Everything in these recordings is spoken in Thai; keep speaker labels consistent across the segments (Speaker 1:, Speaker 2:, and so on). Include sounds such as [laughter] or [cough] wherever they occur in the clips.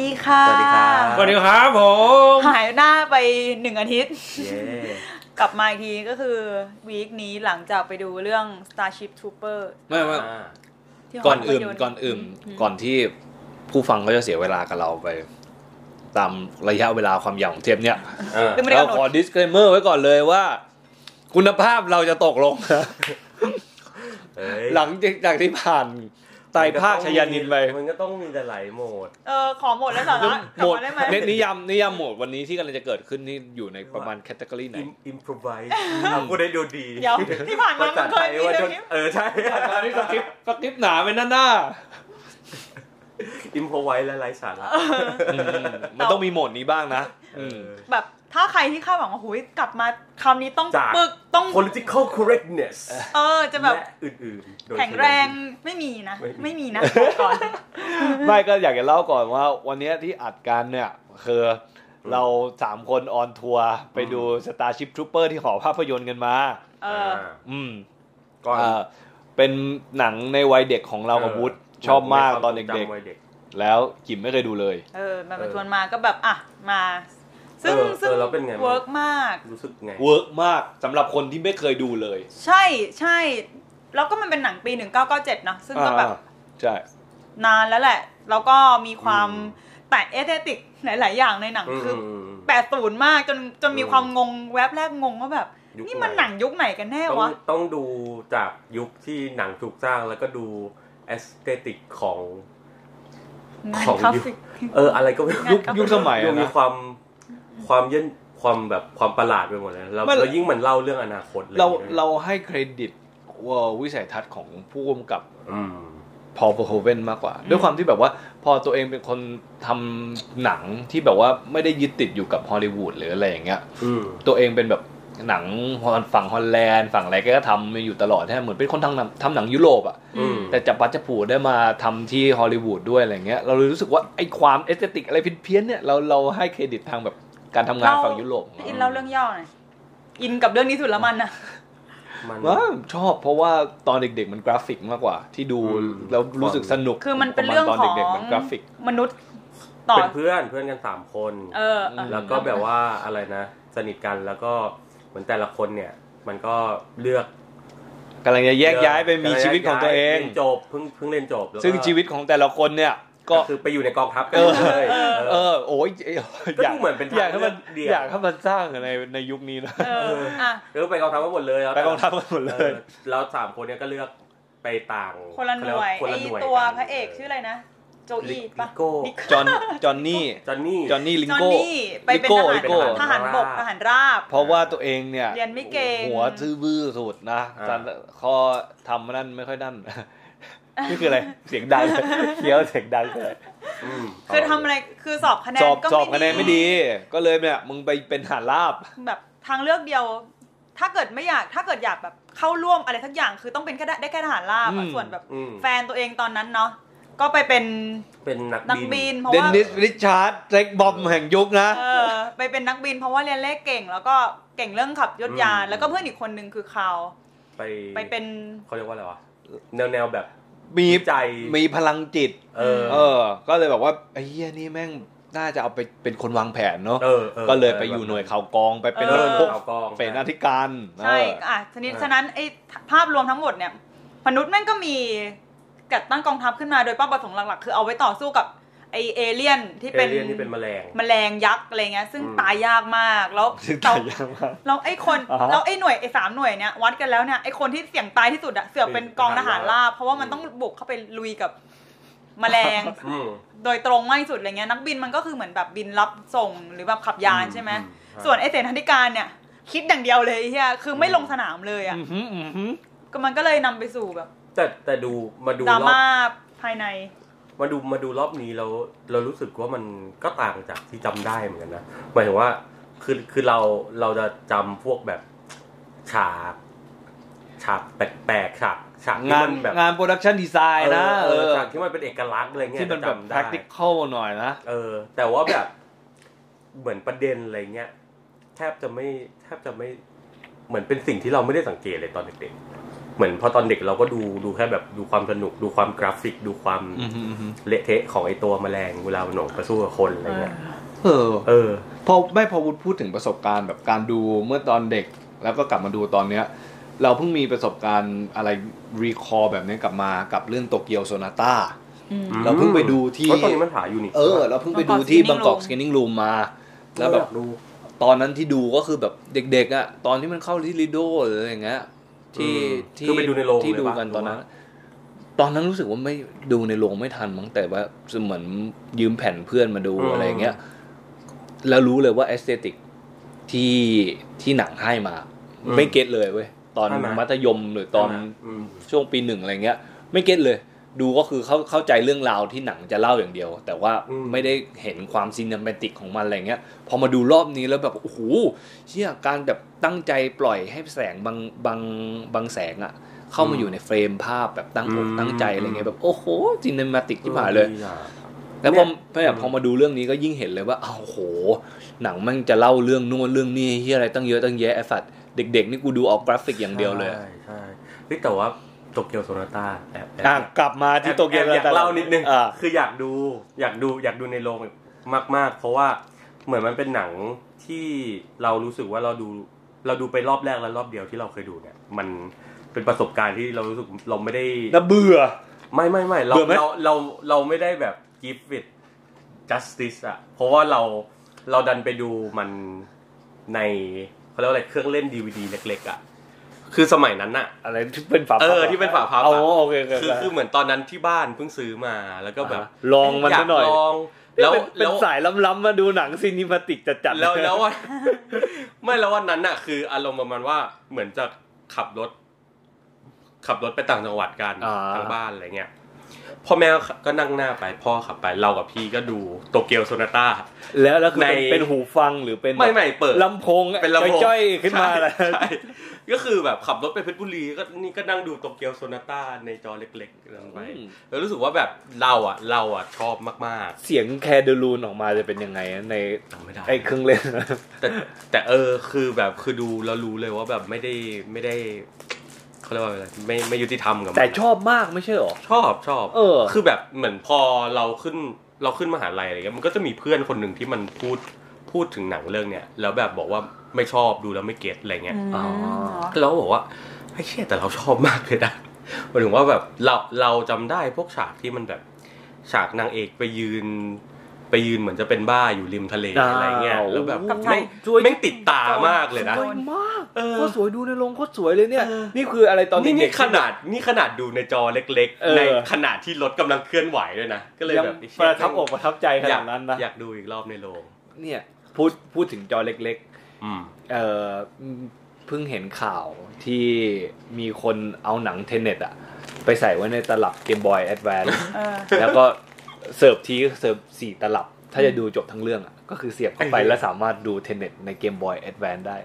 Speaker 1: ดีค่ะ
Speaker 2: สวัสดีครับ
Speaker 3: สวัสดีครับผม
Speaker 1: หายหน้าไปหนึ่งอาทิตย์
Speaker 2: เย้
Speaker 1: กลับมาอีกทีก็คือวีคนี้หลังจากไปดูเรื่อง Starship Trooper
Speaker 3: [laughs] ไม่ว่า
Speaker 2: อ่า
Speaker 1: ที่
Speaker 3: ก่อนอื่น
Speaker 1: ฮลลีวูด
Speaker 3: ก่อนอื่น
Speaker 1: ม
Speaker 3: ก่อนที่ผู้ฟังก็จะเสียเวลากับเราไป ตามระยะเวลาความยาวของเทปเนี่ย
Speaker 2: เออ
Speaker 1: คือไม่ได้
Speaker 3: เรา
Speaker 1: กำหน
Speaker 3: ขอ
Speaker 1: ด
Speaker 3: disclaimer ไว้ก่อนเลยว่า คุณภาพเราจะตกลงนะ
Speaker 2: เอ้ย
Speaker 3: หลังจากที่ผ่านไตรภาคชยานินไป
Speaker 2: มันก็ต้องมีแต่หลายโหมด
Speaker 1: เออขอหมดแล้วสาระกลับ
Speaker 3: หมด
Speaker 1: มาได้ไหม
Speaker 3: เนนิยามนิยามหมวดวันนี้ที่กำลังจะเกิดขึ้นนี่อยู่ในประมาณแคตตากรีไหน
Speaker 2: อิมพรไวส์เอาพูดได้ดูดี
Speaker 1: เดี๋ยวที่ผ่านมา
Speaker 2: ภาษา
Speaker 1: มันเค
Speaker 2: ไท
Speaker 1: ย
Speaker 2: ย
Speaker 1: มี
Speaker 2: ว่า
Speaker 1: เรื่
Speaker 2: จ
Speaker 1: อง
Speaker 2: น
Speaker 1: นี้
Speaker 2: เออใช่
Speaker 3: อันนี้สคริปต์สคริปต์หนาไปหน้าหน้า
Speaker 2: อิมพรไวส์และไร้สาระ
Speaker 3: มันต้องมีโหมดนี้บ้างนะ
Speaker 2: เออ
Speaker 1: แบบถ้าใครที่คาดหวังว่าหุยกลับมาคำนี้ต้อง
Speaker 2: จาก
Speaker 1: ปึกต้อง
Speaker 2: political correctness
Speaker 1: เออจะแบบ
Speaker 2: และอื่นๆโดย
Speaker 1: แข็งแรงไม่มีนะ
Speaker 2: ไม่มี
Speaker 1: ไม่มีนะบอกก่อน
Speaker 3: ไม่ก็อยากจะเล่าก่อนว่า วันเนี้ยที่อัดกันเนี่ยคือเราสามคนออนทัวร์ไปดู Starship Trooper ที่หอภาพยนตร์กันมา
Speaker 1: เอ
Speaker 2: เอ
Speaker 1: อ
Speaker 2: อ
Speaker 3: อืม
Speaker 2: ก่อน
Speaker 3: เอ่อเป็นหนังในวัยเด็กของเรากับวุฒิชอบมากตอนเด็ก
Speaker 2: ๆ
Speaker 3: ๆ แล้วกิมไม่เคยดูเลย
Speaker 1: เออมันมาชวนมาก็แบบอ่ะมา ซึ่งซึ่งเวิร์กมาก
Speaker 2: รู้สึกไง
Speaker 3: เวิร์กมากสำหรับคนที่ไม่เคยดูเลย
Speaker 1: ใช่ใช่ แล้วก็มันเป็นหนังปี 1997เนอะซึ่งก็แบบ
Speaker 3: อ่าใช่
Speaker 1: นานแล้วแหละ แล้วก็มีความ
Speaker 2: อืม
Speaker 1: แตะเอสเตติกหลาย ๆ อย่างในหนัง
Speaker 2: อืม
Speaker 1: คือ
Speaker 2: อืม
Speaker 1: แปดศูนย์มากจนจนมี
Speaker 2: อืม
Speaker 1: ความงงแวบแรกงงว่าแบบ
Speaker 2: ยุค
Speaker 1: นี่มัน
Speaker 2: ไหน
Speaker 1: หนังยุคไหนกันแน่
Speaker 2: ต้อง
Speaker 1: วะ
Speaker 2: ต้องดูจากยุคที่หนังถูกสร้างแล้วก็ดูเอสเตติกของ
Speaker 1: งาน
Speaker 2: ของ
Speaker 1: คลาส
Speaker 2: ยุค
Speaker 1: สิก
Speaker 2: เอออะไรก็ไม่รู้
Speaker 1: งาน
Speaker 3: ยุคยุคสมัย
Speaker 2: ดู
Speaker 3: อะ
Speaker 2: มี
Speaker 3: นะ
Speaker 2: ความความเย็นความแบบความประหลาดไปหมดเลยแล้ว
Speaker 3: ไม่
Speaker 2: แล้วยิ่งมันเล่าเรื่องอนาคตเลย
Speaker 3: เราเราให้เครดิตว่าวิสัยทัศน์ของผู้กำกับ
Speaker 2: อืม
Speaker 3: พอลโฮเวนมากกว่า ด้วยความที่แบบว่าพอตัวเองเป็นคนทำหนังที่แบบว่าไม่ได้ยึดติดอยู่กับฮอลลีวูดหรืออะไรอย่างเงี้ย
Speaker 2: อืม
Speaker 3: ตัวเองเป็นแบบหนังฮอลฝั่งฮอลแลนด์ฝั่งอะไรก็ทำมาอยู่ตลอดใช่ไหมเหมือนเป็นคนทำหนังทำหนังยุโรปอะ
Speaker 2: อืม
Speaker 3: แต่จับปัจจับผลูได้มาทำที่ฮอลลีวูดด้วยอะไรเงี้ยเราเลยรู้สึกว่าไอ้ความเอสเตติกอะไรเพี้ยนๆเนี่ยเราเราให้เครดิตทางแบบการทำงานฝั่งยุโรปของ
Speaker 1: พี่
Speaker 3: เรา
Speaker 1: อินเล่าเรื่องย่อหน่อยอินกับเรื่องนี้สุดละมันนะ
Speaker 2: มัน
Speaker 3: ว่าชอบเพราะว่าตอนเด็กๆมันกราฟิกมากกว่า ที่ดู
Speaker 2: อืม
Speaker 3: แล้วรู้สึกสนุก
Speaker 1: คือมันเป็นเรื่อง
Speaker 3: ตอน
Speaker 1: ของ
Speaker 3: เด็กๆมันกราฟิก
Speaker 1: มนุษย์ต่อ
Speaker 2: เป็นเพื่อนเพื่อนกันสามคน
Speaker 1: เออเออ
Speaker 2: แล้วก็แบบว่าอะไรนะ สนิทกันแล้วก็เหมือนแต่ละคนเนี่ย มันก็เลือก
Speaker 3: กำลังจะแยกย้ายไปมีชีวิตของตัวเอง
Speaker 2: รียนจบเพิ่งเพิ่งเรียนจบแล้วก็
Speaker 3: ซึ่งชีวิตของแต่ละคนเนี่ยก็
Speaker 2: คือไปอยู่ในกองทัพกันเลย
Speaker 3: เอ
Speaker 2: เออ
Speaker 3: อโอ้ย [laughs]
Speaker 2: ก็ดูเหมือนเป็นทาง
Speaker 3: อยากให้มัน
Speaker 2: เลือกเดี่ยว
Speaker 3: อยากให้มันสร้างในในยุคนี้นะ
Speaker 1: เอออ่ะ
Speaker 2: เออไปกองทัพกันหมดเลยแล้ว
Speaker 3: ไปกองทัพกันหมดเลย
Speaker 2: เออแล้วสามคนเนี้ยก็เลือกไปต่าง
Speaker 1: คนละหน่วย
Speaker 2: เขาเรีกาคนละ
Speaker 1: ไอ
Speaker 2: หน่วย
Speaker 1: ตัว
Speaker 2: กัน
Speaker 1: พระเอกชื่ออะไรนะ โจ
Speaker 2: ลิ
Speaker 1: อี้ปะ
Speaker 2: ลิโก้
Speaker 1: ลิโก้
Speaker 3: จอนจอนนี่
Speaker 2: จอนนี่
Speaker 3: จอนนี่ลิ
Speaker 1: จ
Speaker 3: ง
Speaker 1: อน
Speaker 3: โก้
Speaker 1: นี่ไป
Speaker 3: ลิ
Speaker 1: เป็น
Speaker 3: โก้
Speaker 1: ทหาร
Speaker 3: ลิ
Speaker 1: ทหารบ
Speaker 3: โก้
Speaker 1: กทหารราบ
Speaker 3: เพราะว่าตัวเองเนี่ย
Speaker 1: เรียนไม่เก่ง
Speaker 3: หัวซื่อบื้อสุดนะ
Speaker 2: อ่า
Speaker 3: จันข้อทำนั่นไม่ค่อย
Speaker 1: [laughs]
Speaker 3: นั่น นี่คืออะไรเสียง [laughs] ดังเคี้ยวเสียงดังเลย
Speaker 2: ม
Speaker 1: คือทำอะไรคือสอบคะแนน
Speaker 3: สอบ
Speaker 1: ก็
Speaker 3: สอบคะแนนไม่ดี ก็เลยเนี่ยมึงไปเป็นหารลาบ
Speaker 1: แบบทางเลือกเดียว ถ้าเกิดไม่อยากถ้าเกิดอยากแบบเข้าร่วมอะไรทักอย่างคือต้องเป็นแค่ได้ได้แค่ทหารราบอะ
Speaker 3: อืม
Speaker 1: ส่วนแบบ
Speaker 2: อืม
Speaker 1: แฟนตัวเองตอนนั้นเนาะก็ไปเป็น
Speaker 2: เป็นนัก
Speaker 1: นัก
Speaker 2: บิน
Speaker 1: บินเพราะ
Speaker 3: เดน
Speaker 1: ว่า
Speaker 3: นิสริชาร์ดเซ็กบอมแห่งยุคนะ
Speaker 1: เออไปเป็นนักบิน เพราะว่าเรียนเลขเก่ง แล้วก็เก่งเรื่องขับยศยาน
Speaker 2: อืม
Speaker 1: แล้วก็เพื่อนอีกคนนึงคือเขา
Speaker 2: ไป
Speaker 1: ไปเป็น
Speaker 2: เขาเรียกว่าอะไรวะแนวแนวแบบ
Speaker 3: มี
Speaker 2: วิจัย
Speaker 3: มีพลังจิต
Speaker 2: เออ
Speaker 3: เออ ก็เลยแบบว่าไอ้เฮียนี่แม่งน่าจะเอาไปเป็นคนวางแผนเนาะ
Speaker 2: เออออ
Speaker 3: ก็เลยไปอยู่หน่วยข่าวกองไปเป็น
Speaker 2: เออ
Speaker 3: พวก
Speaker 2: ข่าวกอง
Speaker 3: เสนาธิการ
Speaker 1: ใช่
Speaker 3: เออ
Speaker 1: อ่ะทีนี้ฉะนั้นไอ้ภาพรวมทั้งหมดเนี่ยมนุษย์แม่งก็มีจัดตั้งกองทัพขึ้นมาโดยเป้าประสงค์หลักๆ คือเอาไว้ต่อสู้กับไอเอเลี่ยนที่
Speaker 2: เอ
Speaker 1: เป็น
Speaker 2: เลี่ยนที่เป็นแมลง
Speaker 1: แมลงยักษ์อะไรเงี้ยซึ่ง
Speaker 2: อืม
Speaker 1: ตายยากมากแล้ว
Speaker 3: ซึ่ง
Speaker 1: เรา
Speaker 3: ตายยากมาก
Speaker 1: เราไอ้คน
Speaker 3: อ่าฮะ
Speaker 1: เราไอ้หน่วยไอ้สามหน่วยเนี้ยวัดกันแล้วเนี่ยไอ้คนที่เสี่ยงตายที่สุดอะเสือกเป็นกองทหารราบเพราะว่ามันต้องบุกเข้าไปลุยกับแมลง
Speaker 2: อืม
Speaker 1: โดยตรงมากที่สุดอะไรเงี้ยนักบินมันก็คือเหมือนแบบบินรับส่งหรือแบบขับยานใช่ไหม
Speaker 2: อืมอืม
Speaker 1: ส่วนไอ้เสนาธิการเนี่ย คิดอย่างเดียวเลยไอ้เฮียคือไม่ลงสนามเลยอะ
Speaker 3: อื้อหืออื้อหือ
Speaker 1: ก็มันก็เลยนำไปสู่แบบ
Speaker 2: แต่แต่ดูมาดู
Speaker 1: ด
Speaker 2: ร
Speaker 1: รา
Speaker 2: อบ
Speaker 1: ม่าภายใน
Speaker 2: มาดูมาดูรอบนี้เราเรารู้สึกว่ามันก็ต่างจากที่จำได้เหมือนกันนะหมายถึงว่าคือคือเราเราจะจำพวกแบบฉากฉากแปลกๆฉากฉากที่
Speaker 3: งาน
Speaker 2: มันแบบ
Speaker 3: งานโปรดักชันดีไซน์นะ
Speaker 2: เอ
Speaker 3: เอ
Speaker 2: อ
Speaker 3: อ
Speaker 2: จากที่มันเป็นเอกลักษณ์อะไรเงี้ย
Speaker 3: ที่มันแบบ
Speaker 2: จำได้
Speaker 3: practical หน่อยนะ
Speaker 2: เออ แต่ว่าแบบ เหมือนประเด็นอะไรเงี้ยแทบจะไม่แทบจะไม่เหมือนเป็นสิ่งที่เราไม่ได้สังเกตเลยตอนเด็ก เหมือนพอตอนเด็กเราก็ดูดูแค่แบบดูความสนุกดูความกราฟิก ดูความ
Speaker 3: อืมอืมอืม
Speaker 2: เละเทะของไอตัวแมลงเวลามันหนงไปสู้กับคนอะไรเงี้ย
Speaker 3: เออ
Speaker 2: เออ
Speaker 3: พอไม่พอวุฒิพูดถึงประสบการณ์แบบการดูเมื่อตอนเด็ก แล้วก็กลับมาดูตอนเนี้ย เราเพิ่งมีประสบการณ์อะไรรีคอร์แบบนี้กลับมากับเรื่องโตเกียวโซนาต้า
Speaker 1: อืม
Speaker 2: อืม
Speaker 3: เราเพิ่งไปดูที่
Speaker 2: เพราะตอนนี้มันถ่ายอยู่นี่
Speaker 3: เออ เราเพิ่งไปดูที่บางกอก
Speaker 1: Bangkok
Speaker 3: สแกนนิ่งรูมมา
Speaker 2: แล้
Speaker 3: แล้ว ว
Speaker 2: แบ
Speaker 3: แบบ บ
Speaker 2: ดู
Speaker 3: ตอนนั้นที่ดูก็คือแบบเด็กๆอ่ะตอนที่มันเข้าที่ลิโดหรืออะไรอย่างเงี้ยที่ที่
Speaker 2: คือไปดูในโรง
Speaker 3: ที่
Speaker 2: เลย
Speaker 3: ดู
Speaker 2: ปะ
Speaker 3: กันตอนนั้น ตอนนั้นรู้สึกว่าไม่ดูในโรงไม่ทันมั้งแต่ว่าเหมือนยืมแผ่นเพื่อนมาดูอะไรอย่างเงี้ยแล้วรู้เลยว่าเอสเตติกที่ที่หนังให้มา
Speaker 2: อื
Speaker 3: ไม่เก็ตเลยเว้ยตอน
Speaker 2: ใช่ไหม
Speaker 3: มัธยมหรือตอน
Speaker 2: อืม
Speaker 3: ช่วงปีหนึ่งอะไรเงี้ย ไม่เก็ตเลย ดูก็คือเข้าเข้าใจเรื่องราวที่หนังจะเล่าอย่างเดียว แต่ว่า
Speaker 2: อืม
Speaker 3: ไม่ได้เห็นความซีน e มติกของมันอะไรเงี้ย พอมาดูรอบนี้แล้วแบบโอ้โหเชี่ยการแบบตั้งใจปล่อยให้แสงบางบางบางแสงอะเข้ามาอยู่ในเฟรมภาพแบบตั้งอกตั้งใจอะไรเงี้ยแบบโอ้โหซีน e มติกที่ผ่านเลย
Speaker 2: ดีอะ
Speaker 3: แล้วพอแบบพอมาดูเรื่องนี้ก็ยิ่งเห็นเลยว่าอ้าวโห หนังมันจะเล่าเรื่องนู่นเรื่องนี้เฮียอะไรตั้งเยอะตั้งแยะไอ้สัตว์เด็ก ๆ นี่กูดูเออกกราฟิกอย่างเดียวเลย
Speaker 2: ใช่ใช่เฮ้ยแต่ว่าโตเกียวโซนาต้าแอบแอบ
Speaker 3: อ่ะกลับมาที่โตเกียว
Speaker 2: แอบอยากเล่านิดนึง
Speaker 3: อ่ะ
Speaker 2: คืออยากดูอยากดูอยากดูในโรงมาก ๆ เพราะว่าเหมือนมันเป็นหนังที่เรารู้สึกว่าเราดูเราดูไปรอบแรกและรอบเดียวที่เราเคยดูเนี่ย มันเป็นประสบการณ์ที่เรารู้สึกเราไม่ได้
Speaker 3: น่าเบื่อ
Speaker 2: ไม่ไม่ไม่เรา
Speaker 3: เบื่อไหม
Speaker 2: เราเราเราไม่ได้แบบ give it justice อะเพราะว่าเราเราดันไปดูมันในเขาเรียกว่าอะไรเครื่องเล่นดีวดีเล็ก ๆอะคือสมัยนั้นอะ
Speaker 3: อะไรที่เป็นฝาพับ
Speaker 2: เออที่เป็นฝาพับอะ
Speaker 3: อ๋อโอเคโอเค
Speaker 2: คือคือเหมือนตอนนั้นที่บ้านเพิ่งซื้อมาแล้วก็แบบ
Speaker 3: ลองมันซะหน่อย
Speaker 2: ากลอง
Speaker 3: แล้
Speaker 2: แล้ว ว
Speaker 3: เป็น
Speaker 2: แล้ว
Speaker 3: สายล้ำๆมาดูหนังซีนิมาติกจัดๆ
Speaker 2: แล้วแล้ววัน ไม่แล้ววันนั้นน่ะ คืออารมณ์ประมาณว่าเหมือนจะขับรถ ขับรถไปต่างจังหวัดกัน
Speaker 3: อ่า
Speaker 2: ทางบ้านอะไรเงี้ยพ่อแม่ก็นั่งหน้าไปพ่อขับไปเรากับพี่ก็ดูโตเกียวโซนาต้า
Speaker 3: แล้วแล้วคือเป็น
Speaker 2: ใน
Speaker 3: เป็นหูฟังหรือเป็น
Speaker 2: ไม่ไม่เปิด
Speaker 3: ลำโพง
Speaker 2: เป็นลำโพง
Speaker 3: จ้อยๆขึ้นมา
Speaker 2: ใช่
Speaker 3: เลย
Speaker 2: ใช่ก็คือแบบขับรถไปเพชรบุรีก็นี่ก็นั่งดูโตเกียวโซนาต้าในจอเล็กๆลงไปแล้วรู้สึกว่าแบบเราอ่ะ เราอ่ะชอบมาก
Speaker 3: เสียงแคเดรูนออกมาจะเป็นยังไงใน
Speaker 2: ๆจำไม่ได้
Speaker 3: ไอ้เครื่องเล่น [laughs]
Speaker 2: แต่แต่เออคือแบบคือดูแล้วรู้เลยว่าแบบไม่ได้ไม่ได้เขาเรียกว่าอะไรไม่ไม่ยุติธรรมกับมัน
Speaker 3: แต่ชอบมากไม่ใช่หรอ
Speaker 2: ชอบชอบ
Speaker 3: เออ
Speaker 2: คือแบบเหมือนพอเราขึ้นเราขึ้นมหาลัยอะไรเงี้ยมันก็จะมีเพื่อนคนหนึ่งที่มันพูดพูดถึงหนังเรื่องเนี้ยแล้วแบบบอกว่าไม่ชอบดูแล้วไม่เก็ตอะไรเงี้ย
Speaker 1: ม
Speaker 3: อ๋อ
Speaker 2: เราก็บอกว่าไอ้เชี่ยแต่เราชอบมากเลยนะ [laughs] หมายถึงว่าแบบเราเราจำได้พวกฉากที่มันแบบฉากนางเอกไปยืน ไปยืนเหมือนจะเป็นบ้าอยู่ริมทะเลอะไรเงี้ยแล้วแบบ
Speaker 1: กับไทย
Speaker 3: สวย
Speaker 2: แม่งติดตามากเลยนะ
Speaker 3: สวยมาก
Speaker 2: เออ
Speaker 3: โคตรสวยดูในโรงโคตรสวยเลยเนี่ย
Speaker 2: เออ
Speaker 3: นี่คืออะไรตอน
Speaker 2: นี่
Speaker 3: เด็
Speaker 2: นี่
Speaker 3: ก
Speaker 2: ขนาดนี่ขนาดดูในจอเล็ก
Speaker 3: เออ
Speaker 2: ๆ ในขนาดที่รถกำลังเคลื่อนไหวด้วยนะ ก็เลย
Speaker 3: ยัง
Speaker 2: แบบไอ้
Speaker 3: ป
Speaker 2: เชี่ย
Speaker 3: ระทับอกประทับใจข
Speaker 2: อย
Speaker 3: นาดนั้นนะ
Speaker 2: อยากดูอีกรอบในโรง
Speaker 3: เนี่ยพูดพูดถึงจอเล็ก ๆ
Speaker 2: อื [laughs] ม
Speaker 3: เออเพิ่งเห็นข่าวที่มีคนเอาหนังเทนเน็ตอะไปใส่ไว้ในตลับเกมบอยแอดแวน [laughs]
Speaker 1: เออ
Speaker 3: แล้วก็เสิร์ฟทีก็เสิร์ฟสี่ตลับ ถ้าจะดูจบทั้งเรื่องอะก็คือเสียบเข้าไป
Speaker 2: ไอ้เหี้ย
Speaker 3: แล้วสามารถดูเทนเน็ตในเกมบอยแอดแวนได้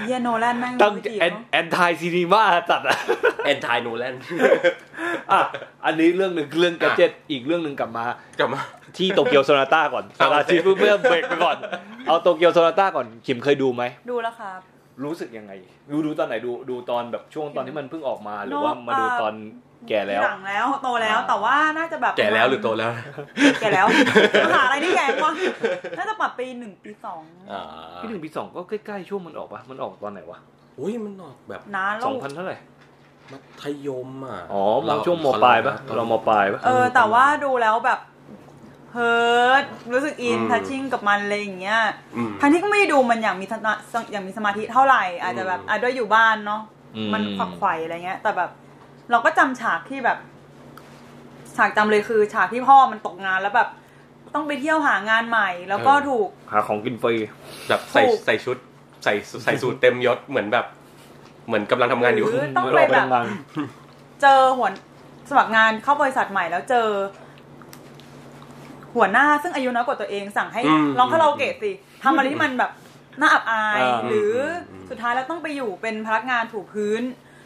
Speaker 1: เฮียโนแลนแม่ง
Speaker 3: ตั้ง
Speaker 1: รู้วิธี
Speaker 3: แอน
Speaker 1: เนอะ
Speaker 3: แอนทายซีนีมาตัดอะ
Speaker 2: แอนทายโนแลน
Speaker 3: อ่ะอันนี้เรื่องหนึ่งเรื่องกระเจ็ดอีกเรื่องหนึ่งกลับมา
Speaker 2: [laughs] กลับมา
Speaker 3: ที่โตเกียวโซนาต้าก่อน
Speaker 2: เอา
Speaker 3: สาราชีเพื่อเบรกไปก่อน เอาโตเกียวโซนาต้าก่อนขิมเคยดูไหม
Speaker 1: ดูแล้วครับ
Speaker 3: รู้สึกยังไง ดูดูตอนไหนดูดูตอนแบบช่วงตอนที่มันเพิ่งออกมาหรือว่า
Speaker 1: เนอะ
Speaker 3: มาดู
Speaker 1: เอ่อ
Speaker 3: ตอนแก่แล้ว
Speaker 1: หลังแล้วโตแล้ว
Speaker 3: อ่า
Speaker 1: แต่ว่าน่าจะแบบ
Speaker 2: แก่แล้วหรือโตแล้ว
Speaker 1: แก่
Speaker 2: [laughs]
Speaker 1: แล้วมหาอะไรที่แก่กว่าน่าจะปรับปีหนึ่งปีสอง
Speaker 2: อ่า
Speaker 3: พี่หนึ่งปีสองก็ใกล้ๆช่วงมันออกปะมันออกตอนไหนวะ
Speaker 2: อุ้ยมันออกแบบ
Speaker 1: นานแล้
Speaker 3: ส
Speaker 1: ว
Speaker 3: องพันเท่าไหร่
Speaker 2: มัธยมอ่ะ
Speaker 3: อ๋อมาช่วงมปลายปะเรามปลายปะ
Speaker 1: เออ แต่ว่าดูแล้วแบบเฮิร์ตรู้สึกอินทัชชิ่งกับมันอะไรอย่างเงี้ย
Speaker 2: อืม
Speaker 1: ทั้งที่ก็ไม่ได้ดูมันอย่างมีสมาอย่างมีสมาธิเท่าไหร่ อาจจะแบบ
Speaker 2: อืม
Speaker 1: อาจด้วยอยู่บ้านเนาะ
Speaker 3: อื
Speaker 1: มันขวักไขว่อะไรเงี้ย แต่แบบ เราก็จำฉากที่แบบ ฉากจำเลยคือ ฉากที่พ่อมันตกงานแล้วแบบ ต้องไปเที่ยวหางานใหม่ แล้วก็
Speaker 2: เออ
Speaker 1: ถูก
Speaker 3: หาของกินฟรี
Speaker 2: แบบใส่
Speaker 1: ถูก
Speaker 2: ใส่ชุด ใส่ใส่สูทเต็มยศเหมือนแบบ เหมือนกำลังทำงานอยู่ [laughs]
Speaker 1: หรือต้อง
Speaker 3: ม่
Speaker 1: ไป
Speaker 3: ก
Speaker 1: แบบ
Speaker 3: ทำงาน
Speaker 1: เจอหัวสมัครงานเข้าบริษัทใหม่แล้วเจอ หัวหน้าซึ่งอายุน้อยกว่าตัวเองสั่งให้
Speaker 2: อืม
Speaker 1: ร้องคาราโอเกะสิทำอะไรที่มันแบบน่าอับอาย
Speaker 3: อ่า
Speaker 1: หรืออ
Speaker 2: ม
Speaker 1: สุดท้ายแล้วต้องไปอยู่เป็นพนักงานถูพื้น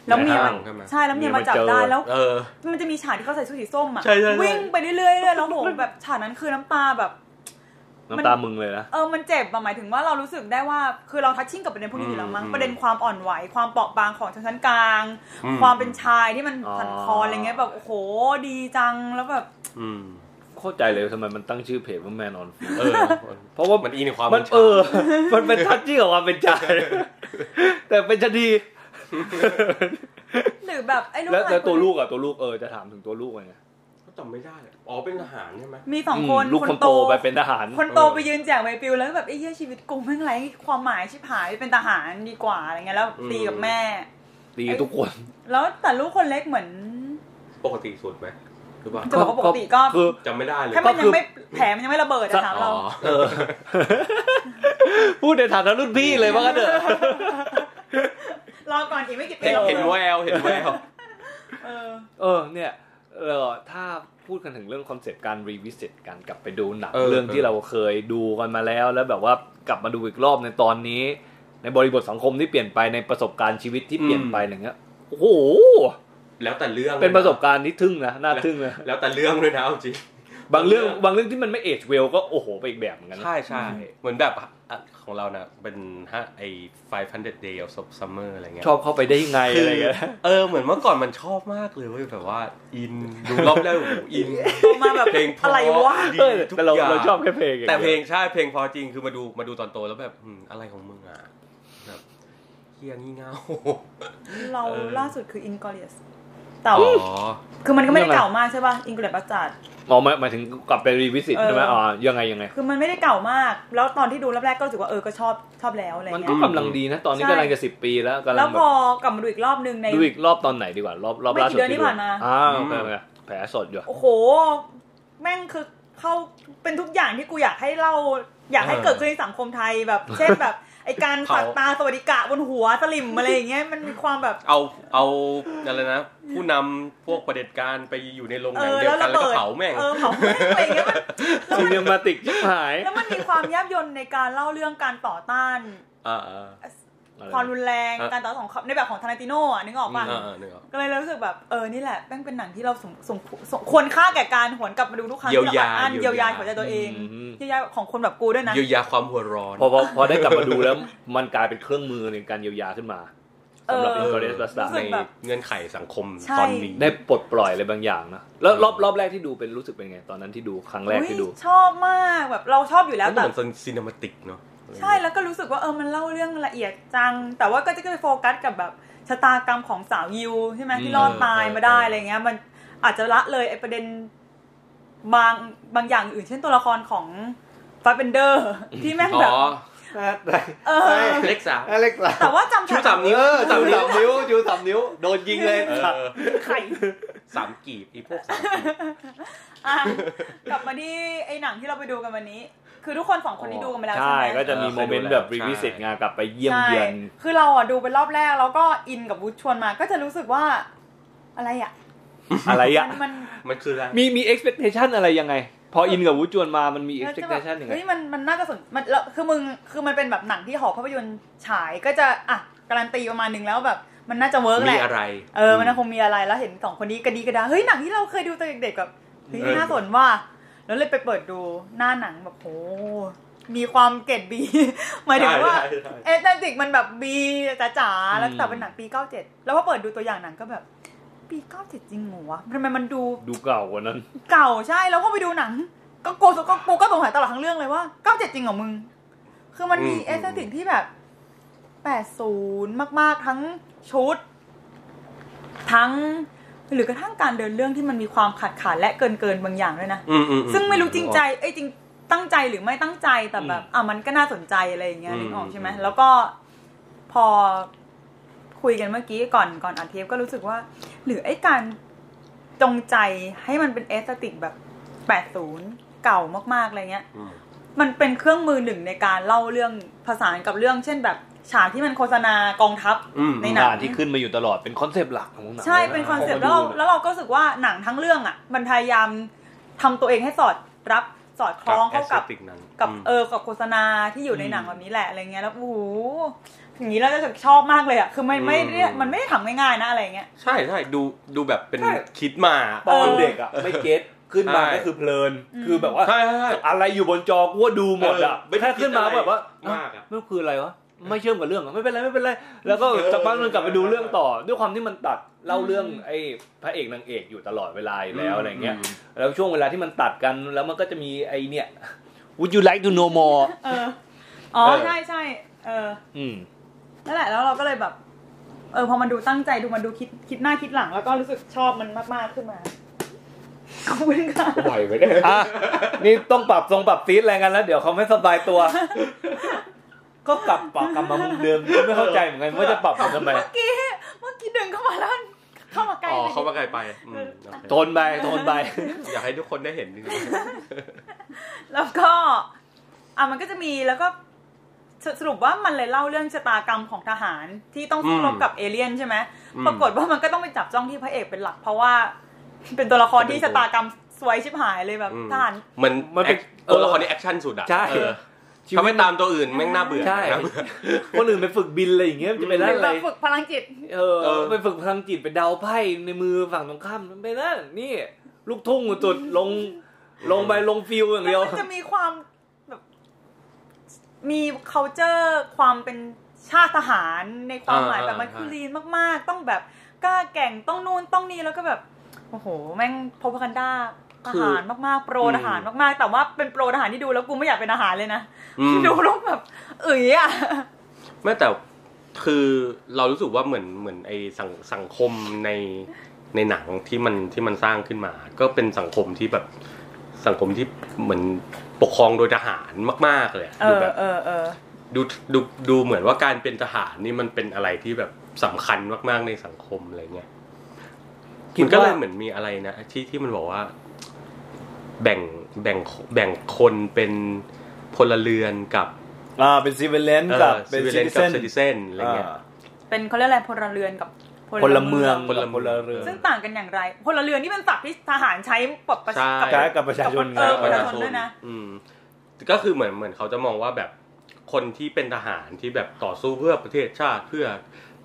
Speaker 1: แล้ว
Speaker 2: ใน
Speaker 1: เมีย
Speaker 2: ห้าง
Speaker 1: มัน
Speaker 2: ใช่ไหม
Speaker 1: ใช่แล้วเมียมาจับ
Speaker 3: เมียมาเจอ
Speaker 1: ได้แล้ว
Speaker 2: เออ
Speaker 1: มันจะมีฉากที่เขาใส่ชุดสีส้มอ่ะ
Speaker 2: ใช่ใช่ใช่
Speaker 1: วิ่งไปเรื่อยๆเรื่อยๆแล้วโหแบบฉากนั้นคือน้ำตาแบบ
Speaker 3: น้ำตามึงเลยนะ
Speaker 1: เออมันเจ็บอะหมายถึงว่าเรารู้สึกได้ว่าคือเราทัชชิ่งกับประเด็นพวกนี้อยู่แล้วมั้ง
Speaker 2: อืม
Speaker 1: ประเด็นความอ่อนไหว ความเปราะบางของชนชั้นกลาง
Speaker 2: อืม
Speaker 1: ความเป็นชายที่มัน
Speaker 3: อ๋อ
Speaker 1: สันคลอนอะไรเงี้ยแบบโอ้โหดีจังแล้วแบบ
Speaker 2: อืม
Speaker 3: เข้าใจเลยทำไมมันตั้งชื่อเพจว่าแมนออนฟิล
Speaker 2: เออ
Speaker 3: เพราะว่า
Speaker 2: มันอินในความ
Speaker 3: มัน
Speaker 2: ฉาบ
Speaker 3: เอ [laughs] อ มันเป็นทัชชี่ของความเป็นชาย แต่เป็นชะดี
Speaker 1: หรือแบบไอ้ลูก
Speaker 3: แล้ว
Speaker 1: ชาย
Speaker 3: แล้วตัวลูกอ่ะตัวลูกเออจะถามถึงตัวลูกไง
Speaker 2: ก็จำไม่ได้อ๋อเป็นทหารใช่ไหม
Speaker 1: มีสองคน
Speaker 3: อืมลูกคนโตไปเป็นทหาร
Speaker 1: คนโต
Speaker 2: เออ
Speaker 1: ไปยืนแจกใบปลิวแล้วแบบไอ้เหี้ยชีวิตกูแม่งไรความหมายชิบหายเป็นทหารดีกว่าอะไรเงี้ยแล้วตีกับแม่
Speaker 3: ดีทุกคน
Speaker 1: แล้วแต่ลูกคนเล็กเหมือน
Speaker 2: ปกติสุดไหมหรือเปล่า
Speaker 1: จะบอกว่าปกติก็
Speaker 3: คือ
Speaker 2: จำไม่ได้เลย
Speaker 1: แค่มันยั
Speaker 3: ก็คื
Speaker 1: ง
Speaker 3: อ
Speaker 1: ไม่แผลมันยังไม่ระเบิดอะถามเรา
Speaker 3: อ๋อเออ พูดในฐานะรุ่นพี่เลยว่ากันเถอะ
Speaker 1: รอก่อนอีกไม่กี่ปี
Speaker 2: เห็นเห็นแววเห็นแวว
Speaker 1: เออ
Speaker 3: เออ เนี่ยเออถ้าพูดกันถึงเรื่องคอนเซปต์การรีวิสิตการกลับไปดูหนัง
Speaker 2: เออ
Speaker 3: เรื่องที่
Speaker 2: เออ
Speaker 3: เราเคยดูกันมาแล้ว แล้วแบบว่ากลับมาดูอีกรอบในตอนนี้ ในบริบทสังคมที่เปลี่ยนไปในประสบการณ์ชีวิตที่เปลี่ยนไปอะไรเงี้ยโอ้โห
Speaker 2: แล้วแต่เรื่อง
Speaker 3: เป็นประสบการณ์ที่ทึ่งนะน่าทึ่งนะ
Speaker 2: แล้วแต่เรื่องด้วยนะเอาจริง
Speaker 3: บางเรื่องบางเรื่องที่มันไม่เอจเวลก็โอ้โหไปอีกแบบเหมือนกันนะ
Speaker 2: ใช่ใช่เหมือนแบบอ่ะของเรานะเป็นฮะไอ500 day of summer อะไรเงี้ย
Speaker 3: ชอบเข้าไปได้ไง
Speaker 2: คื
Speaker 3: อะไร
Speaker 2: อ
Speaker 3: เงี้ย
Speaker 2: เออเหมือนเมื่อก่อนมันชอบมากเลยเว้ยแบบว่าอินดูรอบแรกโอ้โหอิน
Speaker 1: มาแบบ
Speaker 2: เพลงเพ
Speaker 1: อะไรวะ
Speaker 2: ดี
Speaker 3: เออ
Speaker 2: ทุก
Speaker 3: แต่เรา
Speaker 2: อย่าง
Speaker 3: เราชอบแค่เพลง
Speaker 2: แต่เพลงใช่เพลงเพอจริงคือมาดูมาดูตอนโตแล้วแบบอืมอะไรของมึงอ่ะแบบเฮียงี่เง่า
Speaker 1: เรา
Speaker 2: เออ
Speaker 1: ล่าสุดคืออินกอริสแต่
Speaker 2: อ๋
Speaker 1: ว่า
Speaker 2: อ
Speaker 1: คือมันก็ไม่ได้เก่ามากใช่ป่ะอินกอริสบัสจัด
Speaker 3: มองมาหมายถึงกลับไปรีวิสิต
Speaker 1: เออ
Speaker 3: ใช่ไหมอ๋อยังไงยังไง
Speaker 1: คือมันไม่ได้เก่ามาก แล้วตอนที่ดูรอบแรกก็รู้สึกว่าเออก็ชอบชอบแล้วอะไร
Speaker 3: มัน
Speaker 1: เงี้
Speaker 3: ก็
Speaker 1: ย
Speaker 3: กำลังดีนะ ตอนนี้
Speaker 1: ใช่
Speaker 3: กำลังจะสิบปีแล้วกำลั
Speaker 1: แล้
Speaker 3: ง
Speaker 1: ว
Speaker 3: แบ
Speaker 1: พ
Speaker 3: บ
Speaker 1: อกลับมาดูอีกรอบนึงใน
Speaker 3: ดูอีกรอบตอนไหนดีกว่า รอบรอบ
Speaker 1: ไม่
Speaker 3: ล่า
Speaker 1: กี่
Speaker 3: สุด
Speaker 1: เดือนที่ผ่านมา
Speaker 3: อ้าว
Speaker 2: อืม
Speaker 3: แผลแผลสดอยู่
Speaker 1: โอ้โห แม่งคือเข้าเป็นทุกอย่างที่กูอยากให้เล่าอยากให้
Speaker 2: เออ
Speaker 1: เกิดขึ้นในสังคมไทย
Speaker 2: [laughs]
Speaker 1: แบบ เช่นแบบไอการ
Speaker 2: เผา
Speaker 1: ปักตาสวัสดิกะบนหัวสลิมอะไรอย่างเงี้ยมันมีความ
Speaker 2: [laughs]
Speaker 1: แบบ
Speaker 2: เอาเอาอะไรนะ ผู้นำพวกประเผด็จการไปอยู่ในโรงห
Speaker 1: เอ
Speaker 2: นัง
Speaker 1: อ
Speaker 2: เดีย
Speaker 1: แล้ว ว
Speaker 2: กั
Speaker 1: ระ
Speaker 2: นแล้ว
Speaker 1: เบิ
Speaker 2: ก็
Speaker 1: ด
Speaker 2: เผาแม่ง
Speaker 1: เออเผาแม่งอะไรอย่างเงี้ยมัน
Speaker 3: ซีเนียมาติกชิบหาย
Speaker 1: แล้วมันมีความยับยนในการเล่าเรื่องการต่อต้าน
Speaker 2: อ่าอ่า
Speaker 1: ความรุนแรง
Speaker 2: เออ
Speaker 1: การต่อสู้ของเขาในแบบของทารันติโน่อะนึกออกป่ะ
Speaker 2: อ่าอ่านึกออก
Speaker 1: ก็เลยรู้สึกแบบเออนี่แหละแม่งเป็นหนังที่เราสมสมสมควรค่าแก่การหวนกลับมาดูทุกครั้ง
Speaker 2: เยียว
Speaker 1: ที่
Speaker 2: ยา
Speaker 1: รอัดอั้น
Speaker 2: เยี
Speaker 1: เยียว วย
Speaker 2: ยา
Speaker 1: ยาของใจตัวเอง
Speaker 3: อืม
Speaker 1: เยียวยาของคนแบบกูด้วยนะ
Speaker 2: เยียวยาความหัวร้อน
Speaker 3: พอพอพอได้กลับมาดูแล้ว มันกลายเป็นเครื่องมือในการเยียวยาขึ้นมาสำหรับ
Speaker 1: เออ
Speaker 3: อิ
Speaker 1: น
Speaker 3: กอริสบัสดา
Speaker 1: รู้สึ
Speaker 3: ใน
Speaker 1: กแบบ
Speaker 2: เงื่อนไขสังคม
Speaker 1: ใช่
Speaker 2: ตอนนี้
Speaker 3: ได้ปลดปล่อยอะไรบางอย่างนะแล้วรอบรอบแรกที่ดูเป็นรู้สึกเป็นไง ตอนนั้นที่ดูครั้งแรก
Speaker 1: อุ๊ย
Speaker 3: ที่ดู
Speaker 1: ชอบมากแบบเราชอบอยู่แล้ว
Speaker 2: มันเห
Speaker 1: แต่
Speaker 2: มือนเป็นซีนมาติกเนาะ
Speaker 1: ใช่แล้วก็รู้สึกว่าเออมันเล่าเรื่องละเอียดจัง แต่ว่าก็จะไปโฟกัสกับแบบชะตากรรมของสาวยิวใช่ไหมที่รอดตายมาได้อะไรเงี้ย มันอาจจะละเลยไอประเด็นบางบางอย่างอื่น เช่นตัวละครของฟัตเบนเดอร์ที่แม่งแบบเออ
Speaker 2: เล็กสาม
Speaker 3: เล็กละ
Speaker 1: แต่ว่าจำฉาก
Speaker 2: สามนิ้ว
Speaker 3: สามนิ้วจูสามนิ้ว โดนยิงเลย
Speaker 1: ไข่
Speaker 2: สามกีบอีพวกสามกีบ
Speaker 1: อ่ะกลับมาที่ไอ้หนังที่เราไปดูกันวันนี้ คือทุกคนสองคนนี้ดูกันไปแล้ว
Speaker 3: ใช่
Speaker 1: ใช่ไหม
Speaker 3: ก็จะมี
Speaker 2: เออ
Speaker 3: โมเมนต์
Speaker 2: เคยดูแล้ว
Speaker 3: แบบรี
Speaker 2: ใช่
Speaker 3: วิสิตงานกลับไปเยี่ยมเยือน
Speaker 1: ใช่คือเราอ่ะดูเป็นรอบแรกแล้วก็อินกับวุฒชวนมา ก็จะรู้สึกว่าอะไรอ่ะ
Speaker 3: อะไรอ่ะ
Speaker 1: มันมัน
Speaker 2: มันคืออะไร
Speaker 3: มีมี expectation อะไรยังไง พออินกับวูจวนมามันมี
Speaker 1: ก็จะแบบ
Speaker 3: expectation ยังไง
Speaker 1: เฮ้ยมันมันน่าจะสนมันแล้วคือมึงคือมันเป็นแบบหนังที่หอภาพยนตร์ฉายก็จะอ่ะการันตีประมาณหนึ่งแล้วแบบ มันน่าจะเวิร์กแห
Speaker 2: มี
Speaker 1: ละ
Speaker 2: อะไร
Speaker 1: เออมันคงมีอะไรแล้วเห็นสองคนนี้กระดีกระดาเฮ้ยหนังที่เราเคยดูตอนเด็กๆแบบเฮ้ย
Speaker 2: เออ
Speaker 1: น่าสนว่า แล้วเลยไปเปิดดูหน้าหนังแบบโหมีความเกรดบี [laughs] หมายถึงว่า
Speaker 2: ใช่ใช่
Speaker 1: เอตแลนติกมันแบบบีจ๋าๆแล้ว
Speaker 3: อืม
Speaker 1: แต่เป็นหนังปี 97 แล้วพอเปิดดูตัวอย่างหนังก็แบบ ปี 97 จริงเหรอวะทำไมมันดู
Speaker 3: ดูเก่ากว่านั้น
Speaker 1: เก่าใช่แล้วพอไปดูหนัง ก็โกสก็กูก็สงสัยตลอดทั้งเรื่องเลยว่า 97 จริงเหรอมึง คือมันมีเอตแลนติกที่แบบ 80 มากๆทั้งชุด ทั้ง หรือกระทั่งการเดินเรื่องที่มันมีความขาดขาดและเกินเกินๆบางอย่างด้วยนะ
Speaker 2: อืมอืมอื
Speaker 1: ซึ่งไม่รู้จริงใจ เอ้ยจริงตั้งใจหรือไม่ตั้งใจแต่แบบ
Speaker 2: อืม
Speaker 1: อ่ะมันก็น่าสนใจอะไรอย่างเงี้ย
Speaker 2: อืม
Speaker 1: นึกออกใช่ไหม
Speaker 2: อืม
Speaker 1: แล้วก็พอคุยกันเมื่อกี้ก่อนก่อนอัดเทปก็รู้สึกว่า หรือไอ้การจงใจให้มันเป็นเอสติกแบบแปดศูนย์เก่ามากๆอะไรเงี้ย
Speaker 2: อืม
Speaker 1: มันเป็นเครื่องมือหนึ่งในการเล่าเรื่องผสานกับเรื่อง เช่นแบบฉากที่มันโฆษณากองทัพ
Speaker 2: อืม
Speaker 1: ใน
Speaker 3: งานที่ขึ้นมาอยู่ตลอดเป็นคอนเซปต์หลักของหนัง
Speaker 1: ใช่
Speaker 3: ลยะ
Speaker 1: เป็นคอนเซปต์
Speaker 3: ข
Speaker 1: แล้วเรา
Speaker 3: งดู
Speaker 1: แล้วเราก็รู้สึกว่าหนังทั้งเรื่องอ่ะ มันพยายามทำตัวเองให้สอดรับสอดคล้องเข้ากับ
Speaker 2: aesthetic นั้น
Speaker 1: กับ
Speaker 2: ม
Speaker 1: เออกับโฆษณาที่อยู่ในหนังแบบนี้แหละอะไรเงี้ยแล้วโอ้โหอย่างนี้เราจะชอบมากเลยอ่ะคือไม่ไม่ได้มันไม่ได้ทำง่ายๆนะอะไรเงี้ย
Speaker 2: ใช่ใช่ดูดูแบบเป็น
Speaker 1: ใช่
Speaker 2: คิดมา
Speaker 3: ตอนเด็กอ่ะ ไม่เก็ต ขึ้นมา
Speaker 2: ใช่
Speaker 3: ก็คือเพลิน
Speaker 1: อืม
Speaker 3: คือแบบว่า
Speaker 2: ใช่ใช่
Speaker 3: อะไรอยู่บนจอกูว่าดูหมดอ่ะ
Speaker 2: เออไม่ได้
Speaker 3: แค่ขึ้นมา
Speaker 2: คิดอะไร
Speaker 3: แบบว่าม
Speaker 2: ากอะ
Speaker 3: เอ้ไม่คืออะไรวะไม่เชื่อมกับเรื่องอะไม่เป็นไรไม่เป็นไร แล้วก็
Speaker 2: เออ
Speaker 3: สักพักนึงกลับไปดูเรื่องต่อ ด้วยความที่มันตัดเล่าเรื่อง
Speaker 1: อืม
Speaker 3: ไอ้พระเอกนางเอกอยู่ตลอดเวลาอยู่แล้ว
Speaker 2: อืม
Speaker 3: อะไรเงี้ย
Speaker 2: อืม
Speaker 3: แล้วช่วงเวลาที่มันตัดกันแล้วมันก็จะมีไอ้เนี่ย Would you like to know more
Speaker 1: เออ อ๋อ
Speaker 3: เออ
Speaker 1: ใช่ใช่เออ
Speaker 3: อืม
Speaker 1: นั่นแหละแล้วเราก็เลยแบบ เออพอมันดูตั้งใจดูมันดูคิดคิดหน้าคิดหลัง แล้วก็รู้สึกชอบมันมากๆขึ้นมาขอบคุณค่ะ
Speaker 2: ปล่อยไปได้
Speaker 3: อ่ะนี่ต้องปรับทรงปรับซีดอะไรกันแล้ว เดี๋ยวเขาไม่สบาย [laughs] ตัว ก็กลับปรับกลับมามุมเดิมไม่เข้าใจเหมือนกันว่าจะปรับมันทำไม
Speaker 1: เมื่อกี้เมื่อกี้ดึงเข้ามาแล้วเข้ามาใกล้
Speaker 2: อ๋อ
Speaker 1: เลย
Speaker 2: เขามาไกลไปอืมโอเค
Speaker 3: ทนไปทนไป
Speaker 2: อยากให้ทุกคนได้เห็นจริง
Speaker 1: แล้วก็อ่ะมันก็จะมีแล้วก็สสรุปว่ามันเลยเล่าเรื่องชะตากรรมของทหารที่ต้องสู้รบกับเอเลี่ยนใช่ไหม
Speaker 2: ๆ
Speaker 1: ปรากฏว่ามันก็ต้องไปจับจ้องที่พระเอกเป็นหลัก เพราะว่า เป็นตัวละครที่ชะตากรรมสวยชิบหายเลยแบบ
Speaker 2: อืม
Speaker 1: ทหาร
Speaker 2: มัน
Speaker 3: มันเป็น
Speaker 2: แอคตัวละคร
Speaker 3: เออ
Speaker 2: นี้แอคชั่นสุดอ่ะ
Speaker 3: ใช่
Speaker 2: เออเขาไม่ตามตัวอื่นแม่งน่าเบื่อ
Speaker 3: ใช่
Speaker 2: น่าเบื่อ
Speaker 3: คนอื่นไปฝึกบินอะไรอย่างเงี้ยจะไปนั่น
Speaker 1: เป็น
Speaker 3: อะ
Speaker 1: แบ
Speaker 3: ไร
Speaker 1: บฝึกพลังจิต
Speaker 3: เอ
Speaker 2: เอ
Speaker 3: อ
Speaker 2: อ
Speaker 3: ไปฝึกพลังจิตไปเดาไพ่ในมือฝั่งตรงข้ามไปนั่นนี่ ลูกทุ่งจุดลงลงไปลงฟิวอย่างเดียว
Speaker 1: แล้วมันจะมีความแบบมี culture ความเป็นชาติทหารในความหมาย
Speaker 2: อ่า
Speaker 1: แบบมัน
Speaker 2: อ่า
Speaker 1: คือลีนมาก ๆ ต้องแบบกล้าแกร่งต้องนู่นต้องนี่แล้วก็แบบโอ้โห แม่งพพกันด้าทหารมากๆ โปรทหารมากๆ แต่ว่าเป็นโปรทหารที่ดูแล้วกูไม่อยากเป็นทหารเลยนะ
Speaker 2: อืม
Speaker 1: ดูแล้วแบบเอ๋ยอ่ะ
Speaker 2: ไม่แต่คือเรารู้สึกว่าเหมือนเหมือนไอสังสังคมในในหนังที่มันที่มันสร้างขึ้นมา ก็เป็นสังคมที่แบบสังคมที่เหมือนปกครองโดยทหารมาก ๆ เลยอะ
Speaker 1: เอ
Speaker 2: ดู
Speaker 1: อ
Speaker 2: แบบ
Speaker 1: เออเออ
Speaker 2: ดูดูดูเหมือนว่าการเป็นทหารนี่มันเป็นอะไรที่แบบสำคัญมากๆในสังคมอะไรเงี้ย
Speaker 3: คิด
Speaker 2: มันก็
Speaker 3: ว่ามั
Speaker 2: เลยเหมือนมีอะไรนะที่ที่มันบอกว่า แบ่งแบ่งแบ่งคนเป็นพลเรือนกับ
Speaker 3: อ่าเป็นซีเวเลนกับเป็น
Speaker 2: ซิ
Speaker 3: ซิ
Speaker 2: เนกั
Speaker 3: ติ
Speaker 2: บ
Speaker 3: เซน
Speaker 2: ซิติเซนอะไรเงี้ย
Speaker 1: เป็นเขาเรียกอะไรพลเรือนกับ
Speaker 3: พลเมือง
Speaker 2: พลเมือง
Speaker 3: พลเรือน
Speaker 1: ซึ่งต่างกันอย่างไรพลเรือนนี่เป็นศัพท์ที่ทหารใช้กับประชากับ
Speaker 2: ใช่
Speaker 3: ใช้กับประชาชน
Speaker 1: เออ
Speaker 3: ไง
Speaker 1: ประชาชนด้วยนะ
Speaker 2: อืมก็คือเหมือนเหมือนเขาจะมองว่าแบบคนที่เป็นทหารที่แบบต่อสู้เพื่อประเทศชาติเพื่อ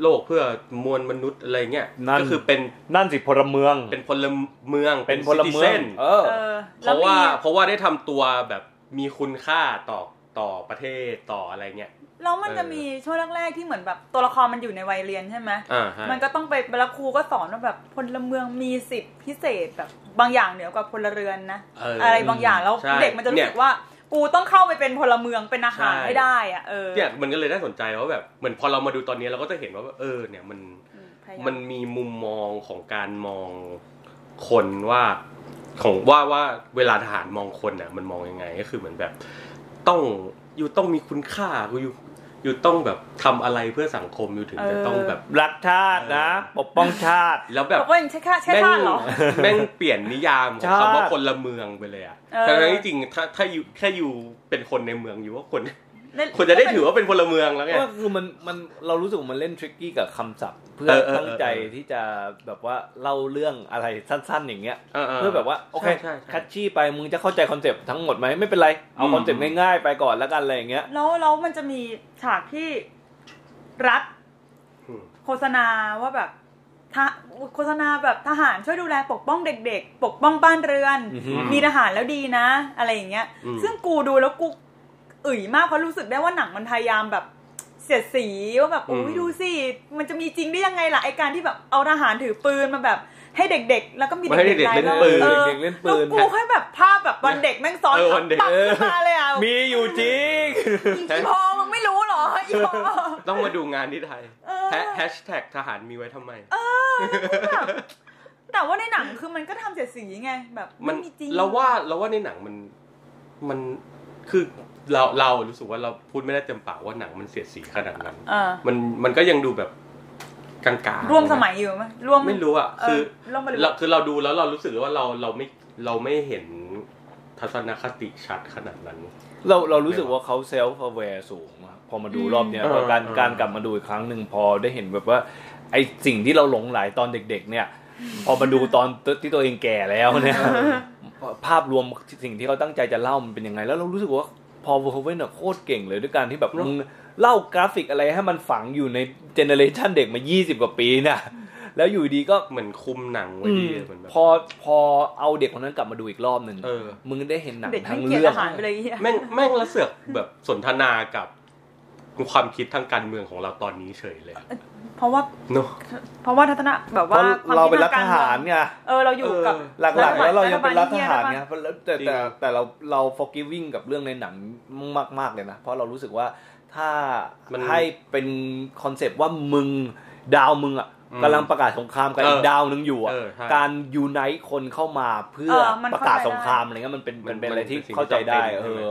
Speaker 2: โลกเพื่อมวลมนุษย์อะไรเงี้ย
Speaker 3: นั่น
Speaker 2: ก็คือเป็น
Speaker 3: นั่นสิพลเมือง
Speaker 2: เป็นพลเมือง
Speaker 3: เป็นพลเมืองเออ
Speaker 1: เออ
Speaker 2: เพ
Speaker 1: แล้
Speaker 2: ราะว่า
Speaker 1: มี
Speaker 2: เพราะว่าได้ทำตัวแบบมีคุณค่าต่อต่อประเทศต่ออะไรเงี้ย
Speaker 1: แล้วมันจะ
Speaker 2: เออ
Speaker 1: มีช่วงแรกๆที่เหมือนแบบตัวละครมันอยู่ในวัยเรียนใช่ไหม
Speaker 2: อ่าฮะ
Speaker 1: มันก็ต้องไปแล้วครูก็สอนว่าแบบพลเมืองมีสิทธิพิเศษแบบบางอย่างเหนือกว่าพลเรือนนะ
Speaker 2: เอออ
Speaker 1: อะไรบางอย่างแล้ว
Speaker 2: ใช่
Speaker 1: เด็กมันจะรู้สึ
Speaker 2: เนี่
Speaker 1: ก
Speaker 2: ย
Speaker 1: ว่ากูต้องเข้าไปเป็นพลเมืองเป็นอาหาร
Speaker 2: ใช่
Speaker 1: ไม่ได้อะเออ
Speaker 2: เนี่ยมันก็เลยได้สนใจว่าแบบเหมือนพอเรามาดูตอนนี้เราก็จะเห็นว่าแบบเออเนี่ยมัน
Speaker 1: อืพยายา
Speaker 2: มันมีมุมมองของการมองคนว่าของว่าว่าเวลาทหารมองคนน่ะมันมองยังไงก็คือเหมือนแบบ ต้องอยู่ต้องมีคุณค่าอยู่อยู่ต้องแบบทำอะไรเพื่อสังคมอยู่ถึงจะต้องแบบ
Speaker 3: รักชาตินะ
Speaker 2: เออ
Speaker 3: ปกป้องชาติ
Speaker 2: แล้วแบบ
Speaker 1: บอกว่าอย่างใช่ค่ะใช่
Speaker 2: แม่ง
Speaker 1: ท่านเหรอ
Speaker 2: แม่งเปลี่ยนนิยามขอ
Speaker 3: ชาง ติ
Speaker 2: คำว่าคนละเมืองไปเลยอ่ะ
Speaker 1: เออ
Speaker 2: ทั้งๆที่จริงถ้าถ้าอยู่แค่อยู่เป็นคนในเมืองอยู่ว่าคน
Speaker 1: เล่น
Speaker 2: คนจะได้ถือว่าเป็นพลเมืองแล้วไง
Speaker 3: ก็คือมันมันเรารู้สึกว่ามันเล่นทริกกี้กับคำศัพท์ เพื่อ
Speaker 2: เออเออเออ
Speaker 3: ตั้งใจที่จะแบบว่าเล่าเรื่องอะไรสั้นๆ อย่างเงี้ย
Speaker 2: ๆ
Speaker 3: เพื่อแบบว่าโอเค
Speaker 2: ใช่ใช่ใช่
Speaker 3: คัดชี่ไปมึงจะเข้าใจคอนเซปต์ทั้งหมดไหมไม่เป็นไร เอา
Speaker 2: อืม
Speaker 3: คอนเซปต์ง่ายๆไปก่อนแล้วกันอะไรอย่างเงี้ย
Speaker 1: แล้วแล้วมันจะมีฉากที่รัฐ
Speaker 2: อืม
Speaker 1: โฆษณาว่าแบบทะโฆษณาแบบทหารช่วยดูแลปกป้องเด็ก ๆ ปกป้องบ้านเรือน
Speaker 3: อือฮึ
Speaker 1: มีทหารแล้วดีนะ อะไรอย่างเงี้ย
Speaker 2: อืม
Speaker 1: ซึ่งกูดูแล้วกูอึ๋ยมากเพราะรู้สึกได้ว่าหนังมันพยายามแบบเสียดสีว่าแบบอุ้ยดูสิมันจะมีจริงได้ยังไงล่ะไอการที่แบบเอาทหารถือปืนมาแบบให้เด็ก ๆ แล้วก็มี
Speaker 2: มาให้เด็กๆ
Speaker 1: ตายร
Speaker 2: เล่น
Speaker 1: อบ
Speaker 2: ปืน
Speaker 1: ออ
Speaker 3: เด็กๆเล่นปืน
Speaker 1: แล้วกูแค่แบบภาพแบบวันเด็กแม่งซ้อน
Speaker 2: เออวันเด็ก
Speaker 1: ปัขึ้นมาเลยอ่ะ
Speaker 3: มีอยู่จริง
Speaker 1: อีพอมึงไม่รู้เหรออีพอ
Speaker 2: ต้องมาดูงานที่ไทย
Speaker 1: เออ
Speaker 2: แฮชแท็กทหารมีไว้ทำไม
Speaker 1: แบบแต่ว่าในหนังคือมันก็ทำเสียดสีไง แบบ
Speaker 2: มัน
Speaker 1: ไจริง
Speaker 2: เราว่าเราว่าในหนังมันมันคือเราเรารู้สึกว่าเราพูดไม่ได้เต็มปากว่าหนังมันเสียดสีขนาดนั้น
Speaker 1: เออ
Speaker 2: มันมันก็ยังดูแบบกลางๆ
Speaker 1: ร่วมสมัยอยู่ไหมร่วม
Speaker 2: ไม่รู้อ่ะ
Speaker 1: เอ
Speaker 2: คือ
Speaker 1: อร่วมบริบ
Speaker 2: เรา
Speaker 1: ท
Speaker 2: คือเราดูแล้วเรารู้สึกว่าเราเราไม่เราไม่เห็นทัศนคติชัดขนาดนั้น
Speaker 3: เราเรารู้สึกว่าเขาเซลฟ์แวร์สูงอะพอมาดูรอบเนี้ย
Speaker 2: อืม
Speaker 3: พอการ
Speaker 2: เออ
Speaker 3: การกลับมาดูอีกครั้งหนึ่งพอได้เห็นแบบว่าไอสิ่งที่เราหลงไหลตอนเด็ก ๆ เนี่ย พอมาดูตอนที่ตัวเองแก่แล้วเนี่ยภาพรวมสิ่งที่เขาตั้งใจจะเล่ามันเป็นยังไง แล้วเรารู้สึกว่าพอเวอร์เวนโคตรเก่งเลยด้วยการที่แบบ
Speaker 2: เนอะ
Speaker 3: มึงเล่ากราฟิกอะไรให้มันฝังอยู่ในเจเนอเรชันเด็กมา 20 กว่าปีน่ะ แล้วอยู่ดีก็
Speaker 2: เหมือนคุมหนังไว้ดีเหมือนแบบ
Speaker 3: พอพอเอาเด็กคนนั้นกลับมาดูอีกรอบหนึ่ง
Speaker 2: เออ
Speaker 3: มึงได้เห็นหนัง
Speaker 1: เด็กไม่
Speaker 3: ทั้ง
Speaker 1: เกลีย
Speaker 3: เรื่อ
Speaker 1: ด
Speaker 3: ง
Speaker 1: อาหารไปเลยไอ้เหี้ย
Speaker 2: แม่งแม่งและเสือกแบบสนทนากับความคิดทางการเมืองของเราตอนนี้เฉยเลย
Speaker 1: เพราะว่า
Speaker 2: เนาะ
Speaker 1: เพราะว่าทัศนะแบบ
Speaker 3: เพ
Speaker 1: ว่า
Speaker 3: ราะ
Speaker 1: ความ
Speaker 3: เรา
Speaker 1: คิ
Speaker 3: เป็น
Speaker 1: ด
Speaker 3: รั
Speaker 1: ทา
Speaker 3: ฐ
Speaker 1: งก
Speaker 3: ท
Speaker 1: เมื
Speaker 3: หาร
Speaker 1: อง
Speaker 3: ไง
Speaker 1: เออเราอยู่กับ
Speaker 3: หลักๆ แล้วเรายังเป็นรัฐทหารไง
Speaker 1: ไง
Speaker 3: แต่
Speaker 2: จ
Speaker 3: แต่
Speaker 2: ริง
Speaker 3: แต่เราเรา forgiving กับเรื่องในหนังมาก ๆ เลยนะ เพราะเรารู้สึกว่าถ้าให้เป็นคอนเซปต์ว่ามึงดาวมึงอ่ะ
Speaker 2: อืม
Speaker 3: กำลังประกาศสงครามกับ
Speaker 2: เอออี
Speaker 3: อีกดาวหนึงอยู่อ่ะ
Speaker 2: เออใช่
Speaker 3: การยูไนต์คนเข้ามาเพื่อประกาศสงครามอะไรเงี้ยมันเป็นมันเป็นอะไรที่เข้าใจได้เออ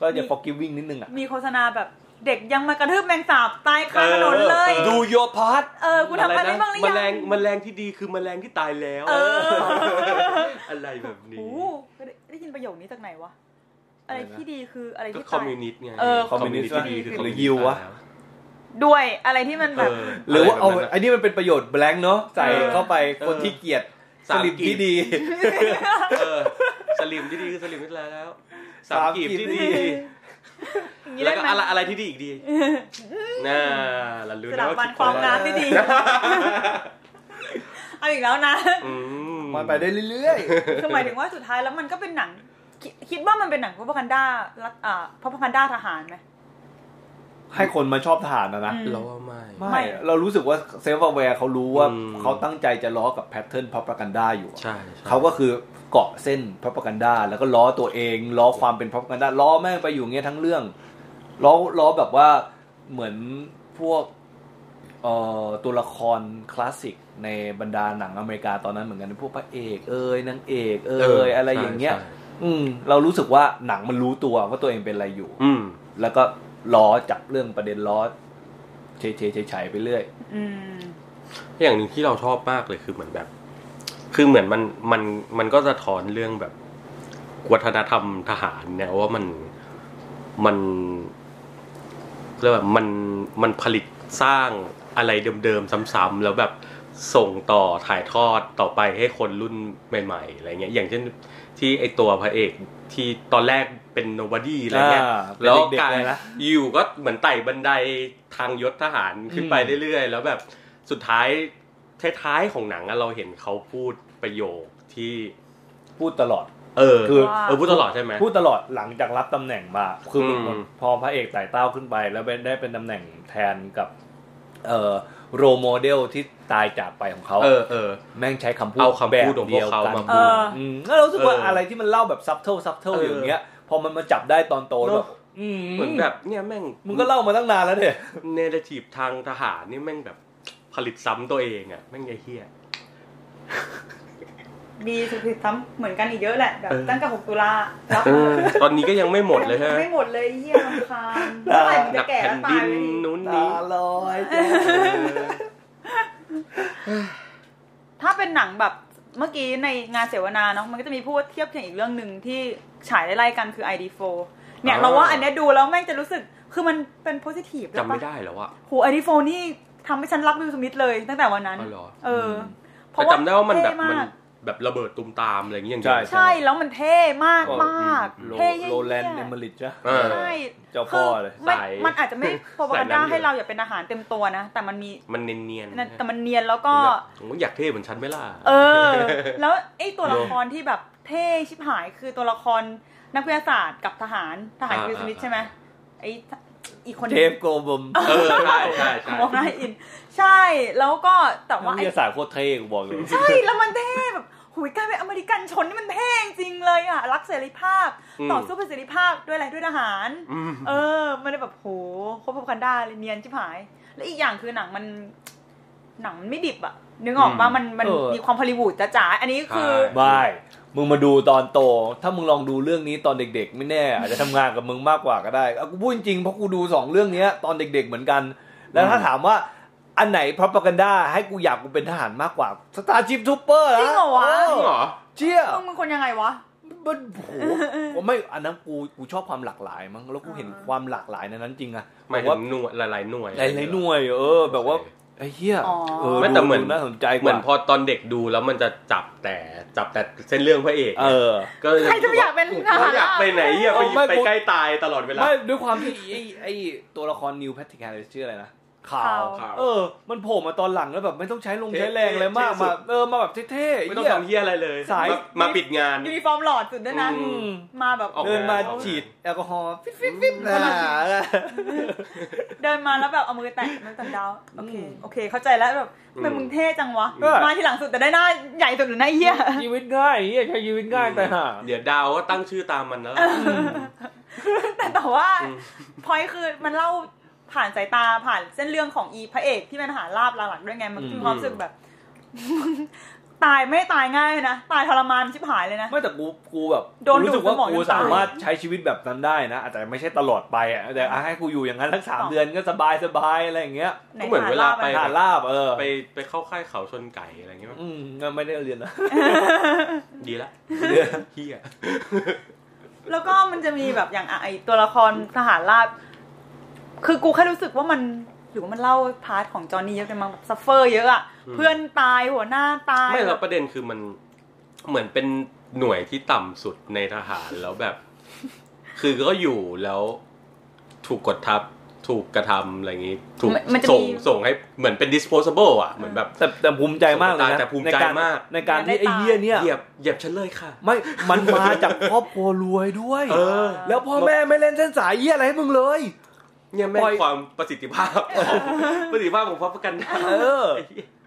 Speaker 3: ก็จะ forgiving นิดนึงอ่ะ
Speaker 1: มีโฆษณาแบบเด็กยังมากระทืบแมงสาบตายคาถนนเลย
Speaker 2: เออ
Speaker 3: ดู your part
Speaker 1: เออกูทำอะไรได้บ้างหรือ
Speaker 2: แม
Speaker 1: ยัง
Speaker 2: ลงแมลงที่ดีคือแมลงที่ตายแล้ว
Speaker 1: เออ
Speaker 2: อะไรแบบนี้
Speaker 1: โอ้โหได้ยินประโยคนี้จากไหนวะอะไรที่ดีคืออะไร
Speaker 2: ก็
Speaker 1: ที่
Speaker 2: คอม
Speaker 1: ตาย
Speaker 2: มิวนิสต์ไง
Speaker 1: เออ
Speaker 2: คอมมิวนิสต์ที่ดีคือคอมมิวนิสต์
Speaker 3: หรือยิววะ
Speaker 1: ด้วยอะไรที่มัน
Speaker 2: เอ
Speaker 1: แบบ
Speaker 2: อ
Speaker 3: หรือว่าเอา
Speaker 2: ะไแบบนั้น
Speaker 3: อันนี้มันเป็นประโยชน์ blank เนาะใส่เข้าไปคนที่เกลียดสลิมที่ดี
Speaker 2: เออสลิมที่ดีคือสลิมที่แล้วแล้วสามกีบที่ดี
Speaker 1: อย่างนี้
Speaker 2: แล้
Speaker 1: ได้
Speaker 2: วก็
Speaker 1: ไหม
Speaker 2: อะไรอะไรที่ดีอีกดีน่าละรู้
Speaker 1: ส
Speaker 2: นะ
Speaker 1: ถา
Speaker 2: ว่า
Speaker 1: บัน
Speaker 2: คิ
Speaker 1: ค
Speaker 2: ดค
Speaker 1: วน ามรั
Speaker 2: ละ
Speaker 1: กที่ดี [laughs] เอาอีกแล้วนะ
Speaker 2: อืม
Speaker 3: มันไปได้เรื่อย
Speaker 1: คือหมายถึงว่าสุดท้ายแล้วมันก็เป็นหนังคิดคิดว่ามันเป็นหนังพวกพันด้ารัฐอ่าพวกพันด้าทหารไหม
Speaker 3: ๆ [laughs] ให้คนมาชอบทหารนะนะ
Speaker 1: อืม
Speaker 2: เราว่าไม่
Speaker 1: ไม่
Speaker 3: ไม่ เรารู้สึกว่าเซฟแวร์เขารู้ว่า
Speaker 2: อืม
Speaker 3: เขาตั้งใจจะล้อกับแพทเทิร์นพับประกันด้าอยู่อะ
Speaker 2: ใช่ใช่
Speaker 3: เขาก็คือเกาะเส้นพับประกันด้าแล้วก็ล้อตัวเอง ล้อความเป็นพับประกันด้าล้อแม่งไปอยู่เงี้ยทั้งเรื่อง ล้อล้อแบบว่าเหมือนพวกเอ่อตัวละครคลาสสิกในบรรดาหนังอเมริกาตอนนั้นเหมือนกันพวกพระเอกเอ่ยนางเอกเอ่ยอะไรอย่างเงี้ย
Speaker 2: ใช่ใช่
Speaker 3: อืมเรารู้สึกว่าหนังมันรู้ตัวว่าตัวเองเป็นอะไรอยู่
Speaker 2: อืม
Speaker 3: แล้วก็ล้อจับเรื่องประเด็นล้อเฉยๆเฉยๆไปเรื่อย
Speaker 1: อืม
Speaker 2: อย่างหนึ่งที่เราชอบมากเลยคือเหมือนแบบ คือเหมือนมันมันมันก็สะท้อนเรื่องแบบวัฒนธรรมทหารเนี่ยว่ามันมันเรียกว่ามันมันผลิตสร้างอะไรเดิมๆซ้ำๆแล้วแบบส่งต่อถ่ายทอดต่อไปให้คนรุ่นใหม่ๆอะไรเงี้ยอย่างเช่นที่ไอตัวพระเอกที่ตอนแรกเป็นโนบอดี้อะไรเงี้ย
Speaker 3: อ่าเป็น
Speaker 2: แล้ว
Speaker 3: เด็กๆ
Speaker 2: การ
Speaker 3: เลยนะ
Speaker 2: อยู่ก็เหมือนไต่บันไดทางยศทหารขึ้นไปเรื่อยๆ แล้วแบบ สุดท้ายท้ายๆของหนังอะเราเห็นเขาพูดประโยคที่
Speaker 3: ๆพูดตลอด
Speaker 2: เออ
Speaker 3: คือ
Speaker 2: เออพูดตลอดใช่ไหม
Speaker 3: พูดตลอดหลังจากรับตำแหน่งมา คืออ
Speaker 2: ม
Speaker 3: พอพระเอกไต่เต้าขึ้นไป แล้วเป็นได้เป็นตำแหน่งแทนกับ เอ่อโรลโมเดลที่ตายจากไปของเขา
Speaker 2: เออเออ
Speaker 3: แม่งใช้คำพูด
Speaker 2: เอาคำพูด
Speaker 3: แบ
Speaker 2: ของ
Speaker 3: บ
Speaker 2: พว
Speaker 3: เดี
Speaker 2: ก
Speaker 3: ยว
Speaker 2: เขา
Speaker 3: กัน
Speaker 2: มา
Speaker 1: เอ
Speaker 2: พูด
Speaker 1: อ
Speaker 3: มแล้วรู้สึกว่า
Speaker 2: เอออ
Speaker 3: อะไรที่มันเล่าแบบซับเทิลซับเทิล
Speaker 2: เออ
Speaker 3: อ
Speaker 2: อ
Speaker 3: ย่างเงี้ย พอมันมาจับได้ตอนโตแล้วแบบอืม
Speaker 2: เหมือนแบบเนี่ยแม่ง
Speaker 3: มึงก็เล่ามาตั้งนานแล้วเนี่ย
Speaker 2: เนรทีฟทางทหารนี่แม่งแบบผลิตซ้ำตัวเองอะแม่งไอ้เหี้ย
Speaker 1: ดีสุดคือซ้ำเหมือนกันอีกเยอะแหละแบบ
Speaker 2: เออ
Speaker 1: ตั้งแต่หกตุลาแล้ว
Speaker 2: เออตอนนี้ก็ยังไม่หมดเลยใช่ไหม
Speaker 1: ไม่หมดเลยไอ้เฮียรำคาญเมื่อไหร่มัน
Speaker 2: ห
Speaker 1: จะ
Speaker 2: นัก
Speaker 1: แก่
Speaker 2: แผ่
Speaker 1: แล้
Speaker 2: น
Speaker 1: วตา
Speaker 2: ดิ
Speaker 1: ย
Speaker 2: น
Speaker 1: ไปอีก
Speaker 2: นู้นนี้
Speaker 3: ลอย
Speaker 1: ถ้าเป็นหนังแบบเมื่อกี้ในงานเสวนาเนาะมันก็จะมีพูดเทียบเคียงอีกเรื่องหนึ่งที่ฉายไล่ๆกันคือ ID4 เนี่ยเราว่าอันเนี้ยดูแล้วแม่งจะรู้สึกคือมันเป็นโพสิทีฟ
Speaker 2: จำไม่ได้แล้วอะ
Speaker 1: โหไอดีโฟนี่ทำให้ฉันรักวิลสมิธเลยตั้งแต่วันนั้น
Speaker 2: อ๋อเหรอ
Speaker 1: เออ
Speaker 2: แต่จำได้ว่ามันแบบ
Speaker 1: เท่
Speaker 2: มัน
Speaker 1: มาก
Speaker 2: แบบระเบิดตุมตามอะไรอย่างเงี้ยอย่าง
Speaker 3: ใช่
Speaker 2: เดียว
Speaker 1: ใช่แล้วมันเท่มาก
Speaker 2: ก็
Speaker 1: มาก
Speaker 2: อืม
Speaker 1: เท่
Speaker 3: โลแลนด์เอ
Speaker 1: เยี่ย
Speaker 3: มริจ้ะ
Speaker 2: เออ
Speaker 1: ใช่
Speaker 3: เจ้าพ่อเลย
Speaker 1: ไม่
Speaker 2: สาย
Speaker 1: มันอาจจะไม่พอ
Speaker 2: สาย
Speaker 1: กันด้าให้เราอย่าเป็นอาหารเต็มตัวนะ แต่มันมี
Speaker 2: มันเนียนๆ
Speaker 1: นั่น
Speaker 2: นะ
Speaker 1: แต่มันเนียนแล้วก็
Speaker 2: แบบผมอยากเท่เหมือนฉันไหมล่ะ
Speaker 1: เออ แล้วไอ้ตัวละครที่แบบเท่ชิบหายคือตัวละครนักวิทยาศาสตร์กับทหารทหาร
Speaker 2: อ่า
Speaker 1: วิลสมิธ
Speaker 2: อ่า
Speaker 1: ใช่ไหมไอ้อีกคนห
Speaker 3: เท
Speaker 1: นึ่
Speaker 3: ป
Speaker 1: ง
Speaker 3: โกบม
Speaker 2: เออใช่ใช่ใช่
Speaker 1: มองหน้าอิน ใช่แล้วก็แต่
Speaker 3: นั
Speaker 1: ว่าก ไอ้
Speaker 3: วิทยาศาสตร์โคตรเท่กูบอกเลย
Speaker 1: ใช่ แล้วมันเท่แบบหุยการเป็นอเมริกันชนนี่มันเท่จริงเลยอ่ะ รักเสรีภาพ
Speaker 2: อืม
Speaker 1: ต่อสู้เพื่อเสรีภาพด้วยอะไรด้วยทหาร
Speaker 2: อืม
Speaker 1: เออ มันเลยแบบโหคบพับกันได้เลยเนียนชิบหาย และอีกอย่างคือหนังมัน หนังมันไม่ดิบอ่ะ นึกออกปะ
Speaker 2: อืม
Speaker 1: มันมัน
Speaker 3: เออ
Speaker 1: มีความพอลลีวูดจ๋าๆอันนี้คือ
Speaker 2: ใช่
Speaker 3: ไม่มึงมาดูตอนโต ถ้ามึงลองดูเรื่องนี้ตอนเด็กๆ ไม่แน่ อาจจะทำงานกับมึงมากกว่าก็ได้เอากูพูดจริงเพราะกูดูสองเรื่องเนี้ยตอนเด็กๆเหมือนกัน แล้วถ้าถามว่าอันไหนพร o ป a กันด a ให้กูอยากกูเป็นทหารมากกว่าสตาร์ชิพทูเปอร์
Speaker 1: จริงเหรอวะ
Speaker 2: จริงเหรอ
Speaker 3: เชี่ย
Speaker 1: มึงเป็นคนยังไงวะ
Speaker 3: มันโหผมไม่อันนั้นกูกูชอบความหลากหลายมั้งแล้วกูเห็นความหลากหลายในนั้นจริงอะ
Speaker 2: หมาย
Speaker 3: แบบ
Speaker 2: ถึ
Speaker 3: ว่าง
Speaker 2: หน่วยหลายๆหน่วย
Speaker 3: หลายหลายหน่วยเออ แบบว่าไอ้เหี้ย
Speaker 1: อ๋อ
Speaker 3: เออ
Speaker 2: ไม่แต่เหมือน
Speaker 3: ดูน่าสนใจก
Speaker 2: เหมือ
Speaker 3: ว่าน
Speaker 2: พอตอนเด็กดูแล้วมันจะจับแต่จับแต่เส้นเรื่องพระเอก
Speaker 3: เออ
Speaker 2: ก็
Speaker 1: ใครจะไปอยากเป็นทหาร
Speaker 2: ไม่อยากไปไหนอ่ะไป
Speaker 3: เอาไม่
Speaker 2: ไปใกล้ตายตลอดเวลา
Speaker 3: ไม่ด้วยความที่ไอ้ไอ้ตัวละครนิวแพทริกแฮร์ชื่ออะไรนะ ขาว
Speaker 1: ขาว
Speaker 3: เออ มันโผล่มาตอนหลังแล้วแบบไม่ต้องใช้ลงใช้แรงเลยมาก
Speaker 2: เท่สุ
Speaker 3: มา
Speaker 2: ด
Speaker 3: เออมาแบบเท่ๆ
Speaker 2: ไม่ต้อง
Speaker 3: เหี้ย
Speaker 2: ทำเฮียอะไรเลย
Speaker 3: สาย
Speaker 2: มมาปิดงาน
Speaker 1: ยูนิฟอร์มหลอดสุดด้วยนะ
Speaker 2: อืม
Speaker 1: มาแบบ
Speaker 2: ออก
Speaker 3: เดินมา
Speaker 2: ออกงาน
Speaker 3: ฉีดแอลกอฮ
Speaker 2: [laughs]
Speaker 3: อล์ฟิตฟิตฟิตนะ
Speaker 1: เดินมาแล้วแบบเอามือแตะมือแตะดาวโอเคโอเค เข้าใจแล้วแบบทำไมมึงเท่จังวะมาทีหลังสุดแต่ได้หน้าใหญ่สุดหรือหน้าเหี้ย
Speaker 3: ชีวิตง่ายเฮียใช้ชีวิตง่ายแต่ห่า
Speaker 2: เดี๋ยวดาวก็ตั้งชื่อตามมันแล้วล่ะ
Speaker 1: แต่แต่ว่า
Speaker 2: อืม
Speaker 1: พอยคือมันเล่าผ่านสายตาผ่านเส้นเรื่องของอีพระเอกที่มันหาลาบลาหลักด้วยไง มันคือความรู้สึกแบบ [laughs] ตายไม่ตายง่ายนะ ตายทรมานชิบหายเลยนะ
Speaker 3: ไม่แต่กูกูแบบ
Speaker 1: โดนดูด
Speaker 3: รู้สึกว่า
Speaker 1: สมอง
Speaker 3: กู
Speaker 1: จนตาย
Speaker 3: สามารถใช้ชีวิตแบบนั้นได้นะอาจจะไม่ใช่ตลอดไปอ่ะแต่อ่ะให้กูอยู่อย่างนั้นสักสาม
Speaker 1: ต่อ
Speaker 3: เดือนก็สบายสบายอะไรอย่างเงี้ย
Speaker 1: ไ
Speaker 2: ก็เหมือนเวลา
Speaker 1: ห
Speaker 2: ไป
Speaker 1: บอะ
Speaker 3: หาลาบเออ
Speaker 2: ไปไปเข้าค่ายเขาชนไก่อะไรอย่างเงี้ยมั้ย
Speaker 3: อืมไม่ได้เรียนนะ
Speaker 2: ดีละเฮีย
Speaker 1: แล้วก็มันจะมีแบบอย่างอ่ะไอตัวละครทหารลาบ คือกูแค่รู้สึกว่ามันหรือว่ามันเล่าพาร์ทของจอห์นนี่เยอะไปมั้งแบบซัฟเฟอร์เยอะอะเพื่อนตายหัวหน้าตาย
Speaker 2: ไม่แล้วประเด็นคือมันเหมือนเป็นหน่วยที่ต่ำสุดในทหารแล้วแบบ คือก็อยู่แล้ว ถูกกดทับ ถูกกระทำอะไรอย่างงี้ ถูก
Speaker 1: มันจะ
Speaker 2: ส่ง
Speaker 1: มี
Speaker 2: ส่งให้เหมือนเป็น disposable อ่ะเหมือนแบบ
Speaker 3: แต่แต่ภูมิใจมากเลยนะ
Speaker 2: แต่ภูมิใจ
Speaker 3: นร
Speaker 2: มาก
Speaker 3: ในการที่ไอ้เหี้ยเนี่ย
Speaker 2: เหยียบเหยียบฉันเลยค่ะ
Speaker 3: ไม่มันมาจากครอบครัวรวยด้วย
Speaker 2: เออ
Speaker 3: แล้วพ่อแม่ไม่เล่นเส้นสายเหี้ยอะไรให้มึงเลย
Speaker 2: เนี่ยแม่ง
Speaker 3: ปล่อย
Speaker 2: ความประสิทธิภาพของประสิทธิภาพของพระประกันได้
Speaker 3: เออ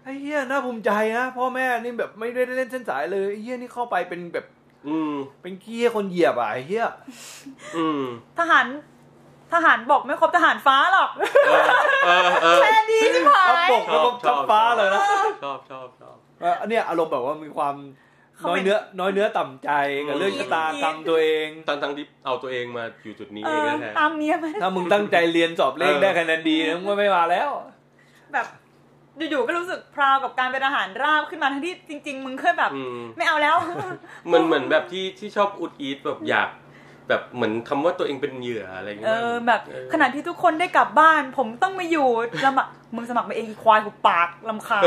Speaker 3: ไอ้เหี้ยน่าภูมิใจนะพ่อแม่นี่แบบไม่ได้เล่นเส้นสายเลยไอ้เหี้ยนี่เข้าไปเป็นแบบ
Speaker 2: อืม
Speaker 3: เป็นเหี้ยคนเหยียบอ่ะไอ้เหี้ย
Speaker 2: อืม
Speaker 1: ทหาร ทหารบอกไม่ครบทหารฟ้าหรอก
Speaker 2: เออเออเออ
Speaker 1: แค่ดีที่ผา
Speaker 3: ครับ
Speaker 1: ย
Speaker 3: ผม
Speaker 2: ชอบชอบ
Speaker 3: ฟ้าเลยนะ
Speaker 2: ชอบชอบชอบ
Speaker 3: เอ่อเนี่ยอารมณ์แบบว่ามีความ
Speaker 1: เขา
Speaker 3: น้อ
Speaker 1: เป็
Speaker 3: ย
Speaker 1: น
Speaker 3: เนื้อน้อยเนื้อต่ำใจกับ
Speaker 2: อืม
Speaker 3: เรื่องชะตากรรมตัวเอง
Speaker 2: ทั้งทั้งที่เอาตัวเองมาอยู่จุดนี้
Speaker 1: เอ
Speaker 2: เอง
Speaker 1: อ
Speaker 2: แท้
Speaker 1: ตามเนี้ยมัน
Speaker 3: ถ้ามึงตั้งใจเรียนสอบเลข
Speaker 2: เออ
Speaker 3: ได้คะแนนดีนะมึงก็ไม่มาแล้ว
Speaker 1: แบบอยู่ๆก็รู้สึกพราวกับการเป็นอาหารราบขึ้นมาทั้งที่จริง ๆ มึงเคยแบบ
Speaker 2: ๆอืม
Speaker 1: ไม่เอาแล้ว
Speaker 2: เหมือนเหมือนแบบที่ที่ชอบอุดอีทแบบอยาก แบบเหมือนคำว่าตัวเองเป็นเหยื่ออะไรอย่าง
Speaker 1: เอ
Speaker 2: เงี้ย
Speaker 1: อแบบ
Speaker 2: เออ
Speaker 1: ขณะที่ทุกคนได้กลับบ้าน ผมต้องมาอยู่ลำบากมึงสมัครมาเองอีควายกูปากลำคาญ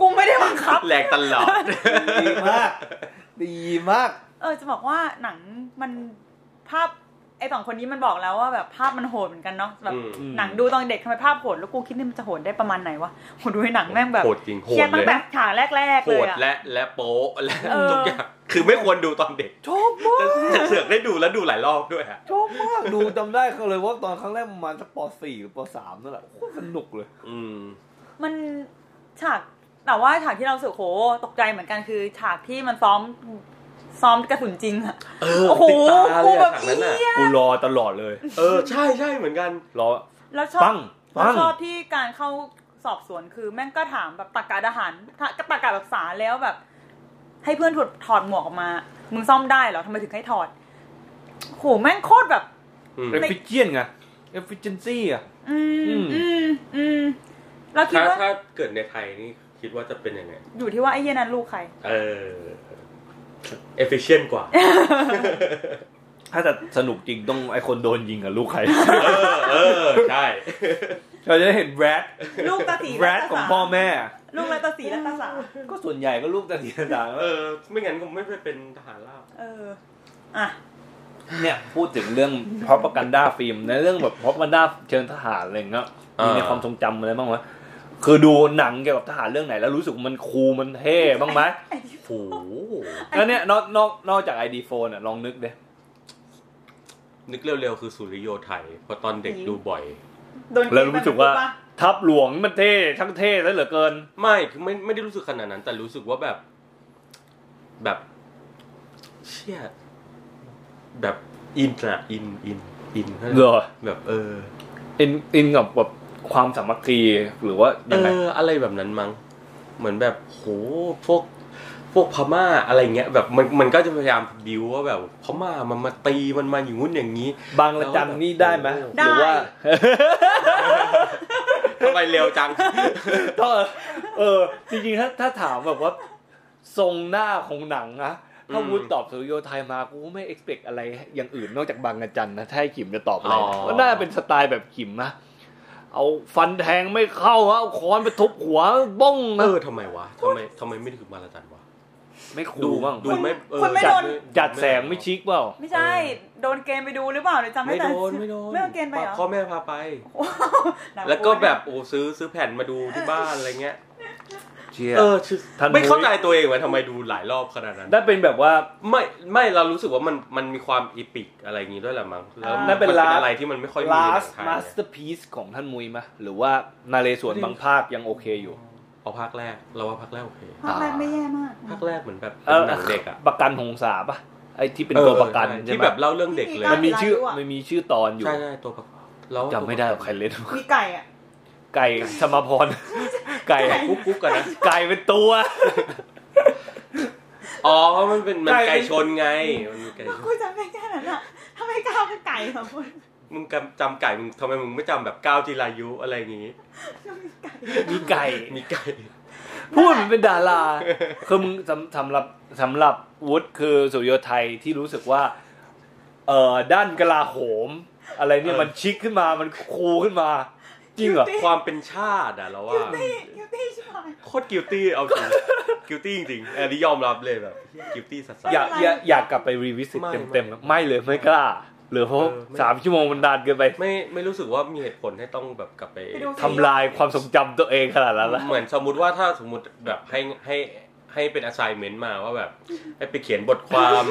Speaker 1: กูไม่ได้บังคับ
Speaker 2: [laughs] แหลกตลอด
Speaker 3: ดีมาก ดีมาก
Speaker 1: เออจะบอกว่าหนังมันภาพไอ้สองคนนี้มันบอกแล้วว่าแบบภาพมันโหดเหมือนกันเนาะแบบ
Speaker 2: อืม
Speaker 1: หนังดูตอนเด็กทำไมภาพโหดแล้วกูคิดนี่มันจะโหดได้ประมาณไหนวะโหดดูในหนังแม่งแบบ
Speaker 2: โหดจริงโห
Speaker 1: เครีย
Speaker 2: ด
Speaker 1: ดตั้
Speaker 2: เล
Speaker 1: ง
Speaker 2: ย
Speaker 1: แต่ฉากแรกๆ
Speaker 2: โห
Speaker 1: เลย
Speaker 2: ด
Speaker 1: อะ
Speaker 2: และและโป๊ะและ
Speaker 1: เออ
Speaker 2: ทุกอย่างคือไม่ควรดูตอนเด็ก
Speaker 3: ชอบมาก
Speaker 2: แต่เสือกได้ดูแล้วดูหลายรอบด้วยฮะ
Speaker 3: ชอบมาก ดูจำได้เลยว่าตอนครั้งแรกประมาณสักปสี่หรือปสามนั่นแหละโคตรสนุกเลย
Speaker 2: อืม
Speaker 1: มันฉากแต่ว่าฉากที่เรารู้สึกโหตกใจเหมือนกันคือ ฉากที่มันซ้อมซ้อมกระสุนจริงอะ
Speaker 2: เออ
Speaker 1: โอ้โห
Speaker 2: ติดตาเล
Speaker 1: กู
Speaker 2: ย
Speaker 1: แบ
Speaker 2: อะ
Speaker 1: บ
Speaker 2: ฉาก
Speaker 1: เ
Speaker 2: นั้นอ่ะ
Speaker 1: หี้ย
Speaker 3: กูรอตลอดเลย
Speaker 2: เออใช่ใช่เหมือนกัน
Speaker 3: รอ
Speaker 1: แล้วชอบ
Speaker 3: ปั้งปั้ง
Speaker 1: แล้วชอบที่การเข้าสอบสวนคือ แม่งก็ถามแบบตากาทหารตากาแบบสาแล้วแบบ ให้เพื่อนถอดถอดหมวกออกมา มึงซ่อมได้เหรอทำไมถึงให้ถอดโหแม่งโคตรแบบ
Speaker 2: อืม
Speaker 3: เอฟฟิเชียนไงเอฟฟิเชนซี่อ่ะ
Speaker 1: อื
Speaker 3: อื
Speaker 1: ม
Speaker 3: ม
Speaker 1: อืมอืมแล้วคิด
Speaker 2: ถ้า
Speaker 1: ว่า
Speaker 2: ถ้าเกิดในไทยนี่คิดว่าจะเป็นยังไง
Speaker 1: อยู่ที่ว่าไอ้เหี้ยนั้นลูกใคร
Speaker 2: เออ efficient กว่า
Speaker 3: ถ้าจะสนุกจริงต้องไอคนโดนยิงกับลูกใคร
Speaker 2: เออ เออ ใช่
Speaker 3: [laughs] เราจะได้เห็นแรด
Speaker 1: [laughs] ลูกตาสี
Speaker 3: แรดของพ่อแม่
Speaker 1: ลูกรัตาสีรัตาสา
Speaker 3: ก็ส่วนใหญ่ก็ลูกตาดีต่างๆ
Speaker 2: เออ ไม่งั้นก็ไม่ได้เป็นทหารราบ
Speaker 1: เออ อ่ะ
Speaker 3: เนี่ยพูดถึงเรื่องพ r o อ a กันด้าฟิล์มในเรื่องแบบพ r o อ a กันด้าเชิงทหารอะไรอย่างเงี้ย
Speaker 2: อ่ามี
Speaker 3: มีในความทรงจำอะไรบ้างวะคือดูหนังเกี่ยวกับทหารเรื่องไหนแล้วรู้สึกมันคูลมันเท่บ้าง
Speaker 1: [laughs]
Speaker 3: ไหม
Speaker 2: โอ้โห
Speaker 3: แล้วเนี่ยนอกนอกนอกจากไอดีโฟนอ่ะลองนึกดิ
Speaker 2: นึกเร็วๆ คือสุริโยไทยเพราะตอนเด็กดูบ่อย
Speaker 1: โดน
Speaker 3: แล้วรู้สึกว่า
Speaker 1: ปะ
Speaker 3: ทับหลวงมันเท่ช่างเท่ซะเหลือเกิน
Speaker 2: ไม่คือไม่ไม่ได้รู้สึกขนาดนั้น แต่รู้สึกว่าแบบ แบบ เชี่ย แบบอินอะอินอินอิน
Speaker 3: เหรอ
Speaker 2: แบบเออ
Speaker 3: อินอินกับแบบความสามัคคีหรือว่า
Speaker 2: เอ
Speaker 3: ยังไง
Speaker 2: ออะไรแบบนั้นมั้งเหมือนแบบโหพวกพวกพม่าอะไรเงี้ยแบบมันมันก็จะพยายามบิวว่าแบบพม่ามันมาตีมันมาอย่างงู้นอย่างนี้
Speaker 3: บางระจันนี่ได้ไหมหรือว่า
Speaker 2: ทำไมเร็วจัง
Speaker 3: ก็เออจริงๆถ้าถ้าถามแบบว่าทรงหน้าของหนังนะถ้า
Speaker 2: อืม
Speaker 3: วูดตอบสุริโยไทยมากูไม่ expect อะไรอย่างอื่นนอกจากบางอาจันนะถ้าให้ขิมจะตอบอะไร
Speaker 2: อ๋
Speaker 3: นะ
Speaker 2: อ
Speaker 3: ก็น่าเป็นสไตล์แบบขิมนะเอาฟันแทงไม่เข้าฮะเอาค้อนไปทุบหัวบ้อง
Speaker 2: เอ
Speaker 3: นะ
Speaker 2: อทำไมวะทำไมทำไมไม่ถึงมาลาจันวะ
Speaker 3: ไม่คู
Speaker 2: ดู
Speaker 3: ลบ้าง
Speaker 2: ดูไม่เออ
Speaker 1: คุณไม่โดน
Speaker 3: จัดแสงไม่ชิกเปล่า
Speaker 1: ไม่ใช่ โดนเกณฑ์ไปดูหรือเปล่าเดี๋ยวจำ
Speaker 2: ไม่
Speaker 1: ไม่
Speaker 2: โด
Speaker 1: ได้
Speaker 2: นไม่โดน
Speaker 1: ไม่โดนเกณฑ์ไปเหรอ
Speaker 2: พ่อแม่พาไป
Speaker 1: หนัง
Speaker 2: แล้วก็
Speaker 1: โป๊ะ
Speaker 2: แบบโอ้ซื้อซื้อแผ่นมาดูที่บ้านอะไรเงี้ย
Speaker 3: เชีย
Speaker 2: เออชื่อ
Speaker 3: ทัน
Speaker 2: ไม่เข้า
Speaker 3: มุ้ย
Speaker 2: ใจตัวเองว่าทำไมดูหลายรอบขนาดนั้น
Speaker 3: นั่นเป็นแบบว่า
Speaker 2: ไม่ไม่เรารู้สึกว่ามันมันมีความอีปิกอะไรอย่างงี้ด้วยแหละมั้งแล้ว
Speaker 3: นั่นเป็น
Speaker 2: มั
Speaker 3: ลาส
Speaker 2: อะไรที่มันไม่ค่อยมีในหนัง
Speaker 3: last
Speaker 2: ไทย
Speaker 3: masterpiece ของท่านมุยมะหรือว่านาเรศวนบางภาคยังโอเคอยู่
Speaker 2: เอาภาคแรกเราว่าภาคแรกโอเค
Speaker 1: ภาคแรกไม่แย่มาก
Speaker 2: ภาคแรกเหมือนแบบ
Speaker 3: เออ
Speaker 2: หนังเด็กอ่ะ
Speaker 3: ประกันหงสาปะไอ้ที่เป็นตัวประกัน
Speaker 2: เออ
Speaker 3: ใช่
Speaker 2: ที่
Speaker 3: ไหม
Speaker 2: แบบเล่าเรื่องเด็กเลย
Speaker 3: มันมีชื่อมันมีชื่อตอนอยู่
Speaker 2: ใช่ใช่ตัวประกอบแล้ว
Speaker 3: จำไม่ได้ว่าใครเล่น
Speaker 1: มีไก่อ่ะ
Speaker 3: ไก่สมพร [laughs] ไก่
Speaker 2: [laughs] กุ๊กกุ๊กกันนะ
Speaker 3: ไก่เป็นตัว
Speaker 2: อ๋อเพราะมันเป็นมัน
Speaker 3: ไก่
Speaker 2: ไก่ชนไงมันมีไก่ชน
Speaker 1: กูจำได้แค่นั้นอ่ะทำไมกล้าเป็นไก่เหรอคุณ
Speaker 2: มึงจำจำไก่มึงทำไมมึงไม่จำแบบก้าวจีรายุอะไรอย่างงี้
Speaker 1: มีไก่
Speaker 3: มีไก่
Speaker 2: มีไก่
Speaker 3: พูดเหมันเป็นดารา คือมึงสำสำหรับสำหรับวุฒิคือสุริโยไทยที่รู้สึกว่า เอ่อด้านกลาโหม อะไรเนี่ยมันชิคขึ้นมามันคูลขึ้นมา จริงเหรอ
Speaker 1: จริง
Speaker 2: ความเป็นชาติอ่ะเราว่า
Speaker 1: ตี้กิวตี้ใช่ไหม
Speaker 2: โคตรกิ i ตี้เอาจริง กิ i ตี้จริงๆอันนี้ยอมรับเลยแบบกิ i ตี้สัสๆ
Speaker 3: อยาก
Speaker 1: ไม่เป็นไร
Speaker 3: อยากอยากกลับไปรีวิสิต
Speaker 2: ไม่
Speaker 3: เต็มๆครับไม่เลยไม่กล้าเหลือเพราะ
Speaker 2: เออไม่
Speaker 3: สามชั่วโมงมันนานเกินไป
Speaker 2: ไม่ไม่รู้สึกว่ามีเหตุผลให้ต้องแบบกลับไป
Speaker 1: ไปดู
Speaker 3: ทำลายความทรงจำตัวเองขนาดนั้นละ
Speaker 2: เหมือนสมมุติว่าถ้าสมมติแบบให้ให้ให้เป็น assignment มาว่าแบบให้ไปเขียนบทความ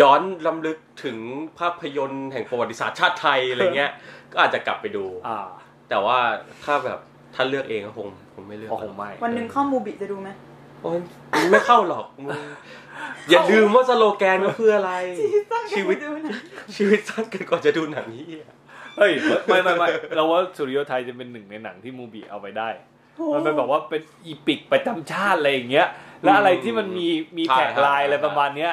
Speaker 2: ย้อนลำลึกถึงภาพยนตร์แห่งประวัติศาสตร์ชาติไทยอะไรเงี้ย ก็อาจจะกลับไปดู
Speaker 3: อ่า
Speaker 2: แต่ว่าถ้าแบบท่านเลือกเองก็คงคงไม่เลือก
Speaker 3: พอคงไม่
Speaker 1: วันหนึ่งเข้ามูบิจะดูไหม
Speaker 2: โอ้ยไม่เข้าหรอกมึงอย่าลืมว่าสโลแกนก็เพื่ออะไร ชีวิต
Speaker 1: ดูนะ
Speaker 2: ชีวิตสั้นเกินกว่าจะดูหนังนี้ย
Speaker 3: เฮ้ยไม่ไม่ไม่เราว่าสุริโยไทยจะเป็นหนึ่งในหนังที่มูบีเอาไปได้ มันเป็นแบบว่าเป็นอีปิกประจำชาติอะไรอย่างเงี้ย แล้วอะไรที่มันมีมี
Speaker 2: ใช่
Speaker 3: แท็กไลน์อะไร
Speaker 2: ใช่
Speaker 3: ประมาณเนี้ย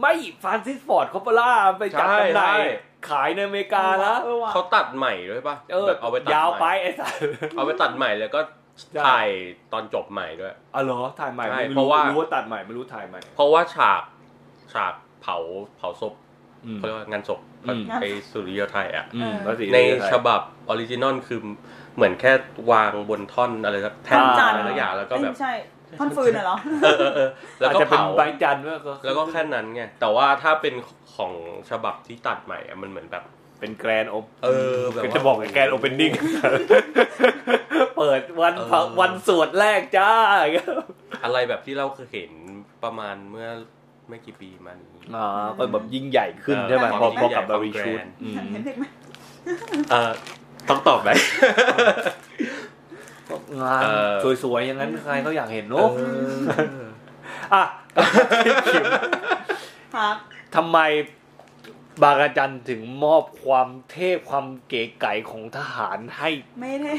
Speaker 3: ไม่ฟรานซิสฟอร์ดคอปเปล่าไปจับ
Speaker 2: ใช่
Speaker 3: จำหน่าย
Speaker 2: ใช่
Speaker 3: ขายในอเมริกาละ
Speaker 1: เออว่ะ
Speaker 2: เขาตัดใหม่ด้วยป่ะ
Speaker 3: เออ
Speaker 2: แบบเอาไปตัด
Speaker 3: ยาว
Speaker 2: ให
Speaker 3: ไป
Speaker 2: ม่
Speaker 3: ไอ้สั [laughs] ส
Speaker 2: เอาไปตัดใหม่แล้วก็
Speaker 3: ใช่
Speaker 2: ถ่ายตอนจบใหม่ด้วย
Speaker 3: อ๋อเหรอถ่ายใหม่
Speaker 2: ใช่
Speaker 3: ไม่
Speaker 2: เพราะว่า
Speaker 3: รู้ว่าตัดใหม่ไม่รู้ถ่ายใหม่
Speaker 2: เพราะว่าฉากฉากเผาเผาศพ
Speaker 3: อืม
Speaker 2: เขาเรียกว่างานศพ
Speaker 3: อืม
Speaker 2: ไปสุริยไทยอ่ะ
Speaker 3: อืมแล้วสี
Speaker 2: ใน
Speaker 3: เลือดอะไร
Speaker 2: ฉบับออริจินอลคือเหมือนแค่วางบนท่อนอะไรสักแท่น
Speaker 3: อ่า
Speaker 2: จานอะไรสักอย่างแล้วก็แบบ
Speaker 1: ไม่ใช่ท่อนฟืนน่ะเหรอ
Speaker 2: เออเออเออแล้ว
Speaker 3: อาจ
Speaker 2: ก็
Speaker 3: จะเป็น
Speaker 2: เผา
Speaker 3: ใบจันทร์ว่าก็
Speaker 2: แล้วก็แค่นั้นไงแต่ว่าถ้าเป็นของฉบับที่ตัดใหม่อะมันเหมือนแบบ
Speaker 3: เป็นแกรนโอ
Speaker 2: เออแบบว่า
Speaker 3: จะบอกแกรนโอเปน
Speaker 2: [laughs]
Speaker 3: นิ่ง เปิดวัน
Speaker 2: เออ
Speaker 3: เผาวันสวดแรกจ้าอย่างเงี้ย
Speaker 2: อะไรแบบที่เราเคยเห็นประมาณเมื่อไม่กี่ปีมานี้
Speaker 3: อ๋อก็แบบยิ่งใหญ่ขึ้น
Speaker 2: เออ
Speaker 3: ใช่ไหมพอ
Speaker 2: ค
Speaker 3: พ
Speaker 2: วาม
Speaker 3: อ
Speaker 2: ยิ่งใหญ่
Speaker 3: กับบาริ
Speaker 2: ความ
Speaker 3: ชูด
Speaker 2: grand
Speaker 3: อืม
Speaker 1: เห็นเด็กไหม
Speaker 2: เออต้องตอบไหม
Speaker 3: งาน
Speaker 2: เออ
Speaker 3: สวยๆ อย่างนั้นใครก็อยากเห็น
Speaker 2: โอ้
Speaker 3: เนาะอ่ะ
Speaker 1: ครับ
Speaker 3: ทำไมบางอาจารย์ถึงมอบความเท่ความเก๋ไก๋ของทหารให้
Speaker 1: ไม่ได้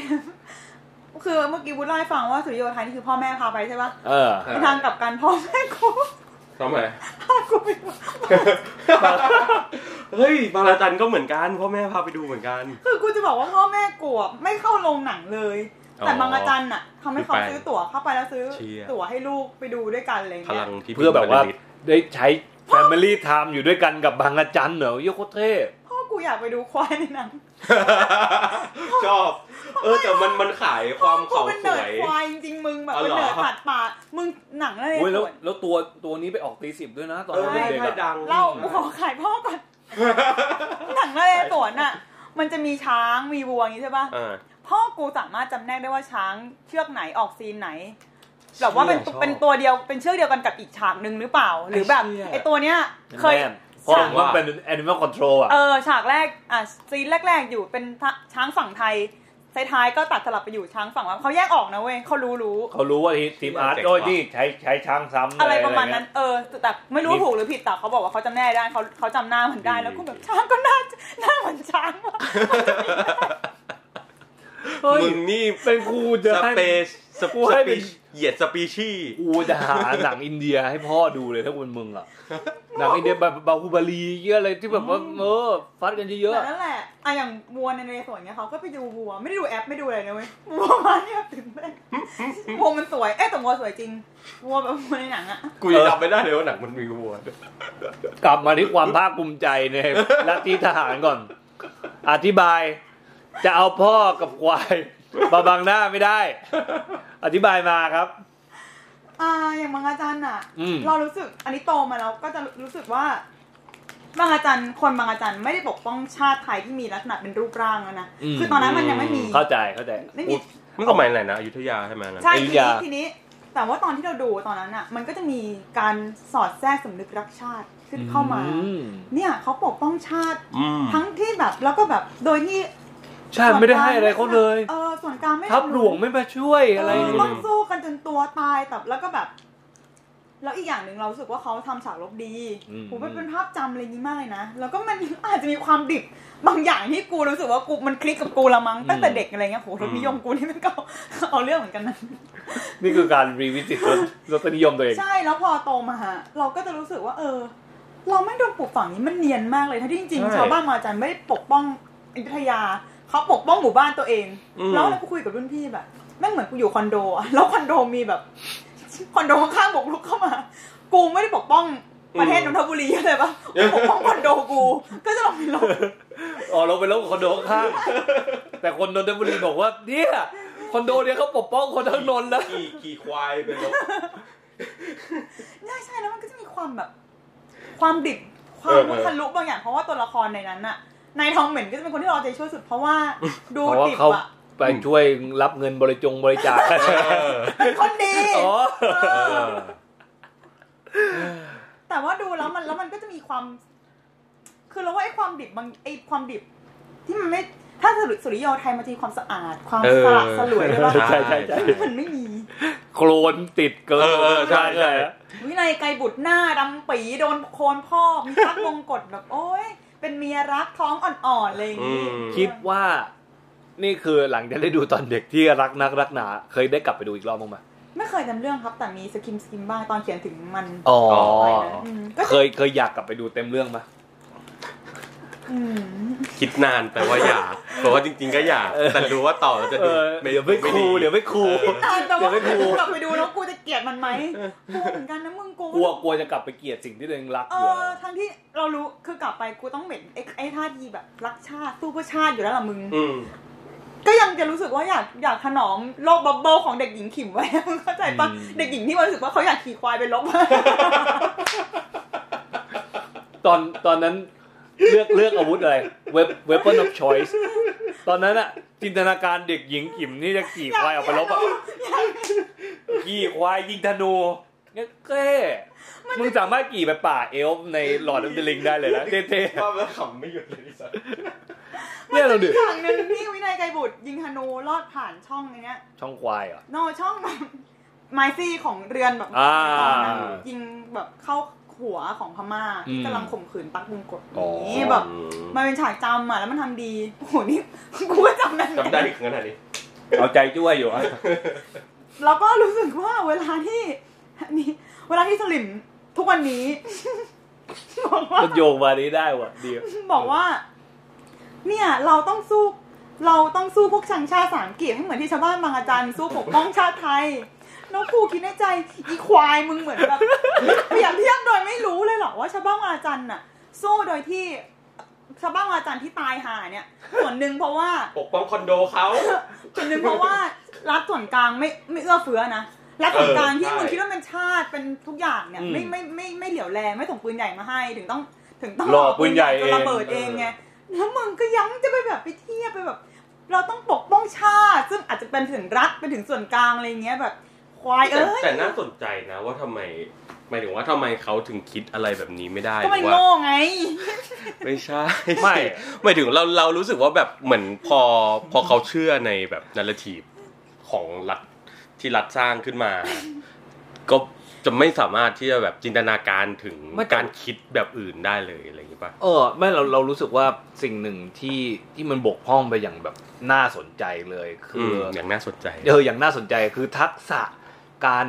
Speaker 1: [laughs] คือเมื่อกี้วุฒิเล่าให้ฟังว่าสุริโยไทยนี่คือพ่อแม่พาไปใช่ปะ
Speaker 3: เออ
Speaker 1: ในทางกลับกันพ่อแม่กู
Speaker 2: ทำไม
Speaker 1: พากูไปดู
Speaker 2: [laughs] เฮ้ยบางระจันก็เหมือนกันพ่อแม่พาไปดูเหมือนกัน
Speaker 1: คือกูจะบอกว่าพ่อแม่กูอะไม่เข้าโรงหนังเลย
Speaker 2: อ๋อ
Speaker 1: แต่บางอาจันน่ะเขาไม่เขา
Speaker 2: คือไป
Speaker 1: ซื้อตั๋วเข้าไปแล้วซื้อ
Speaker 2: เชี่ย
Speaker 1: ตั๋วให้ลูกไปดูด้วยกันอะไร
Speaker 2: พ
Speaker 1: เงี้
Speaker 2: ลั
Speaker 1: ย
Speaker 2: งที่
Speaker 3: เพื่อแบบว่า
Speaker 2: เป็นฤทธิ์ [laughs]
Speaker 3: ได้ใช้ Family Time อยู่ด้วยกันกับบางอาจารย์เหรอเหี้ยโคตรเท่
Speaker 1: พ่อกูอยากไปดูควายในหนัง
Speaker 2: ชอบ เออแต่มันมันขายความ
Speaker 1: กู
Speaker 2: เขา
Speaker 1: เป็น
Speaker 2: ส
Speaker 1: เนิร์
Speaker 2: ว
Speaker 1: ด
Speaker 2: ย
Speaker 1: ควายจริงๆมึงแบบ
Speaker 2: อ๋อ
Speaker 1: เป็น
Speaker 2: เหรอ
Speaker 1: เนิร์ดผัดป่ามึงหนังอะไร
Speaker 3: โอ้ยแล้ว
Speaker 1: ส่วน
Speaker 3: แล้วตัวตัวนี้ไปออกตีสิบด้วยนะ ตอน
Speaker 2: เออ
Speaker 3: นั้น
Speaker 2: ได้
Speaker 3: เด็ก
Speaker 2: ได้
Speaker 3: ๆอะ
Speaker 2: ดัง
Speaker 1: เล่ากูขอขายพ่อก่อน [laughs] หนังนเรศวรน่ะ มันจะมีช้างมีวัวอย่างนี้ใช่ป่ะ
Speaker 2: เออ
Speaker 1: พ่อกูสามารถจำแนกได้ว่าช้างเชือกไหนออกซีนไหน แบบว่าเป็น
Speaker 2: ชอบ
Speaker 1: เป็นตัวเดียวเป็นเชือกเดียวกันกับอีกฉากหนึ่งหรือเปล่า หรือแบบ
Speaker 2: ไอ้เชี่ย
Speaker 1: ไอตัวเนี้ยเคย
Speaker 3: แม่นเพราะว่าเป็น Animal Control อ่ะ
Speaker 1: เออฉากแรกอ่ะซีนแรก ๆ อยู่เป็นทะช้างฝั่งไทยท้ายๆก็ตัดสลับไปอยู่ช้างฝั่งว่าเขาแยกออกนะเว้ยเขารู้รู้
Speaker 3: เขารู้ว่าทีมอาร์ตโอ้ยนี่ใช้ใช้ช้างซ้ำ
Speaker 1: อะไรประมาณนั้น
Speaker 3: เงี้ย
Speaker 1: เออแต่ไม่รู้ถูกหรือผิดแต่เขาบอกว่าเขาจำแนกได้เขาเขาจำหน้ามันได้แล้วกูแบบช้างก็หน้าหน้าเหมือนช้างว่ะ
Speaker 3: เฮ้ย
Speaker 2: มึงนี่
Speaker 3: เป็นกูจะ
Speaker 2: ส
Speaker 3: ให้
Speaker 2: เปซส
Speaker 3: กู
Speaker 2: ปี
Speaker 3: ให้เป็น
Speaker 2: เหยียดสปีชีส์
Speaker 3: กูจะหาหนังอินเดียให้พ่อดูเลยถ้ากูเป็นมึง [laughs] อ่ะ หนังอินเดียแบบบาฮูบาลีเยอะอะไรที่แบบว่าเออฟัดกันเยอะ
Speaker 1: แต่นั่นแหละอะอย่างวัวในนเรสวนเนี่ยเขาก็ไปดูวัว ไม่ได้ดูแอปไม่ดูอะไรนะเว้ยวัวมาเนี่ยถึงแม่งวัวมันสวย เอ๊ะแต่วัวสวยจริง วัวแบบวัวในหนังอะ
Speaker 2: กูยังจำไม่ได้เลยว่าหนังมันมีวัวด้วย
Speaker 3: ๆ กลับมาที่ความภาคภูมิใจในลัทธิ [laughs] ทหารก่อน อธิบาย จะเอาพ่อ [laughs] กับควายมาบังหน้าไม่ได้ อธิบายมาครับ
Speaker 1: อ่าอย่างบางอาจารย์อ่ะ
Speaker 3: อืม
Speaker 1: เรารู้สึกอันนี้โตมาแล้วก็จะรู้สึกว่า บางอาจารย์คนบางอาจารย์ไม่ได้ปกป้องชาติไทยที่มีลักษณะเป็นรูปร่างแล้วนะ
Speaker 3: อืม
Speaker 1: คือตอนนั้นมันยังไม่มี
Speaker 3: เข้าใจเข้าใจ
Speaker 1: ไม่มี
Speaker 2: เมื่อสมัยไหนนะอยุธยาใช่ไหมนะ
Speaker 1: ใช่
Speaker 3: อ
Speaker 1: ทีนี้
Speaker 3: ยุธยา
Speaker 1: ทีนี้ แต่ว่าตอนที่เราดูตอนนั้นอ่ะ มันก็จะมีการสอดแทรกสำนึกรักชาติขึ้นเข้ามา
Speaker 3: อืม
Speaker 1: เนี่ยเขาปกป้องชาติ
Speaker 2: อืม
Speaker 1: ทั้งที่แบบแล้วก็แบบโดยที่
Speaker 3: ชาติไม่ได้ให้อะไรเขาเลย
Speaker 1: เออส่วนกลางไม่
Speaker 3: ทัพหลวง
Speaker 1: ไม่
Speaker 3: ไม่มาช่วย
Speaker 1: อะ
Speaker 3: อะไร ไรเล
Speaker 1: ต้อย งสู้กันจนตัวตายแต่แล้วก็แบบ แล้วอีกอย่างหนึ่งเรารู้สึกว่าเขาทำฉากลบดี
Speaker 3: อืม
Speaker 1: ผมนเป็นภาพจำอะไรนี้มากเลยนะแล้วก็มัน อาจจะมีความดิบบางอย่างที่กูรู้สึกว่ากูมันคลิกกับกูละมั้งตั้งแต่เด็กอะไรเงี้ยโหรสนิยมกูนี่มันก็ [laughs] เอาเรื่องเหมือนกันนะ
Speaker 3: นี่คือการรีวิสิตรสรสนิยมตัวเอง
Speaker 1: ใช่แล้วพอโตมาฮะเราก็จะรู้สึกว่า เออ เราไม่โดนปลูกฝังนี้มันเนียนมากเลยทั้งที่จริงๆชาวบ้านมาอาจารย์ไม่ได้ปกป้องอยุธยาเขาปกป้องหมู่บ้านตัวเองแล้วเราก็คุยกับรุ่นพี่แบบแม่งเหมือนกูอยู่คอนโดอะแล้วคอนโดมีแบบคอนโดข้างๆบกรุกเข้ามา กูไม่ได้ปกป้องประเทศนนทบุรีอะไรปะกูปกป้องคอนโดกู ก็จะลองไปลบ
Speaker 3: อ๋อเราไปลบกับคอนโดข้างๆแต่คนนนทบุรีบอกว่าเนี่ยคอนโดเนี่ยเขาปกป้องคนทั้งนนท์แล้ว
Speaker 2: ขี่ขี่ควายเป็นรถ
Speaker 1: ใช่ใช่แล้วมันก็จะมีความแบบ ความดิบความมุทะลุบางอย่างเพราะว่าตัวละครในนั้นอะนายทองเหม็นก็จะเป็นคนที่เราเอาใจช่วยสุดเพราะว่าดู
Speaker 3: เพราะ
Speaker 1: ดิ
Speaker 3: ว่า
Speaker 1: บ
Speaker 3: เขา
Speaker 1: อะ
Speaker 3: ไปช่วยรับเงินบริจงบริจาค
Speaker 1: เป็นคนดี
Speaker 3: อ๋อ
Speaker 1: แต่ว่าดูแล้วมันแล้วมันก็จะมีความ คือเราว่าไอ้ความดิบบางไอ้ความดิบ ที่มันไม่ถ้าสรุปสุริโยไทยมันจะมีความสะอาด ความ
Speaker 2: เออ
Speaker 1: สละสลวยด้วยว่า
Speaker 2: ใช่ใช่ใช่
Speaker 1: มันไม่มี
Speaker 3: โคลนติดเกิน
Speaker 2: เออเออใช่ใช่
Speaker 1: วินัยไกรบุตรหน้าดำปีโดนโคลนพ่อกมีพักมงกฎแบบ โอ้ยเป็นเมียรักท้องอ่อนๆอะไรอย่างนี้
Speaker 2: อืม
Speaker 3: คิดว่า นี่คือหลังจากได้ดูตอนเด็กที่รักนักรักหนาเคยได้กลับไปดูอีกรอบบ้างไหม
Speaker 1: ไม่เคยจำเรื่องครับแต่มีสกิมสกิมบ้างตอนเขียนถึงมัน
Speaker 3: อ๋อ
Speaker 1: ไปนะมก็
Speaker 3: เคยเคยอยากกลับไปดูเต็มเรื่องไหม
Speaker 1: อืม
Speaker 2: คิดนานแต่ว่าอยากเพราะว่าจริง ๆ ก็อยากแต่รู้ว่าต่อแล้วจะ
Speaker 3: เอ
Speaker 2: ดู
Speaker 3: อเดี๋ยวไม่ครูเดี๋ยวไม่ครู
Speaker 1: นานแต่ว่า
Speaker 3: เดี๋ยวไม่ดู
Speaker 1: กูกลับไปดูแล้วกูจะเกลียดมันไหมกูเหมือนกันนะมึงกู
Speaker 3: กลัวกลัวจะกลับไปเกลียดสิ่งที่ตัวเองรัก
Speaker 1: เอ
Speaker 3: อยู่
Speaker 1: อทั้งที่เรารู้คือกลับไปกูต้องเหม็นไอ้ไอ้ท่าทีแบบ รักชาติสู้เพื่อชาติอยู่แล้วล่ะมึง
Speaker 2: อืม
Speaker 1: ก็ยังจะรู้สึกว่าอยากอยากถนอมโลกบับเบิลของเด็กหญิงขิมไว้ [laughs] มึงเข้าใจปะ
Speaker 3: อืม
Speaker 1: เด็กหญิงที่มันรู้สึกว่าเขาอยากขี่ควายไปลบ
Speaker 3: ตอนตอนนั้นเลือกเลือกอาวุธอะไร เว็บ weapon of choice ตอนนั้นอะจินตนาการเด็กหญิงกิ่มนี่จะขี่ควายออกไปร [laughs] บอะขี่ควายยิงธนูเนี่ยเก้มึงสามารถขี่ไปป่าเอลฟ์ในหลอดอัลเดลิงได้เลยนะเท่
Speaker 2: ภาพแล้วขำไม่หยุดเลยสัส
Speaker 3: ๆ [laughs] เนี่ยเราดือ
Speaker 1: อย่างหนึ่งที่วินัยไกรบุตรยิงธนูลอดผ่านช่องไอ้เนี้ย
Speaker 3: ช่องควายเหรอ
Speaker 1: นอกช่องแบบไมซี่ของเรือนแบบ
Speaker 3: อ่า
Speaker 1: ยิงแบบเข้าหัวของพม่า
Speaker 3: อืม
Speaker 1: ที่กำลังข่มขืนปักมงกฎอย่างนี้แบบ มันเป็นฉากจำอ่ะแล้วมันทำดี โอ้โหนี่ [laughs] กูก็จำได้เหมือน
Speaker 2: จำ
Speaker 1: กั
Speaker 2: ได้
Speaker 1: น
Speaker 2: ถึงขนาดนี้
Speaker 3: เอาใจช่วยอยู่อะ
Speaker 1: แล้วก็รู้สึกว่าเวลาที่ [laughs] นี่เวลาที่สลิมทุกวันนี้ [laughs] บอกว่า
Speaker 3: [laughs] มันโยงมานี้ได้ว่ะดี
Speaker 1: บอกว่า เนี่ยเราต้องสู้ เราต้องสู้พวกชังชาติสามกีบให้เหมือนที่ชาวบ้านบางอาจารย์สู้ปกป้องชาติไทยแล้วกูคิดในใจอีควายมึงเหมือนแบบ [laughs] เปรียบเทียบโดยไม่รู้เลยเหรอว่าชาวบ้านบางอาจารย์น่ะ สู้โดยที่ชาวบ้านบางอาจารย์ที่ตายหาเนี่ย ส่วนหนึ่งเพราะว่า
Speaker 2: ปกป้องคอนโดเขา
Speaker 1: จุดหนึ่งเพราะว่ารัฐส่วนกลางไม่ไม่เอื้อเฟื้อนะรัฐส่วนกลาง
Speaker 2: เออ
Speaker 1: ที่
Speaker 2: ใช่
Speaker 1: มึงคิดว่าเป็นชาติเป็นทุกอย่างเนี่ยไม่ไม่ไม่ไม่เหลียวแลไม่ส่งปืนใหญ่มาให้ถึงต้องถึงต้อง
Speaker 3: หล่อปืนใหญ่
Speaker 1: จ
Speaker 3: เอน ง
Speaker 1: ระเบิดเองไงแล้วมึงก็ยังจะไปแบบไปเทียบไปแบบ เราต้องปกป้องชาติ ซึ่งอาจจะเป็นถึงรัฐเป็นถึงส่วนกลางอะไรเงี้ยแบบควาย
Speaker 2: แต่
Speaker 1: เอ้ย
Speaker 2: แต่น่าสนใจนะว่าทำไมหมายถึงว่าทำไมเขาถึงคิดอะไรแบบนี้ไม่ได้
Speaker 1: ก็มัน
Speaker 2: หรือว่า
Speaker 1: โง่ไง
Speaker 2: ไม่ใช่
Speaker 3: ไม่
Speaker 2: หมายถึงเราเรารู้สึกว่าแบบเหมือนพอพอเขาเชื่อในแบบนาราทีฟของรัฐที่รัฐสร้างขึ้นมา ก็จะไม่สามารถที่จะแบบจินตนาการถึง
Speaker 3: ไม่แต่
Speaker 2: การคิดแบบอื่นได้เลยอะไรอย่างงี้ป่ะ
Speaker 3: เออไม่เราเรารู้สึกว่าสิ่งหนึ่งที่ที่มันบกพร่องไปอย่างแบบน่าสนใจเลยคืออ
Speaker 2: อย่างน่าสนใจ
Speaker 3: เอออย่างน่าสนใจคือทักษะการ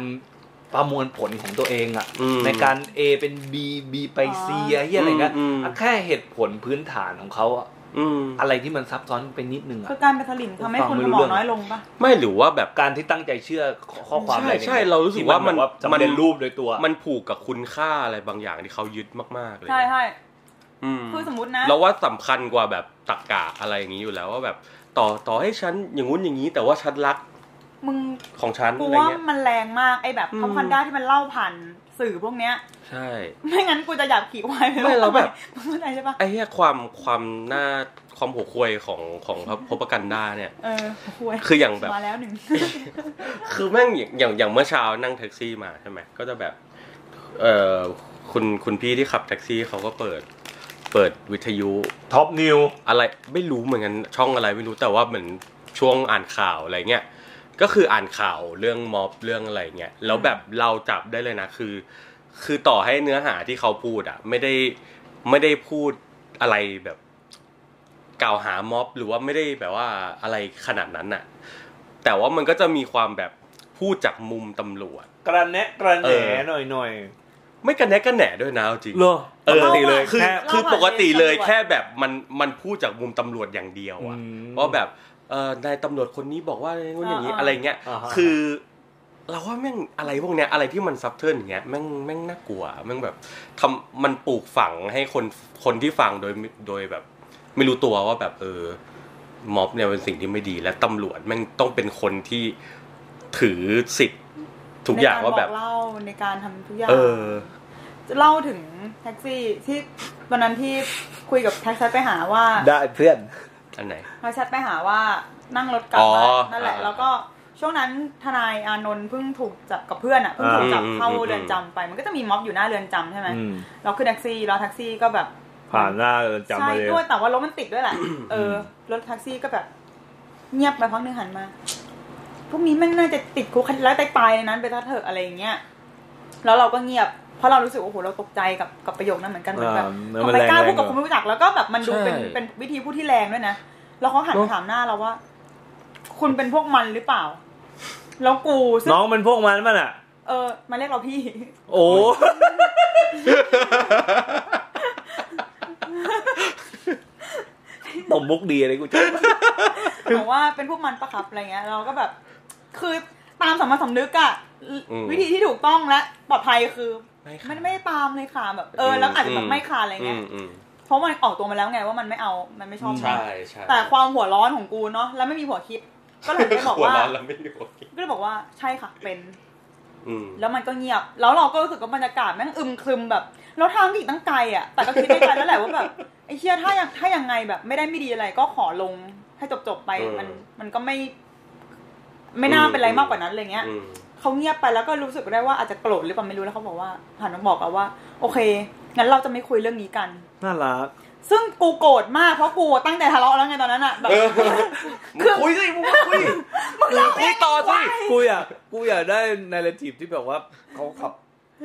Speaker 3: ประมวลผลของตัวเองอะ
Speaker 2: อืม
Speaker 3: ในการ A เป็น B B ไป C
Speaker 1: อ๋อ
Speaker 3: ไอ้เหี้ยอะไรเงี้ย
Speaker 2: อืมอืม
Speaker 3: อ่ะแค่เหตุผลพื้นฐานของเขาอะ
Speaker 2: อืม
Speaker 3: อะไรที่มันซับซ้อนไปนิดนึงอะ
Speaker 1: คือการเป็นสลิมทำให้คนสมองน้อยลงปะ
Speaker 2: ไม่หรือว่าแบบ
Speaker 3: การที่ตั้งใจเชื่อข้อความอะไร
Speaker 2: ใช่ใช่เรารู้สึกว่ามันมั
Speaker 3: มัน
Speaker 2: น
Speaker 3: เป็นรูปโดยตัว
Speaker 2: มันผูกกับคุณค่าอะไรบางอย่างที่เขายึดมากๆเลย
Speaker 1: ใช่ใช่
Speaker 2: อืม
Speaker 1: คือสมมตินะ
Speaker 2: เราว่าสำคัญกว่าแบบตรรกะอะไรอย่างนี้อยู่แล้วว่าแบบต่อต่อให้ฉันอย่างงู้นอย่างนี้ แต่ว่าฉันรัก
Speaker 1: มึง
Speaker 2: ของฉัน
Speaker 1: กู
Speaker 2: อะไร
Speaker 1: ว่า
Speaker 2: เงี้ย
Speaker 1: มันแรงมากไอ้แบบ
Speaker 2: อืม
Speaker 1: คำพันด้าที่มันเล่าผ่านสื่อพวกเนี้ย
Speaker 2: ใช่
Speaker 1: ไม่งั้นกูจะอยากขี่ควายป
Speaker 2: ไม่เราแบบ
Speaker 1: มึงเข้าใจใช่ปะ
Speaker 2: ไอ้เหี้ยความความน่าความหัวควยของของพระพบกันดาเนี่ย
Speaker 1: เออควาย
Speaker 2: คืออย่างแบบ
Speaker 1: มาแล้วหนึ่ง
Speaker 2: คือแม่งอย่างอย่างอย่างเมื่อเช้านั่งแท็กซี่มาใช่ไหมก็จะแบบ เออคุณคุณพี่ที่ขับแท็กซี่เขาก็เปิด เปิดวิทยุ
Speaker 3: ท็อปนิว
Speaker 2: อะไรไม่รู้เหมือนกันช่องอะไรไม่รู้แต่ว่าเหมือนช่วงอ่านข่าวอะไรเงี้ยก็คืออ่านข่าวเรื่องม็อบเรื่องอะไรเงี้ยแล้วแบบเราจับได้เลยนะคือ คือต่อให้เนื้อหาที่เขาพูดอ่ะ ไม่ได้ไม่ได้พูดอะไรแบบกล่าวหาม็อบ หรือว่าไม่ได้แบบว่าอะไรขนาดนั้นน่ะ แต่ว่ามันก็จะมีความแบบพูดจากมุมตำรวจ
Speaker 3: กระแนะกระแห
Speaker 2: เอน อ
Speaker 3: หน่อยหน่อย
Speaker 2: ไม่กันแนะกันแหน่ด้วยนะเอาจริง
Speaker 3: เหรอ
Speaker 2: เออ
Speaker 1: ปกติเลย
Speaker 2: คือ
Speaker 1: แค่
Speaker 2: คือ
Speaker 1: เราอะ
Speaker 2: ปกติเลย
Speaker 1: เรียนตำรวจ
Speaker 2: แค่แบบมันมันพูดจากมุมตำรวจอย่างเดียวอะ
Speaker 3: อืม
Speaker 2: ว่าแบบเออนายตำรวจคนนี้บอกว่าอย่างนู้นอย่างนี้อะไรเงี้ย
Speaker 3: อ่าฮะ
Speaker 2: คือ เราว่าแม่งอะไรพวกเนี้ยอะไรที่มันซับเทิร์นอย่างเงี้ยแม่งแม่งน่ากลัวแม่งแบบทำมันปลูกฝังให้คนคนที่ฟังโดยโดยแบบ ไม่รู้ตัวว่าแบบเออม็อบเนี่ยเป็นสิ่งที่ไม่ดี และตำรวจแม่งต้องเป็นคนที่ถือสิทธิ์ [laughs] ทุกอย่างว่าแบบ
Speaker 1: ในรบกเล่าในการทำทุกอย่าง
Speaker 2: เออ
Speaker 1: เล่าถึงแท็กซี่ที่วันนั้นที่คุยกับแท็กซี่ไปหาว่า
Speaker 3: ได้เพื่อน
Speaker 2: อันไหน
Speaker 1: แท็กซี่ไปหาว่านั่งรถกลับมา
Speaker 2: อ๋อ
Speaker 1: นั่นแหละ
Speaker 2: อ่า
Speaker 1: แล้วก็ช่วงนั้นทนายอานนท์เพิ่งถูกจับกับเพื่อนอ่ะเพิ่งถูกจับ
Speaker 2: อืม
Speaker 1: เข้า
Speaker 2: อืม
Speaker 1: เรือนจำไป มันก็จะมีม็อบอยู่หน้าเรือนจำใช่ไหมเราขึ้นแท็กซี่แล้วแท็กซี่ก็แบบ
Speaker 3: ผ่านหน้าเรือนจำ
Speaker 1: ใช่
Speaker 3: มาเลย
Speaker 1: ด้วยแต่ว่ารถมันติดด้วยแหละเออรถแท็กซี่ก็แบบ เงียบไปพักหนึงหันมาพวกนี้แม่งน่าจะติดคุกแล้วตายๆในนั้นไปซะเถอะอะไรอย่างเงี้ยแล้วเราก็เงียบ เพราะเรารู้สึกว่าโอ้โหเราตกใจกับกับประโยคนั้นเหมือนกันเหมือนแบบทำ
Speaker 3: อ่ามัน
Speaker 1: ไม
Speaker 3: แรง
Speaker 1: กล้าพูด
Speaker 3: แรง
Speaker 1: กับคน
Speaker 3: เหรอ
Speaker 1: ไม่รู้จักแล้วก็แบบมันดูเป็น
Speaker 2: ใช่
Speaker 1: เป็นวิธีพูดที่แรงด้วยนะ แล้วเขาหัน
Speaker 2: เนอะ
Speaker 1: มาถามหน้าเราว่า คุณเป็นพวกมันหรือเปล่า แล้วกูซึ่ง
Speaker 3: น้องมันพวกมันมันอ่ะ
Speaker 1: เออมาเรียกเราพี่
Speaker 3: โอ้ [laughs] ตบมุกดีเลยกูจ้ะ
Speaker 1: บอกว่าเป็นพวกมันปะครับอะไรเงี้ย เราก็แบบ คือตามสัมมาสำนึกอะ
Speaker 2: อืม
Speaker 1: วิธีที่ถูกต้องและปลอดภัยคือ
Speaker 2: ไม่ค่ะ
Speaker 1: ไม่ไม่ตามเลยค่ะแบบ เอออ
Speaker 2: ม
Speaker 1: แล้วอาจจะแบ
Speaker 2: อื
Speaker 1: บ
Speaker 2: ม
Speaker 1: ไม่ค่ะอะไร
Speaker 2: อื
Speaker 1: เงี้ย
Speaker 2: มอืม
Speaker 1: เพราะมันออกตัวมาแล้วไงว่ามันไม่เอามันไม่ชอบ
Speaker 3: อืม
Speaker 2: ใช่ใช่
Speaker 1: แต่ความหัวร้อนของกูเนาะแล้วไม่มีหัวคิด ก็เลยไปบอกว่า
Speaker 2: หัร้นแล้วไม่อยู่
Speaker 1: ก็เลยบอกว่าใช่ค่ะเป็น
Speaker 2: อืม
Speaker 1: แล้วมันก็เงียบ แล้วเราก็รู้สึกว่าบรรยากาศแม่งอึมครึมแบบ แล้วทางก็อีกตั้งไกลอ่ะ แต่ก็คิดในใจแล้วแหละว่าแบบไอ้เชี่ยถ้ายังถ้ายังไงแบบ ไม่ได้ไม่ดีอะไรก็ขอลงให้จบจบๆไป
Speaker 2: เออ
Speaker 1: มันมันก็ไม่ ไม่น่า
Speaker 2: อืม
Speaker 1: เป็นอะไรมากกว่านั้นอะไรเงี้ย
Speaker 2: อืม
Speaker 1: เขาเงียบไปแล้วก็รู้สึกได้ว่าอาจจะโกรธหรือเปล่าไม่รู้แล้วเขาบอกว่าหันมาบอกอะว่า โอเคงั้นเราจะไม่คุยเรื่องนี้กัน
Speaker 3: น่ารัก
Speaker 1: ซึ่งกูโกรธมากเพราะกูตั้งใจทะเลาะแล้วไงตอนนั้นอะแบบ [laughs]
Speaker 2: เออ
Speaker 1: เครื่อง
Speaker 2: คุยสิมึงมาคุยคุยต่อสิ
Speaker 3: กูอยากกูอยากได้ในเรทีฟที่แบบว่าเขาขับ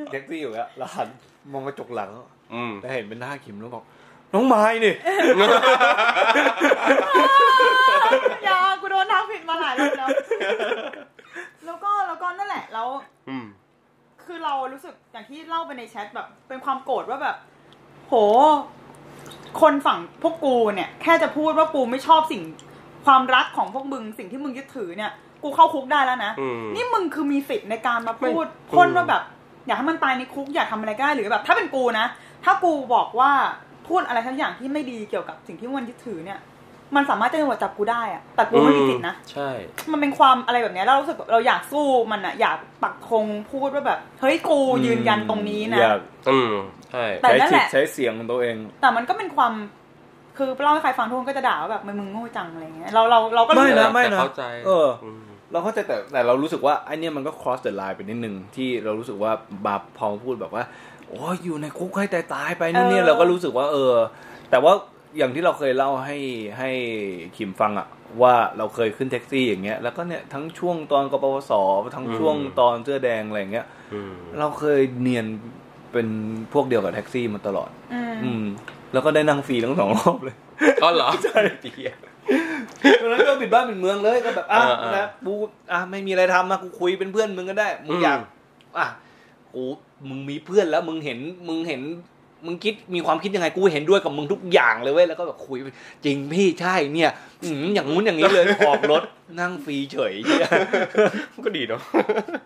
Speaker 3: แท็กซี่อยู่แล้วแล้วหันมองกระจกหลัง
Speaker 2: อืม
Speaker 3: แล้วเห็นเป็นหน้าคิมแล้วบอก น้องไม้นี่
Speaker 1: อย่ากูโดนทางผิดมาหลายรอบแล้ว แล้วก็แล้วก็นั่นแหละแล้ว
Speaker 2: อืม
Speaker 1: คือเรารู้สึกอย่างที่เล่าไปในแชทแบบ เป็นความโกรธว่าแบบ โห คนฝั่งพวกกูเนี่ย แค่จะพูดว่ากูไม่ชอบสิ่งความรักของพวกมึงสิ่งที่มึงยึดถือเนี่ย กูเข้าคุกได้แล้วนะ
Speaker 2: อืม
Speaker 1: นี่มึงคือมีสิทธิ์ในการมาพูด
Speaker 2: ไม่
Speaker 1: พ่น
Speaker 2: อืม
Speaker 1: ว่าแบบ อยากให้มันตายในคุกอยากทำอะไรก็ได้หรือแบบ ถ้าเป็นกูนะ ถ้ากูบอกว่าพูดอะไรทั้งอย่างที่ไม่ดีเกี่ยวกับสิ่งที่มันยึดถือเนี่ย มันสามารถจะตำรวจจับกูได้อะแต่กูไม่มีสิทธินะ
Speaker 2: ใช่
Speaker 1: มันเป็นความอะไรแบบเนี้ยเรารู้สึกแบบเราอยากสู้มันอะอยากปักธงพูดว่าแบบ เฮ้ยกูยืนยันตรงนี้นะ
Speaker 3: อยาก
Speaker 2: อืมใช่
Speaker 1: แต่
Speaker 3: ใช้
Speaker 1: นั่น
Speaker 3: จิ
Speaker 1: แห
Speaker 3: ต
Speaker 1: ละ
Speaker 3: ใช้เสียงของตัวเอง
Speaker 1: แต่มันก็เป็นความคือเล่าให้ใครฟังทุกคนก็จะด่าว่าแบบมึงโง่จังอะไรเงี้ยเราเราเราก็รู้
Speaker 3: ไม่
Speaker 1: สึก
Speaker 3: นะ
Speaker 1: ว่า
Speaker 3: ไม่นะ
Speaker 2: แต่เข้าใจ
Speaker 3: เอออื
Speaker 2: ม
Speaker 3: เราเข้าใจแต่แต่เรารู้สึกว่าไอเนี้ยมันก็ cross the line ไปนิดนึงที่เรารู้สึกว่าบาปพอพูดแบบว่าโอ้ยอยู่ในคุกให้ตายตายๆไปนู่นเนี่ยเราก็รู้สึกว่า เออ แต่ว่าอย่างที่เราเคยเล่าให้ให้คิมฟังอะว่าเราเคยขึ้นแท็กซี่อย่างเงี้ยแล้วก็เนี่ยทั้งช่วงตอนกปปสทั้งช่วงตอนเสื้อแดงอะไรอย่างเงี้ย
Speaker 2: อืม
Speaker 3: เราเคยเนียนเป็นพวกเดียวกับแท็กซี่มาตลอด
Speaker 1: อืม
Speaker 3: อืม แล้วก็ได้นั่งฟรีทั้งสองรอบเลย
Speaker 2: อ๋อเหรอใช่เดีย
Speaker 3: ตอนนั้นก็ปิดบ้านปิดเมืองเลยก็แบบอ่ะ
Speaker 2: เออเออ
Speaker 3: นะกูอ่ะไม่มีอะไรทำมากูคุยเป็นเพื่อนมึงก็ได้มึงอยาก
Speaker 2: อืม
Speaker 3: อ่ะกูมึงมีเพื่อนแล้วมึงเห็นมึงเห็นมึงคิดมีความคิดยังไงกูเห็นด้วยกับมึงทุกอย่างเลยเว้ยแล้วก็แบบคุยไปจริงพี่ใช่เนี่ยอืมอย่างงู้นอย่างนี้เลย ออกรถนั่งฟรีเฉ [laughs] ยเหี้ย
Speaker 2: ก็ดีเนาะ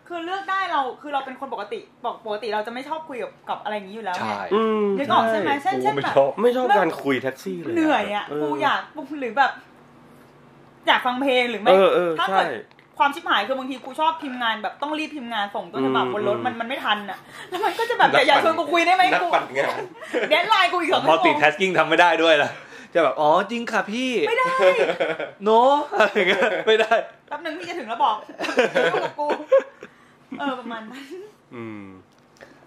Speaker 1: คือเลือกได้เราคือเราเป็นคนปกติบอกปกติเราจะไม่ชอบคุยกับกับอะไรอย่างนี้อยู่แล้วไง
Speaker 3: ใช่
Speaker 2: อืม
Speaker 1: นึกออกใช่ไหมเช่นเช่นแบบ
Speaker 2: ไม่ชอบการคุยแท็กซี่เลย
Speaker 1: เหนื่อยอะกูอยากหรือแบบ อยากฟังเพลงหรือไม่
Speaker 2: เออเออ
Speaker 1: ถ้า
Speaker 2: ใช่
Speaker 1: เกิด ความชิบหายคือบางทีกูชอบพิมพ์งานแบบต้องรีบพิมพ์งานส่งต้นฉบับบนรถ
Speaker 2: อืม
Speaker 1: มันมันไม่ทันอ่ะ แล้วมันก็จะแบบอย่าอย่าชวนกูคุยได้ไหม
Speaker 2: นัก
Speaker 1: กู
Speaker 2: ปั่นงาน
Speaker 1: เดนไลน์กูอีกสองชั่ว
Speaker 3: มั
Speaker 1: โม
Speaker 3: l ติ
Speaker 1: ง
Speaker 3: t a s k i n g ทำไม่ได้ด้วยล่ะ จะแบบ อ๋อจริงค่ะพี่
Speaker 1: ไม่ได้
Speaker 3: โนอะไร [laughs] เงี้ยไม่ได้
Speaker 1: แป๊บนึงที่จะถึงแล้วบอกลูกกับกูเออประมาณ
Speaker 2: [laughs]
Speaker 1: นั้น
Speaker 2: อืม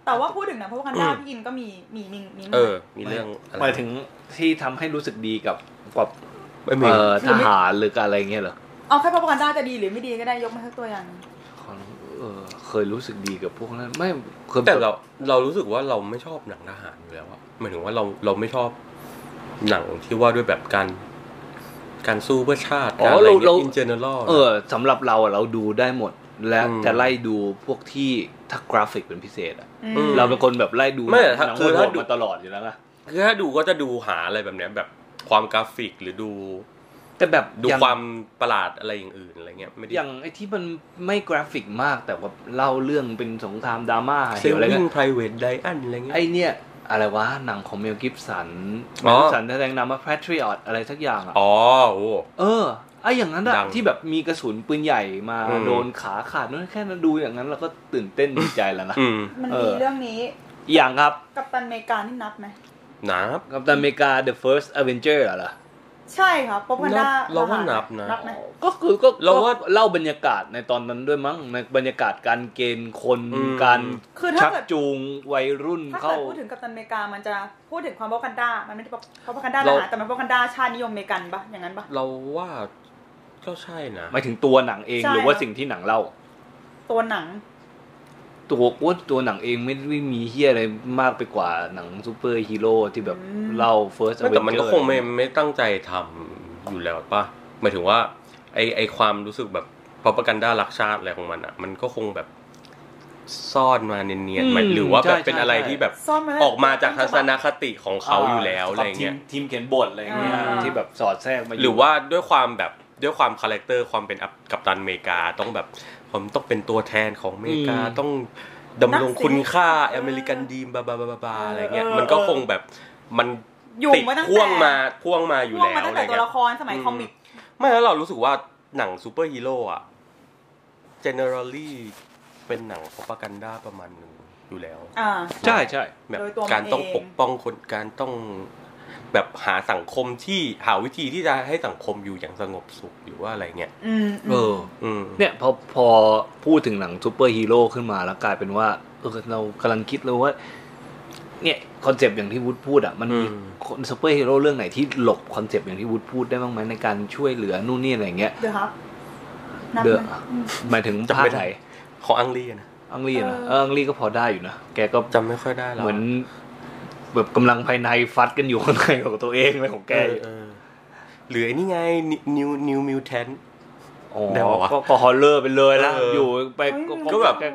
Speaker 1: แต่ว่าพูดถึงหนะเพราะว่ากันด้าพี่อินก็มีมีมีมี
Speaker 2: เออ มีเรื่องอะไร
Speaker 3: หมายถึงที่ทำให้รู้สึกดีกับกับ
Speaker 2: ไม่มี
Speaker 3: เอ่อทหารหรือกับอะไรเงี้ยเหรอ
Speaker 1: เอาแค่พวกกันด้าจะดีหรือไม่ดีก็ได้ยกมาสักตัวอย่าง
Speaker 3: ของเออเคยรู้สึกดีกับพวกนั้นไม่เคย
Speaker 2: แต่เราเรารู้สึกว่าเราไม่ชอบหนังทหารอยู่แล้วอะหมายถึงว่าเราเราไม่ชอบหนังที่ว่าด้วยแบบการการสู้เพื่อชาติการอะไรเนี่ยอินเจเนอรัล
Speaker 3: เออสำหรับเราอะเราดูได้หมด และ
Speaker 2: อืม
Speaker 3: จะไล่ดูพวกที่ถ้ากราฟิกเป็นพิเศษอะ
Speaker 2: อืม
Speaker 3: เราเป็นคนแบบไล่ดู
Speaker 2: ไม่
Speaker 3: หนัง
Speaker 2: ถ้า
Speaker 3: หนัง
Speaker 2: คือ
Speaker 3: โห
Speaker 2: ถ้า
Speaker 3: ด
Speaker 2: ดู
Speaker 3: ๆมาตลอดอยู่แล้วนะ
Speaker 2: คือถ้าดูก็จะดูหาอะไรแบบเนี้ยแบบความกราฟิกหรือดู
Speaker 3: แต่แบบ
Speaker 2: ดู
Speaker 3: อย่าง
Speaker 2: ความประหลาดอะไรอย่างอื่นอะไรเงี้ยไม่ได้
Speaker 3: อย่างไอ้ที่มันไม่กราฟิกมาก แต่ว่าเล่าเรื่องเป็นสงครามดราม่า
Speaker 2: เซ
Speaker 3: เห
Speaker 2: ล
Speaker 3: วอะไร
Speaker 2: ลิ
Speaker 3: เงี้
Speaker 2: ง
Speaker 3: ย
Speaker 2: ไพรเวทไดอันอะไรเงี้ย
Speaker 3: ไอเนี่ย อะไรวะหนังของเมลกิฟสันเม
Speaker 2: อ๋
Speaker 3: ล
Speaker 2: อ
Speaker 3: กิฟสันแสดงนามว่า Patriot อะไรสักอย่างอ่ะ
Speaker 2: อ๋อโอ้
Speaker 3: เออไออย่างนั้นอะ
Speaker 2: ดัง
Speaker 3: ที่แบบมีกระสุนปืนใหญ่มา
Speaker 2: อืม
Speaker 3: โดนขาขาดนั่นแค่นั้นดูอย่างนั้นเราก็ตื่นเต้นดีใจแล้วนะ
Speaker 2: อืม
Speaker 1: มัน
Speaker 3: เอ
Speaker 1: มี
Speaker 3: อ
Speaker 1: เรื่องนี้
Speaker 3: อีกอย่างครับ
Speaker 1: กัปตันอเมริกานี่นับไหม
Speaker 2: นับ
Speaker 3: กัปตันอเมริกา The First Avenger เหรอ
Speaker 1: ใช่ครับพวกกันด้า
Speaker 2: นับเราว่านับนะ
Speaker 1: นับไหม
Speaker 3: ก็คือก็
Speaker 2: เราว่า
Speaker 3: ก็เล่าบรรยากาศในตอนนั้นด้วยมั้งในบรรยากาศการเกณฑ์คน
Speaker 2: อืม
Speaker 3: การ
Speaker 1: คือถ้า
Speaker 3: ชัก
Speaker 1: เกิด
Speaker 3: จูงวัยรุ่น
Speaker 1: ถ้า
Speaker 3: เข้า
Speaker 1: เกิดพูดถึงกัปตันอเมริกามันจะพูดถึงความพวกกันด้ามันไม่ได้พวกกันด้าท
Speaker 2: เรา
Speaker 1: หารแต่มันพวกกันด้าชาตินิยมอเมริกันปะอย่างนั้นปะ
Speaker 2: เราว่าก็ใช่นะ
Speaker 3: หมายถึงตัวหนังเอง
Speaker 1: ใช่
Speaker 3: หรือว่าสิ่งที่หนังเล่า
Speaker 1: ตัวหนัง
Speaker 3: ตัวว่าตัวหนังเองไม่ได้มีเฮียอะไรมากไปกว่าหนังซูเปอร์ฮีโร่ที่แบบ
Speaker 1: อืม
Speaker 3: เล่า First
Speaker 2: ไม่แต่มันก็
Speaker 3: Avenger
Speaker 2: คงไม่ไม่ตั้งใจทำอยู่แล้วป่ะหมายถึงว่า ไอไอความรู้สึกแบบพอประกันด้ารักชาติอะไรของมันอ่ะ มันก็คงแบบซ่อนมาเนียนๆหมาย
Speaker 3: อืม
Speaker 2: หรือว่าแบบ
Speaker 3: ใช่
Speaker 2: เป็นอะไร
Speaker 3: ใช่
Speaker 2: ที่แบบ
Speaker 1: ซ่อนมาไว้
Speaker 2: ออกมาจากทัศนคติของเขาอยู่แล้วอะไรเงี้ย
Speaker 3: ทีมทีมเขียนบทอะไรเงี้ย
Speaker 1: อ่า
Speaker 3: ที่แบบสอดแทรกมายู่
Speaker 2: หรือว่าด้วยความแบบด้วยความคาแรคเตอร์ความเป็นอัพกัปตันอเมริกาต้องแบบผมต้องเป็นตัวแทนของอเมริกาต้องดำรงคุณค่าอเมริกันดีมบาบาบาบาบาอะไรเงี้ย
Speaker 1: เออเออ
Speaker 2: มันก็คงแบบมัน
Speaker 1: อยู่
Speaker 2: ติด
Speaker 1: มาตั้งแต่
Speaker 2: พ่วงมาพ่วงมาอยู่
Speaker 1: พ่วง
Speaker 2: แล้ว
Speaker 1: มาตั้ง
Speaker 2: อะไร
Speaker 1: แต่ตัว
Speaker 2: เงี้ย
Speaker 1: ละครสมัย
Speaker 2: อืม
Speaker 1: คอมิก
Speaker 2: ไม่แล้วเรารู้สึกว่าหนังซูเปอร์ฮีโร่อะ generally เป็นหนังพอปกันด้าประมาณหนึ่งอยู่แล้ว
Speaker 1: อ่า
Speaker 3: ใช่ใช่
Speaker 2: แบบ
Speaker 1: โดยตัวมัน
Speaker 2: การต้อง
Speaker 1: เอง
Speaker 2: ปกป้องคนการต้องแบบหาสังคมที่หาวิธีที่จะให้สังคมอยู่อย่างสงบสุขหรือว่าอะไรเงี้ย
Speaker 1: อืม
Speaker 3: เออ
Speaker 2: อืม
Speaker 3: เนี่ยพอพอพูดถึงหนังซูเปอร์ฮีโร่ขึ้นมาแล้วกลายเป็นว่าเออเรากำลังคิดเลยว่า เนี่ยคอนเซปต์อย่างที่วุฒิพูดอ่ะมันมีคนซูเปอร์ฮีโร่เรื่องไหนที่หลบคอนเซปต์อย่างที่วุฒิพูดได้บ้างไหมในการช่วยเหลือนู่นนี่อะไรเงี้ย
Speaker 1: เดี๋ยวครับนับ
Speaker 3: เด
Speaker 1: ไห
Speaker 3: อะ
Speaker 1: มอืม
Speaker 3: หมายถึงภาคไหน
Speaker 2: ของอังรีอะนะ
Speaker 3: อังลีนะ
Speaker 1: เอ
Speaker 3: เอ
Speaker 1: อ
Speaker 3: ออังลีก็พอได้อยู่นะ แกก็
Speaker 2: จำไม่ค่อยได้แล้ว
Speaker 3: เหมือนแบบกำลังภายในฟัดกันอยู่ข้างในของตัวเองเลยของ
Speaker 2: แก
Speaker 3: แก
Speaker 2: เออหรือไอ้นี่ไง new new mutant
Speaker 3: อ๋อ
Speaker 2: ได้ปะวะ
Speaker 3: ก็ก็ฮอลเลอร์ไปเลยละ
Speaker 2: เอออ
Speaker 3: อยู่ไป
Speaker 1: เฮ้ย
Speaker 2: ก็แบบ
Speaker 3: ก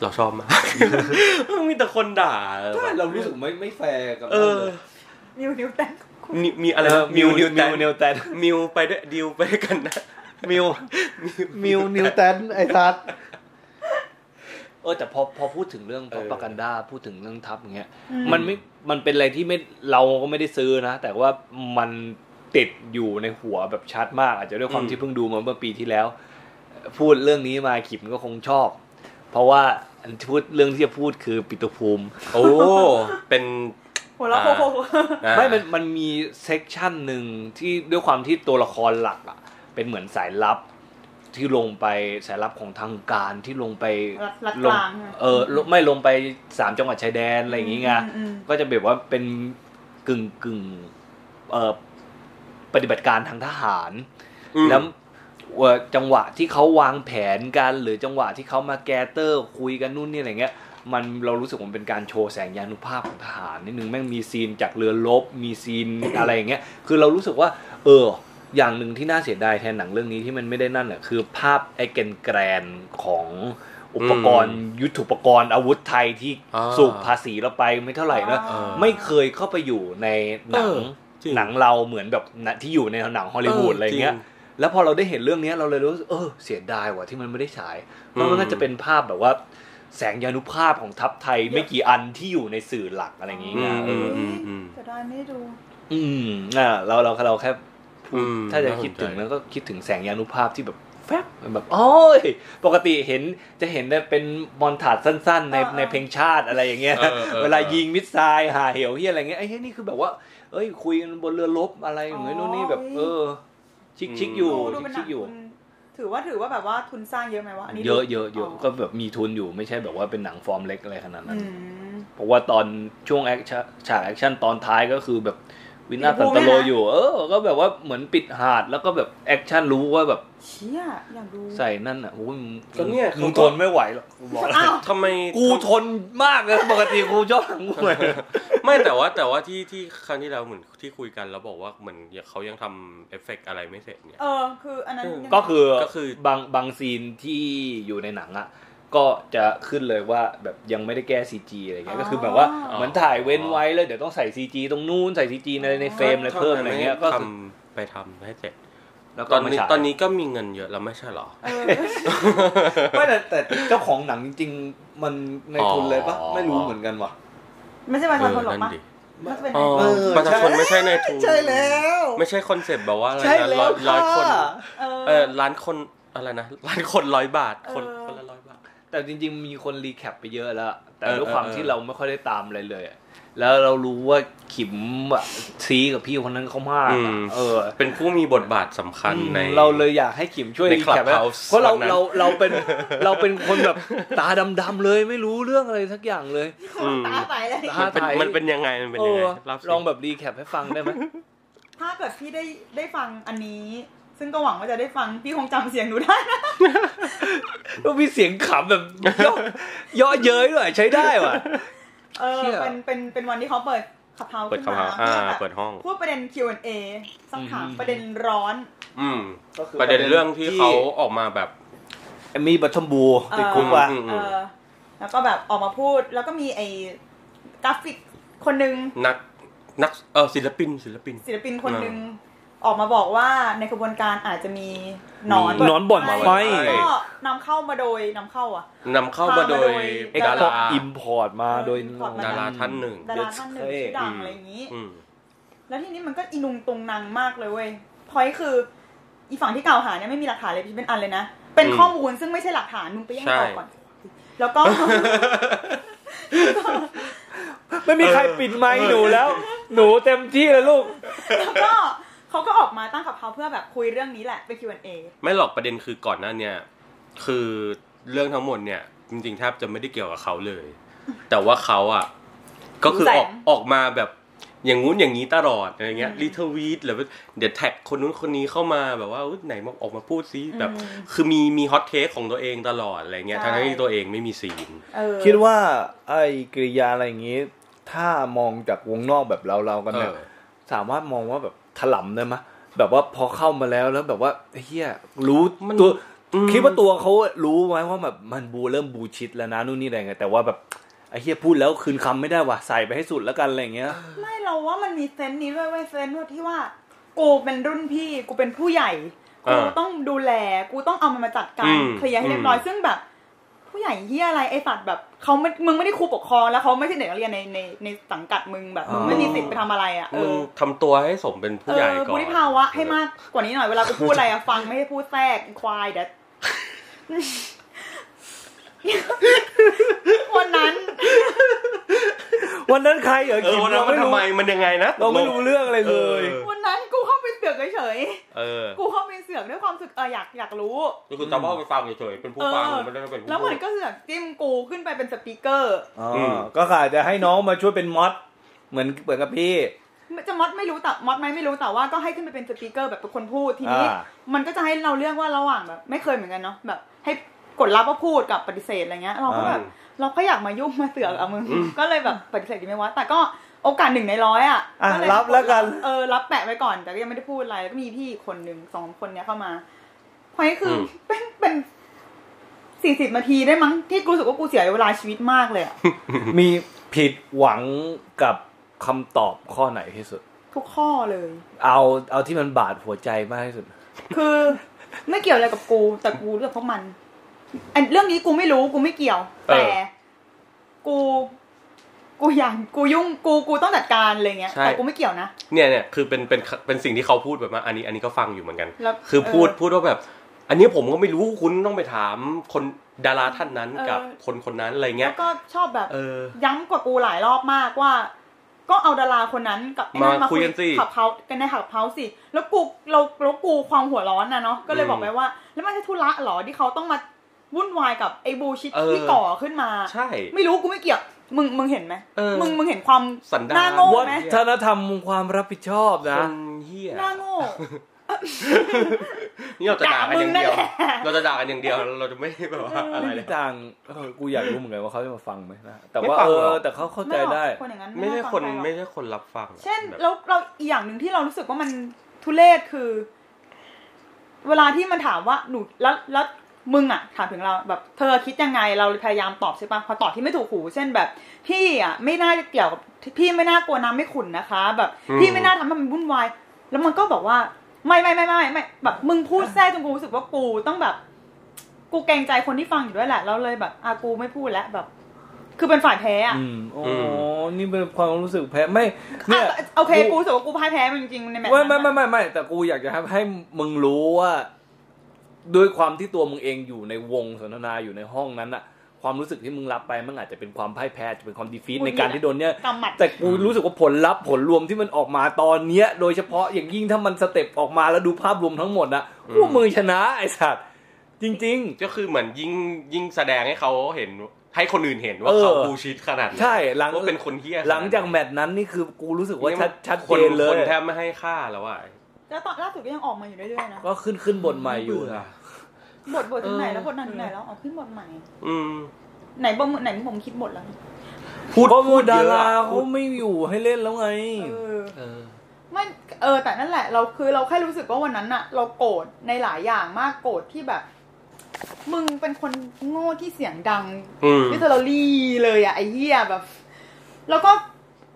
Speaker 2: เราชอบ
Speaker 3: [laughs]
Speaker 2: มาก มีแต่คนด่าเออ
Speaker 3: ก็
Speaker 2: แบบ
Speaker 3: เรารู้สึกไม่ไม่แฟร์กับ
Speaker 2: เออ
Speaker 1: นิวนิวแต่ง
Speaker 2: มีมีอะไร
Speaker 3: มิวนิว
Speaker 2: แต
Speaker 3: มิวนิวแต
Speaker 2: [laughs]
Speaker 3: น
Speaker 2: มิวไปด้วยดิวไปด้วยกันนะ
Speaker 3: มิ
Speaker 2: [laughs]
Speaker 3: วมิวนิวแตนไอ้ทัดเออแต่พอพอพูดถึงเรื่อง
Speaker 2: เออ
Speaker 3: ปากันดาพูดถึงเรื่องทัพอย่างเงี้ย
Speaker 1: อื
Speaker 3: มันไม่ มันเป็นอะไรที่ไม่ เราก็ไม่ได้ซื้อนะ แต่ว่ามันติดอยู่ในหัวแบบชัดมาก อาจจะด้วยความ
Speaker 2: อืม
Speaker 3: ที่เพิ่งดูมาเมื่อปีที่แล้ว พูดเรื่องนี้มาขิมก็คงชอบ เพราะว่าอันที่พูดเรื่องที่จะพูดคือปิตุภูมิ
Speaker 2: [laughs] โอ้เป็น
Speaker 1: หัวเราะโคโคโค
Speaker 2: อ่า
Speaker 3: ไม่ มัน มันมีเซกชันหนึ่งที่ด้วยความที่ตัวละครหลักอะเป็นเหมือนสายลับที่ลงไปสายลับของทางการที่ลงไป
Speaker 1: รัดรัด
Speaker 3: ล
Speaker 1: ก
Speaker 3: ง
Speaker 1: ลางะ
Speaker 3: เออลงไม่ลงไปสามจังหวัดชายแดนอะไรอย่างงี้ไง
Speaker 1: อืม
Speaker 3: ก็จะแบบว่าเป็นกึ่งกึ่งเอ่อปฏิบัติการทางทหาร
Speaker 2: อืม
Speaker 3: แล้วเอ่อจังหวะที่เขาวางแผนกัน หรือจังหวะที่เขามาแกเตอร์คุยกันนู่นนี่อะไรเงี้ย มันเรารู้สึกว่ามันเป็นการโชว์แสงยานุภาพของทหารนิดนึงแม่งมีซีนจากเรือรบมีซีน อะไรอย่างเงี้ยคือเรารู้สึกว่า เออ อย่างหนึ่งที่น่าเสียดายแทนหนังเรื่องนี้ที่มันไม่ได้นั่นน่ะคือภาพไอ้แกนแกรนของอุปกรณ์ ยุทธุปกรณ์อาวุธไทยที่
Speaker 2: อ่า
Speaker 3: สูบภาษีเราไปไม่เท่าไหร่นะ
Speaker 2: เออ
Speaker 3: ไม่เคยเข้าไปอยู่ในหนัง
Speaker 2: เออจริง
Speaker 3: หนังเราเหมือนแบบหนังที่อยู่ในหนังฮอลลีวูดอะไรเงี้ย
Speaker 2: จง
Speaker 3: แล้วพอเราได้เห็นเรื่องเนี้ยเราเลยรู้สึกเออเสียดายว่ะที่มันไม่ได้ฉายเพ
Speaker 2: อื
Speaker 3: ราะ
Speaker 2: ม
Speaker 3: มันน่าจะเป็นภาพแบบว่า แสงยานุภาพของทัพไทยไม่กี่อันที่อยู่ในสื่อหลักอะไรอย่างงี้
Speaker 2: อื
Speaker 3: ไง
Speaker 2: ม
Speaker 3: เอ
Speaker 2: อืม
Speaker 3: อ
Speaker 2: อืมอืม
Speaker 1: จะได้ไม่ได้ดู
Speaker 3: อืมอ่าเราเราเราแค่
Speaker 2: อืม
Speaker 3: ถ้าจะ
Speaker 2: น่สน
Speaker 3: คิดถึง
Speaker 2: ใจ
Speaker 3: แล้วก็คิดถึงแสงยานุภาพที่แบบแฟบแบบโอ้ยปกติเห็นจะเห็นแต่เป็นมอนทาดสั้นๆ ใน
Speaker 1: เออเออ
Speaker 3: ในเพลงชาติอะไรอย่างเงี้ย
Speaker 2: เออเออเออ
Speaker 3: เวลายิงมิสไซล์หาเหวเหียอะไรเงี้ยไอ้เฮียนี่คือแบบว่า เอ้ยคุยกันบนเรือรบอะไรอย่างเงี้ยนู่นนี่แบบ เออ ชิคชิคๆอยู่
Speaker 1: โดู
Speaker 3: ชิ
Speaker 1: เป็
Speaker 3: คน
Speaker 1: หนั
Speaker 3: ชิค
Speaker 1: ง
Speaker 3: ๆอยู่
Speaker 1: ทุนถือว่าถือว่าแบบว่าทุนสร้างเยอะไหมวะอันนี้
Speaker 3: เยอะเยอะเยอะก็
Speaker 1: ก็
Speaker 3: แบบมีทุนอยู่ไม่ใช่แบบว่าเป็นหนังฟอร์มเล็กอะไรขนาดนั้
Speaker 1: อื
Speaker 3: น
Speaker 1: ม
Speaker 3: เพราะว่าตอนช่วงแอคชั่นฉากแอคชั่นตอนท้ายก็คือแบบวินาศสันต
Speaker 1: มี
Speaker 3: โล
Speaker 1: ภูมิด้วยนะ
Speaker 3: อยู่ เออ ก็แบบว่าเหมือนปิดหาดแล้วก็แบบแอคชั่นรู้ว่าแบบ
Speaker 1: เชี่ยอยากดู
Speaker 3: ใส่นั่นอ่ะโอ้ยมึง
Speaker 2: ก็เนี่ยเขาก็
Speaker 3: มึงทนไม่ไหวหรอกกูบอกแล้ว
Speaker 1: อ้าว
Speaker 2: ทำไม
Speaker 3: กูทนมากเลยปกติกูชอบหนังกูเลย
Speaker 2: [laughs] ไม่แต่ว่าแต่ว่าที่ที่ครั้งที่เราเหมือนที่คุยกันแล้วบอกว่าเหมือนเขายังทำเอฟเฟกต์อะไรไม่เสร็จเนี่ย
Speaker 1: เออคืออันนั้นยังไง
Speaker 3: ก็คือ
Speaker 2: ก็คือบ
Speaker 3: างบางซีนที่อยู่ในหนังอ่ะก็จะขึ้นเลยว่าแบบยังไม่ได้แก้ CG อะไรเงี้ยก็คือแบบว่า
Speaker 2: อ๋อ
Speaker 3: เหมือนถ่ายเว้นไว้แล้วเดี๋ยวต้องใส่ CG ตรงนู้นใส่ CG ในในเฟรมอะไรเพิ่มอะไรเงี้ยก็
Speaker 2: ท
Speaker 3: คือ
Speaker 2: ำไปทำให้เสร็จ
Speaker 3: แล้ว
Speaker 2: ต
Speaker 3: ก็
Speaker 2: อน
Speaker 3: มา
Speaker 2: นี้
Speaker 3: ฉาย
Speaker 2: ตอนนี้ก็มีเงินเยอะแล้วไม่ใช่เหรอ
Speaker 1: เออ
Speaker 3: ไม่แต่แต่เจ้าของหนังจริงๆมันในทุนเลยปะ
Speaker 2: อ๋อ
Speaker 3: ไม่รู้เหมือนกันว่ะ
Speaker 1: ไม่ใช่ประชาชนหรอกปะ
Speaker 2: ดิ
Speaker 1: น่าจะเป็น
Speaker 2: อ๋อ
Speaker 3: เออ
Speaker 2: ประชาชนไม่ใช่ในทุน
Speaker 3: ใช่แล้ว
Speaker 2: ไม่ใช่คอนเซปต์แบบว่าอะไร
Speaker 3: ใช่
Speaker 2: นะ
Speaker 3: แล้
Speaker 2: ร้อ
Speaker 3: วย
Speaker 2: ร้อยคน
Speaker 1: เออ
Speaker 2: เออล้านคนอะไรนะล้านคนร้อยบาท คน
Speaker 1: เออ
Speaker 2: คนละร้อยบาท
Speaker 3: แต่จริงๆมีคนรีแคปไปเยอะแล้ว แต่
Speaker 2: เออ
Speaker 3: ด้วยความ
Speaker 2: เออ
Speaker 3: ที่เราไม่ค่อยได้ตามอะไรเลยอะแล้วเรารู้ว่าขิมอะซีกับพี่คนนั้นเขามากอะเออ
Speaker 2: เป็นผู้มีบทบาทสำคัญใน
Speaker 3: เราเลยอยากให้ขิมช่วย
Speaker 2: ใน
Speaker 3: รีแคปไว้
Speaker 2: Clubhouse
Speaker 3: เพราะเรา
Speaker 2: วันนั้น
Speaker 3: เราเราเป็นเราเป็นคนแบบตาดำๆเลยไม่รู้เรื่องอะไรสักอย่างเลย
Speaker 2: อืม
Speaker 1: ตาไปเลย
Speaker 2: มันเป็น
Speaker 3: ท้าทาย
Speaker 2: มันเป็นยังไงมันเป็น
Speaker 3: เอ
Speaker 2: ยังไง
Speaker 3: อ
Speaker 2: เาสิ
Speaker 3: ลองแบบรีแคปให้ฟังได้ไหม
Speaker 1: ถ้าเกิดพี่ได้ได้ฟังอันนี้ ซึ่งก็หวังว่าจะได้ฟังพี่คงจำเสียงหนูได้นะ
Speaker 3: ต้องมีเสียงขำแบบย่อย้อเย้ยด้วยใช้ได้ว่ะ
Speaker 1: เออ
Speaker 3: เชี่ย
Speaker 1: เป็นเป็นเป็นวันที่เขาเปิดขับเฮา
Speaker 2: เปิด
Speaker 1: ขึ้น
Speaker 2: คำถาม
Speaker 1: าม เพื่อ
Speaker 2: อ่า
Speaker 1: แบบ
Speaker 2: เปิดห้อง
Speaker 1: พูดประเด็น Q&A สักถาม
Speaker 3: อืม
Speaker 1: ประเด็นร้อน
Speaker 2: อืม ประเด็นเรื่องที่เขาออกมาแบบ
Speaker 3: เอมมี่บัตทอมบูติดคุกว่ะ
Speaker 2: อืม
Speaker 1: เออ แล้วก็แบบออกมาพูดแล้วก็มีไอ้กราฟิกคนหนึ่ง
Speaker 2: นักนักเออศิลปินศิลปิน
Speaker 1: ศิลปินคนหนึ่งออกมาบอกว่าในกระบวนการอาจจะมีหนอน
Speaker 3: หนอนบ่อนไฟ
Speaker 1: ก็นำเข้ามาโดยนำเข้าอ่ะ
Speaker 2: นำเข้ามาโดย
Speaker 1: เอ็กซ์พอ
Speaker 2: ดา
Speaker 1: ร์
Speaker 2: รา
Speaker 1: ต
Speaker 3: อิมพอร์ตมาโดย
Speaker 2: ดาราท่านหนึ่ง
Speaker 1: ดาราท่านหนึ่งชื่อดังอะไรอย่างนี้
Speaker 2: อืม
Speaker 1: แล้วทีนี้มันก็อินุงตุงนางมากเลยเว้ยพอยคือ อีฝั่งที่กล่าวหาเนี่ยไม่มีหลักฐานเลยพี่เป็นอันเลยนะ เป็น
Speaker 2: อืม
Speaker 1: ข้อมูลซึ่งไม่ใช่หลักฐานมึงไปแย่ง
Speaker 2: ใช่
Speaker 1: เอาก่อน แล้วก็ [laughs]
Speaker 3: ไม่มีใครปิดไมค์หนูแล้ว หนูเต็มที่แล้วลูก
Speaker 1: แล้วก็เขาก็ออกมาตั้งกับเขาเพื่อแบบคุยเรื่องนี้แหละเป็น Q&A
Speaker 2: ไม่หรอกประเด็นคือก่อนหน้าเนี่ยคือเรื่องทั้งหมดเนี่ย จริงๆแทบจะไม่ได้เกี่ยวกับเขาเลย [laughs] แต่ว่าเขาอ่ะ ก็คือออก
Speaker 1: แสง
Speaker 2: ออกมาแบบอย่างงู้นอย่างนี้ตลอดอะไรเงี้ย
Speaker 1: อืม
Speaker 2: รีทวีตหรือว่าเดี๋ยวแท็กคนนู้นคนนี้เข้ามาแบบว่าอุ๊ยไหนมาออกมาพูดซิแบบ
Speaker 1: อืม
Speaker 2: คือมีมีฮอตเทคของตัวเองตลอดอะไรเงี้ย
Speaker 1: ใช่
Speaker 2: ทั้งๆที่ตัวเองไม่มีซีน
Speaker 1: เออ
Speaker 3: คิดว่าไอ้กริยาอะไรอย่างงี้ ถ้ามองจากวงนอกแบบเราเราๆกันเนี่ย
Speaker 2: เออ
Speaker 3: สามารถมองว่าแบบถล่มได้ไหมแบบว่าพอเข้ามาแล้วแล้วแบบว่าเฮียรู้
Speaker 2: มัน
Speaker 3: ตัว
Speaker 2: อืม
Speaker 3: คิดว่าตัวเขารู้ไหมว่าแบบมันบูเริ่มบูชิดแล้วนะนู่นนี่อะไรเงี้ยแต่ว่าแบบไอ้เฮียพูดแล้วคืนคำไม่ได้ว่ะใส่ไปให้สุดแล้วกันอะไรอย่างเงี้ย
Speaker 1: ไม่เราว่ามันมีเซนส์นี้ด้วยเว้ยเซนส์ที่ว่า กูเป็นรุ่นพี่กูเป็นผู้ใหญ่
Speaker 2: อ่า
Speaker 1: กูต้องดูแล กูต้องเอามันมาจัดกา
Speaker 2: อื
Speaker 1: ร
Speaker 2: ม
Speaker 1: เคลียร์ให้เรียบร้อยซึ่งแบบ ผู้ใหญ่เฮียอะไรไอ้สัตว์แบบเขาไม่มึงไม่ได้ครูปกครองแล้วเขาไม่ใช่เด็กนักเรียนในในในสังกัดมึงแบบมึงไม่มีสิทธิ์ไปทำอะไรอ่ะเอ
Speaker 2: มึง
Speaker 1: อ
Speaker 2: ทำตัวให้สมเป็นผู้ใหญ่ก่อน
Speaker 1: บุริภาวะให้มากกว่านี้หน่อย เวลากูพูดอะไรอะฟังไม่ให้พูดแทรกอีควายเด็ดวันนั้น
Speaker 3: วันนั้นใครเหรอ
Speaker 2: เออ
Speaker 3: กิม
Speaker 2: วันนั้
Speaker 3: เรา
Speaker 2: นมันทำไม
Speaker 3: ไม่รู้
Speaker 2: มันยังไงนะ
Speaker 3: เราไม่รู้เรื่องอะไร
Speaker 2: เอ
Speaker 3: เล
Speaker 2: อย
Speaker 1: วันนั้นกูเข้าไปเสือกเฉย
Speaker 2: เออ
Speaker 1: ๆกูเข้าไปเสือกด้วยความรู้สึกเอออยากอยากรู้
Speaker 2: ก็คือจำเพาะไปฟังเฉยๆเป็นผู้
Speaker 1: เอ
Speaker 2: ฟัง
Speaker 1: อ
Speaker 2: ไม่ได้เป็นผู้
Speaker 1: แล้ว
Speaker 2: พู
Speaker 1: มัน
Speaker 2: ด
Speaker 1: ก็เสือกจิ้มกูขึ้นไปเป็นสปีกเกอร์
Speaker 3: อ๋อ
Speaker 2: อืม
Speaker 3: ก็อาจจะให้น้องมาช่วยเป็นมอดเหมือนเหมือนกับ
Speaker 2: [laughs]
Speaker 3: พี่
Speaker 1: จะมอดไม่รู้แต่มอดไหมไม่รู้แต่ว่าก็ให้ขึ้นไปเป็นสปีกเกอร์แบบเป็นคนพูดทีนี้
Speaker 3: อ่า
Speaker 1: มันก็จะให้เราเลือกว่าระหว่างแบบ ไม่เคยเหมือนกันเนาะแบบ ให้กดรับว่าพูดกับปฏิเสธอะไรเงี้ยเราก็แบบ เราก็อยากมายุ่งมาเสือกอะมึง ก็เลยแบบปฏิเสธดีไหมวะแต่ก็โอกาสหนึ่งในร้อยอะ
Speaker 3: อ่ะ
Speaker 1: ก็เย
Speaker 3: รับแล้วกัน
Speaker 1: เออรับแปะไว้ก่อนแต่ก็ยังไม่ได้พูดอะไรแล้วก็มีพี่อีกคนหนึ่งสองคนเนี้ยเข้ามาพอยคืออ
Speaker 2: ม
Speaker 1: เป็นเป็นสี่สิบนาทีได้มั้งที่กูรู้สึกว่ากูเสียเวลาชีวิตมาก
Speaker 3: [laughs]
Speaker 1: เลยอะ
Speaker 3: มีผิดหวังกับคำตอบข้อไหนที่สุด
Speaker 1: ทุกข้อเลย
Speaker 3: เอาเอาที่มันบาดหัวใจมากที่สุด
Speaker 1: คือไม่เกี่ยวอะไรกับกู แต่กูเลือกเพราะมันอันเรื่องนี้กูไม่รู้กูไม่เกี่ยว แต่ กู กูอย่างกูยุ่งกูกูต้องจัดการอะไรเงี้ย
Speaker 2: ใช่
Speaker 1: แต่กูไม่เกี่ยวนะ
Speaker 2: เนี่ยเนี่ยคือเป็นเป็นเป็นสิ่งที่เขาพูดแบบว่าอันนี้อันนี้ก็ฟังอยู่เหมือนกัน
Speaker 1: แล้ว
Speaker 2: คือพูด
Speaker 1: เออ
Speaker 2: พูดว่าแบบ อันนี้ผมก็ไม่รู้คุณต้องไปถามคนดาราท่านนั้น
Speaker 1: เออ
Speaker 2: กับคนคนนั้นอะไรเงี้
Speaker 1: แล้
Speaker 2: ยว
Speaker 1: ก็ชอบแบบ
Speaker 2: เออ
Speaker 1: ย้ำกว่ากูหลายรอบมากว่า ก็เอาดาราคนนั้นกับไอ้นั่น
Speaker 2: มาคุยกันสิ
Speaker 1: ขับเขากันในขับเขาสิ แล้วกูเราแล้วกูความหัวร้อนนะเนาะก็เลย
Speaker 2: อืม
Speaker 1: บอกไปว่า แล้วมันจะธุระเหรอที่เขาต้องมาวุ่นวายกับไอ้บูชิต
Speaker 2: เออ
Speaker 1: ที่ก่อขึ้นมา
Speaker 2: ใช่
Speaker 1: ไม่รู้กูไม่เกี่ยว มึงมึงเห็นไหม
Speaker 2: เออ
Speaker 1: มึงมึงเห็นความ
Speaker 2: สันดาน
Speaker 1: หน้าโง่ไหม
Speaker 3: วัฒนธรรมความรับผิดชอบ
Speaker 2: ค
Speaker 3: นะ
Speaker 2: นเฮีย
Speaker 1: หน้าโง่
Speaker 2: นี่เราจะด่ากันอย่างเดียว
Speaker 1: ด่ามึงนั่นแหละ
Speaker 2: เราจะด่ากันอย่างเดียวเราจะไม่แบบว่าอะไร
Speaker 3: ไม่
Speaker 2: เล
Speaker 3: มี
Speaker 2: ย
Speaker 3: ทางเออกูอยากรู้เหมือนกันว่าเขาจะมาฟังไหมนะแต่
Speaker 2: ไม่
Speaker 3: ว่า
Speaker 2: ฟัง
Speaker 3: เอ
Speaker 2: หรอก
Speaker 3: อแต่เขาเข้าใจได้
Speaker 1: คนอย่างนั้น
Speaker 2: ไม่ใช่คน
Speaker 1: ฟังใรหรอก
Speaker 2: ไม่ใช่คนรับฟัง
Speaker 1: เช่น
Speaker 2: แบบ
Speaker 1: แล้วเราอีกอย่างหนึ่งที่เรารู้สึกว่ามันทุเลศคือ เวลาที่มันถามว่าหนูแล้วแล้วมึงอะถามถึงเราแบบ เธอคิดยังไงเราพยายามตอบใช่ปะพอตอบที่ไม่ถูกหู เช่นแบบ พี่อะไม่น่าจะเกี่ยวกับพี่ไม่น่ากลัวน้ำไม่ขุ่นนะคะ แบบ
Speaker 2: อืม
Speaker 1: พี่ไม่น่าทำให้มันวุ่นวายแล้วมันก็บอกว่า ไม่ไม่ไม่ไม่ไม่แบบมึงพูดแทรกจนกูรู้สึกว่ากูต้องแบบ กูเกรงใจคนที่ฟังอยู่ด้วยแหละเราเลยแบบอากูไม่พูดแล้วแบบ คือเป็นฝ่ายแพ้อะ
Speaker 3: อืมโอ้
Speaker 2: อืม
Speaker 3: นี่เป็นความรู้สึกแพ้ไม่เนี่ย
Speaker 1: อ่ะโอเคกูรู้สึกว่ากูพ่ายแพ้มันจริงๆในแมตช์
Speaker 3: ไม่
Speaker 1: นั้น
Speaker 3: ไม่ไม่
Speaker 1: อะ
Speaker 3: ไม่ไม่แต่กูอยากจะให้ให้มึงรู้ว่า ด้วยความที่ตัวมึงเองอยู่ในวงสนทนาอยู่ในห้องนั้นอะความรู้สึกที่มึงรับไปมันอาจจะเป็นความพ่ายแพ้อาจจะเป็นความดีฟีต
Speaker 1: หงุ
Speaker 3: ใน
Speaker 1: ดหงิด
Speaker 3: การที่โดนเนี่ย
Speaker 1: กำหมัด
Speaker 3: แต่กูรู้สึกว่าผลลัพธ์ผลรวมที่มันออกมาตอนเนี้ย โดยเฉพาะอย่างยิ่งถ้ามันสเต็ปออกมาแล้วดูภาพรวมทั้งหมดนะกูว่ามึงชนะไอ้สัตว์จริง
Speaker 2: ก็คือเหมือนยิ่งยิ่งแสดงให้เขาเห็นให้คนอื่นเห็นว่า
Speaker 3: เออ
Speaker 2: เขาบูชิดขนาดไหน
Speaker 3: ใช่หลัง
Speaker 2: ว่าเป็นคนเฮีย
Speaker 3: ๆ หลังจากแมตช์นั้นนี่คือกูรู้สึกว่าชัดชัด
Speaker 2: ค
Speaker 3: เจนเล
Speaker 2: ค
Speaker 3: ย
Speaker 2: นแทบไม่ให้ค่าแล้วอ่ะ
Speaker 1: แล้วตอนล่าสุดก็ยังออกมาอยู่เรื่อยๆนะ
Speaker 3: ก็ขึ้นขึ้นบนใหม่อยู่นะ
Speaker 1: บทบทถึงไหน
Speaker 3: เออ
Speaker 1: แล้วบทนั้นถึงไหนแล้วออกขึ้นบทใหม่
Speaker 2: อืม
Speaker 1: ไหนบทไหนผมคิดบทแล้ว
Speaker 2: พูด
Speaker 3: เพราะ
Speaker 2: พู
Speaker 3: พู
Speaker 2: ด
Speaker 3: ด
Speaker 2: เย
Speaker 3: ดา
Speaker 2: อะ
Speaker 3: รา
Speaker 2: อะพู
Speaker 3: เขา
Speaker 2: ด
Speaker 3: ไม่อยู่ให้เล่นแล้วไง
Speaker 1: เออ
Speaker 2: เออ
Speaker 1: ไม่เออแต่นั่นแหละ เราคือเราแค่รู้สึกว่าวันนั้นอะเราโกรธในหลายอย่างมากโกรธที่แบบ มึงเป็นคนโง่ที่เสียงดัง
Speaker 2: อืม
Speaker 1: วิเทอร์ลี่เลยอะไอ้เหี้ยแบบ แล้วก็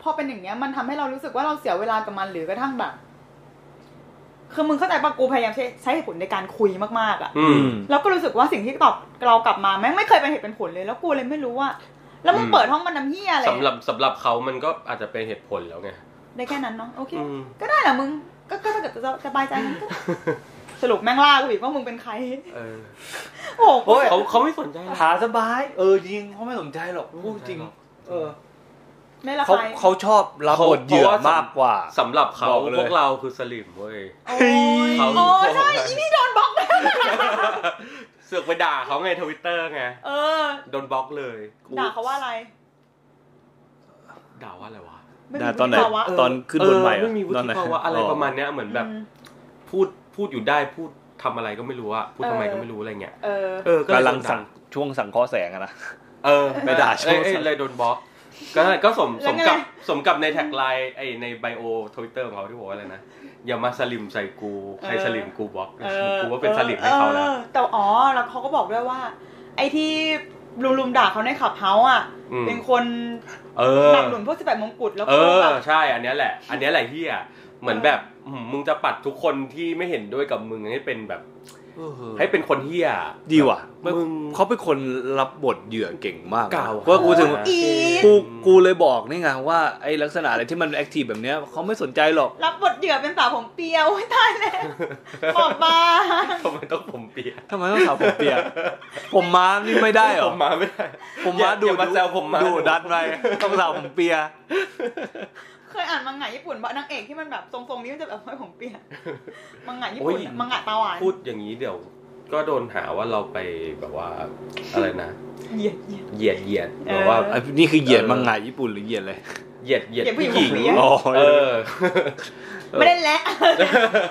Speaker 1: พอเป็นอย่างเงี้ย มันทำให้เรารู้สึกว่าเราเสียเวลากับมันหรือกระทั่งแบบคือมึงเข้าใจปะกูพยายามใช้ใช้เหตุผลในการคุยมากๆอะ
Speaker 2: อืม
Speaker 1: แล้วก็รู้สึกว่าสิ่งที่ตอบเรากลับมาแม่งไม่เคยเป็นเหตุเป็นผลเลย แล้วกูเลยไม่รู้ว่า แล้วมึง
Speaker 2: อืม
Speaker 1: เปิดห้องมันน้ำเหี้ยอะไร
Speaker 2: สำหรับสำหรับเขามันก็อาจจะเป็นเหตุผลแล้วไง
Speaker 1: ได้แค่นั้นเนาะโอเค
Speaker 2: อืม
Speaker 1: ก็ได้แหละมึง ก็ก็ถ้าเกิดจะสบายใจมึงก็ สรุปแม่งล่ากูอีกว่ามึงเป็นใคร
Speaker 2: เออ
Speaker 1: โอ้โห
Speaker 3: โอ้ย
Speaker 2: เขาเขาไม่สนใจหรอก
Speaker 3: หาสบาย เออจริงเขาไม่สนใจหรอกพูดจริง
Speaker 2: ไม่สนใจหรอก
Speaker 3: เออ
Speaker 1: ไม่ละ
Speaker 3: เขา
Speaker 1: ใคร
Speaker 3: เขาชอบรับบทเหยื่อมากกว่า
Speaker 2: สำหรับเขา
Speaker 3: บอกเลย
Speaker 2: พวกเราคือสลิมเว้ย
Speaker 1: โอ้ย
Speaker 2: เขา
Speaker 1: โอ้ยใช่อีนี่โดนบล็อกแล้ว
Speaker 2: เสือกไปด่าเขาไงทวิตเตอร์ไง
Speaker 1: เออ
Speaker 2: โดนบล็อกเลยกู
Speaker 1: ด่าเขาว่าอะไร
Speaker 2: ด่าว่าอะไรวะ
Speaker 1: ไม่มี
Speaker 3: ด่าตอนไหน
Speaker 1: วุฒิภาวะ
Speaker 3: ตอนขึ้นบนใหม่เห
Speaker 2: เออ
Speaker 3: รอ
Speaker 2: ไม่มีวุฒิภาวะ
Speaker 3: ตอนไหน
Speaker 2: อะไรประมาณเนี้ยเหมือนแบบ
Speaker 1: อืม
Speaker 2: พูดพูดอยู่ได้พูดทำอะไรก็ไม่รู้อะพูดทำไมก็ไม่รู้อะไรเงี้ย
Speaker 1: เออ
Speaker 2: เออก็เย
Speaker 3: กำลัง
Speaker 2: โดนด่า
Speaker 3: สั่งช่วงสั่งข้อแสงอะนะ
Speaker 2: เออ
Speaker 3: ไปด่าช่
Speaker 2: เอ้
Speaker 3: วย ง
Speaker 2: เอ้ยเลยโดนบล็อกก็นั่นก็สม
Speaker 1: แล้
Speaker 2: ส
Speaker 1: ว
Speaker 2: ม
Speaker 1: ไง
Speaker 2: กับสมกับในแท็กไลน์ไอในไบโอทวิตเตอร์ของเขาที่บอกว่าอะไรนะอย่ามาสลิมใส่กูใครสลิมกูบล็อก
Speaker 1: เออ
Speaker 2: กูว่าเป็นสลิมให้เขาแล้ว
Speaker 1: ออแต่อ๋อ แล้วเขาก็บอกด้วยว่า ไอ้ที่ลุมๆด่าเขาในขับเฮาอ่ะ
Speaker 2: อืม
Speaker 1: เป็นคน
Speaker 2: เอ
Speaker 1: ห
Speaker 2: อ
Speaker 1: นักหนุนพวกสิบแปดมงกุฎแล้ว
Speaker 2: เอ
Speaker 1: ก็
Speaker 2: อ
Speaker 1: แบบ
Speaker 2: ใช่ อันเนี้ยแหละ อันเนี้ยแหละเฮียเหมือนแบบอืมมึงจะปัดทุกคนที่ไม่เห็นด้วยกับมึงให้เป็นแบบ ให้เป็นคนเฮีย
Speaker 3: ดีว่ะ
Speaker 2: มึง
Speaker 3: เขาเป็นคนรับบทเหยื่อเก่งมากนะ
Speaker 2: กล่าว
Speaker 3: ว่ากูถึง
Speaker 2: หา
Speaker 1: อีก
Speaker 3: กูกูเลยบอกนี่ไงว่าไอ้ลักษณะอะไรที่มันแอคทีฟแบบเนี้ยเขาไม่สนใจหรอก
Speaker 1: รับบทเหยื่อเป็นสาวผมเปรียว [laughs] ตายแล้วบอบบาง
Speaker 2: ทำไมต้องผมเปียก
Speaker 3: ทำไมต้องสาวผมเปียก [laughs] ผมม้านี่ไม่ได้หร
Speaker 2: ผ
Speaker 3: อ
Speaker 2: มมาไม่ได้
Speaker 3: ผม
Speaker 2: อย่
Speaker 3: ม้าดู
Speaker 2: อย่มาแซวผมมา
Speaker 3: ดูดันไปต้องสาวผมเปีย
Speaker 1: เคยอ่านมังงะญี่ปุ่นว่านางเอกที่มันแบบทรงๆนี้มันจะแบบให้ผมเปรียวมังงะญี่
Speaker 2: โอ้ย
Speaker 1: ปุ่นอะมังงะตาหวาน
Speaker 2: พูดอย่างนี้เดี๋ยว ก็โดนหาว่าเราไปแบบ
Speaker 1: [laughs]
Speaker 2: ว่า อะไรนะ
Speaker 1: เหยียดเหยียด
Speaker 2: เหยียดเหยียด
Speaker 1: เอ
Speaker 2: แบ
Speaker 1: อ
Speaker 2: บว่า
Speaker 3: ไอ้นี่คือเหยียดมังงะญี่ปุ่นหรือเหยียดเลย
Speaker 2: เหยียดเหยียด
Speaker 1: เหยียดผู้ห
Speaker 2: ผู้
Speaker 1: ญิง
Speaker 2: หญิง
Speaker 1: เหยียด
Speaker 3: อ๋อ
Speaker 2: เออ
Speaker 1: ไม่เล่นแล้ว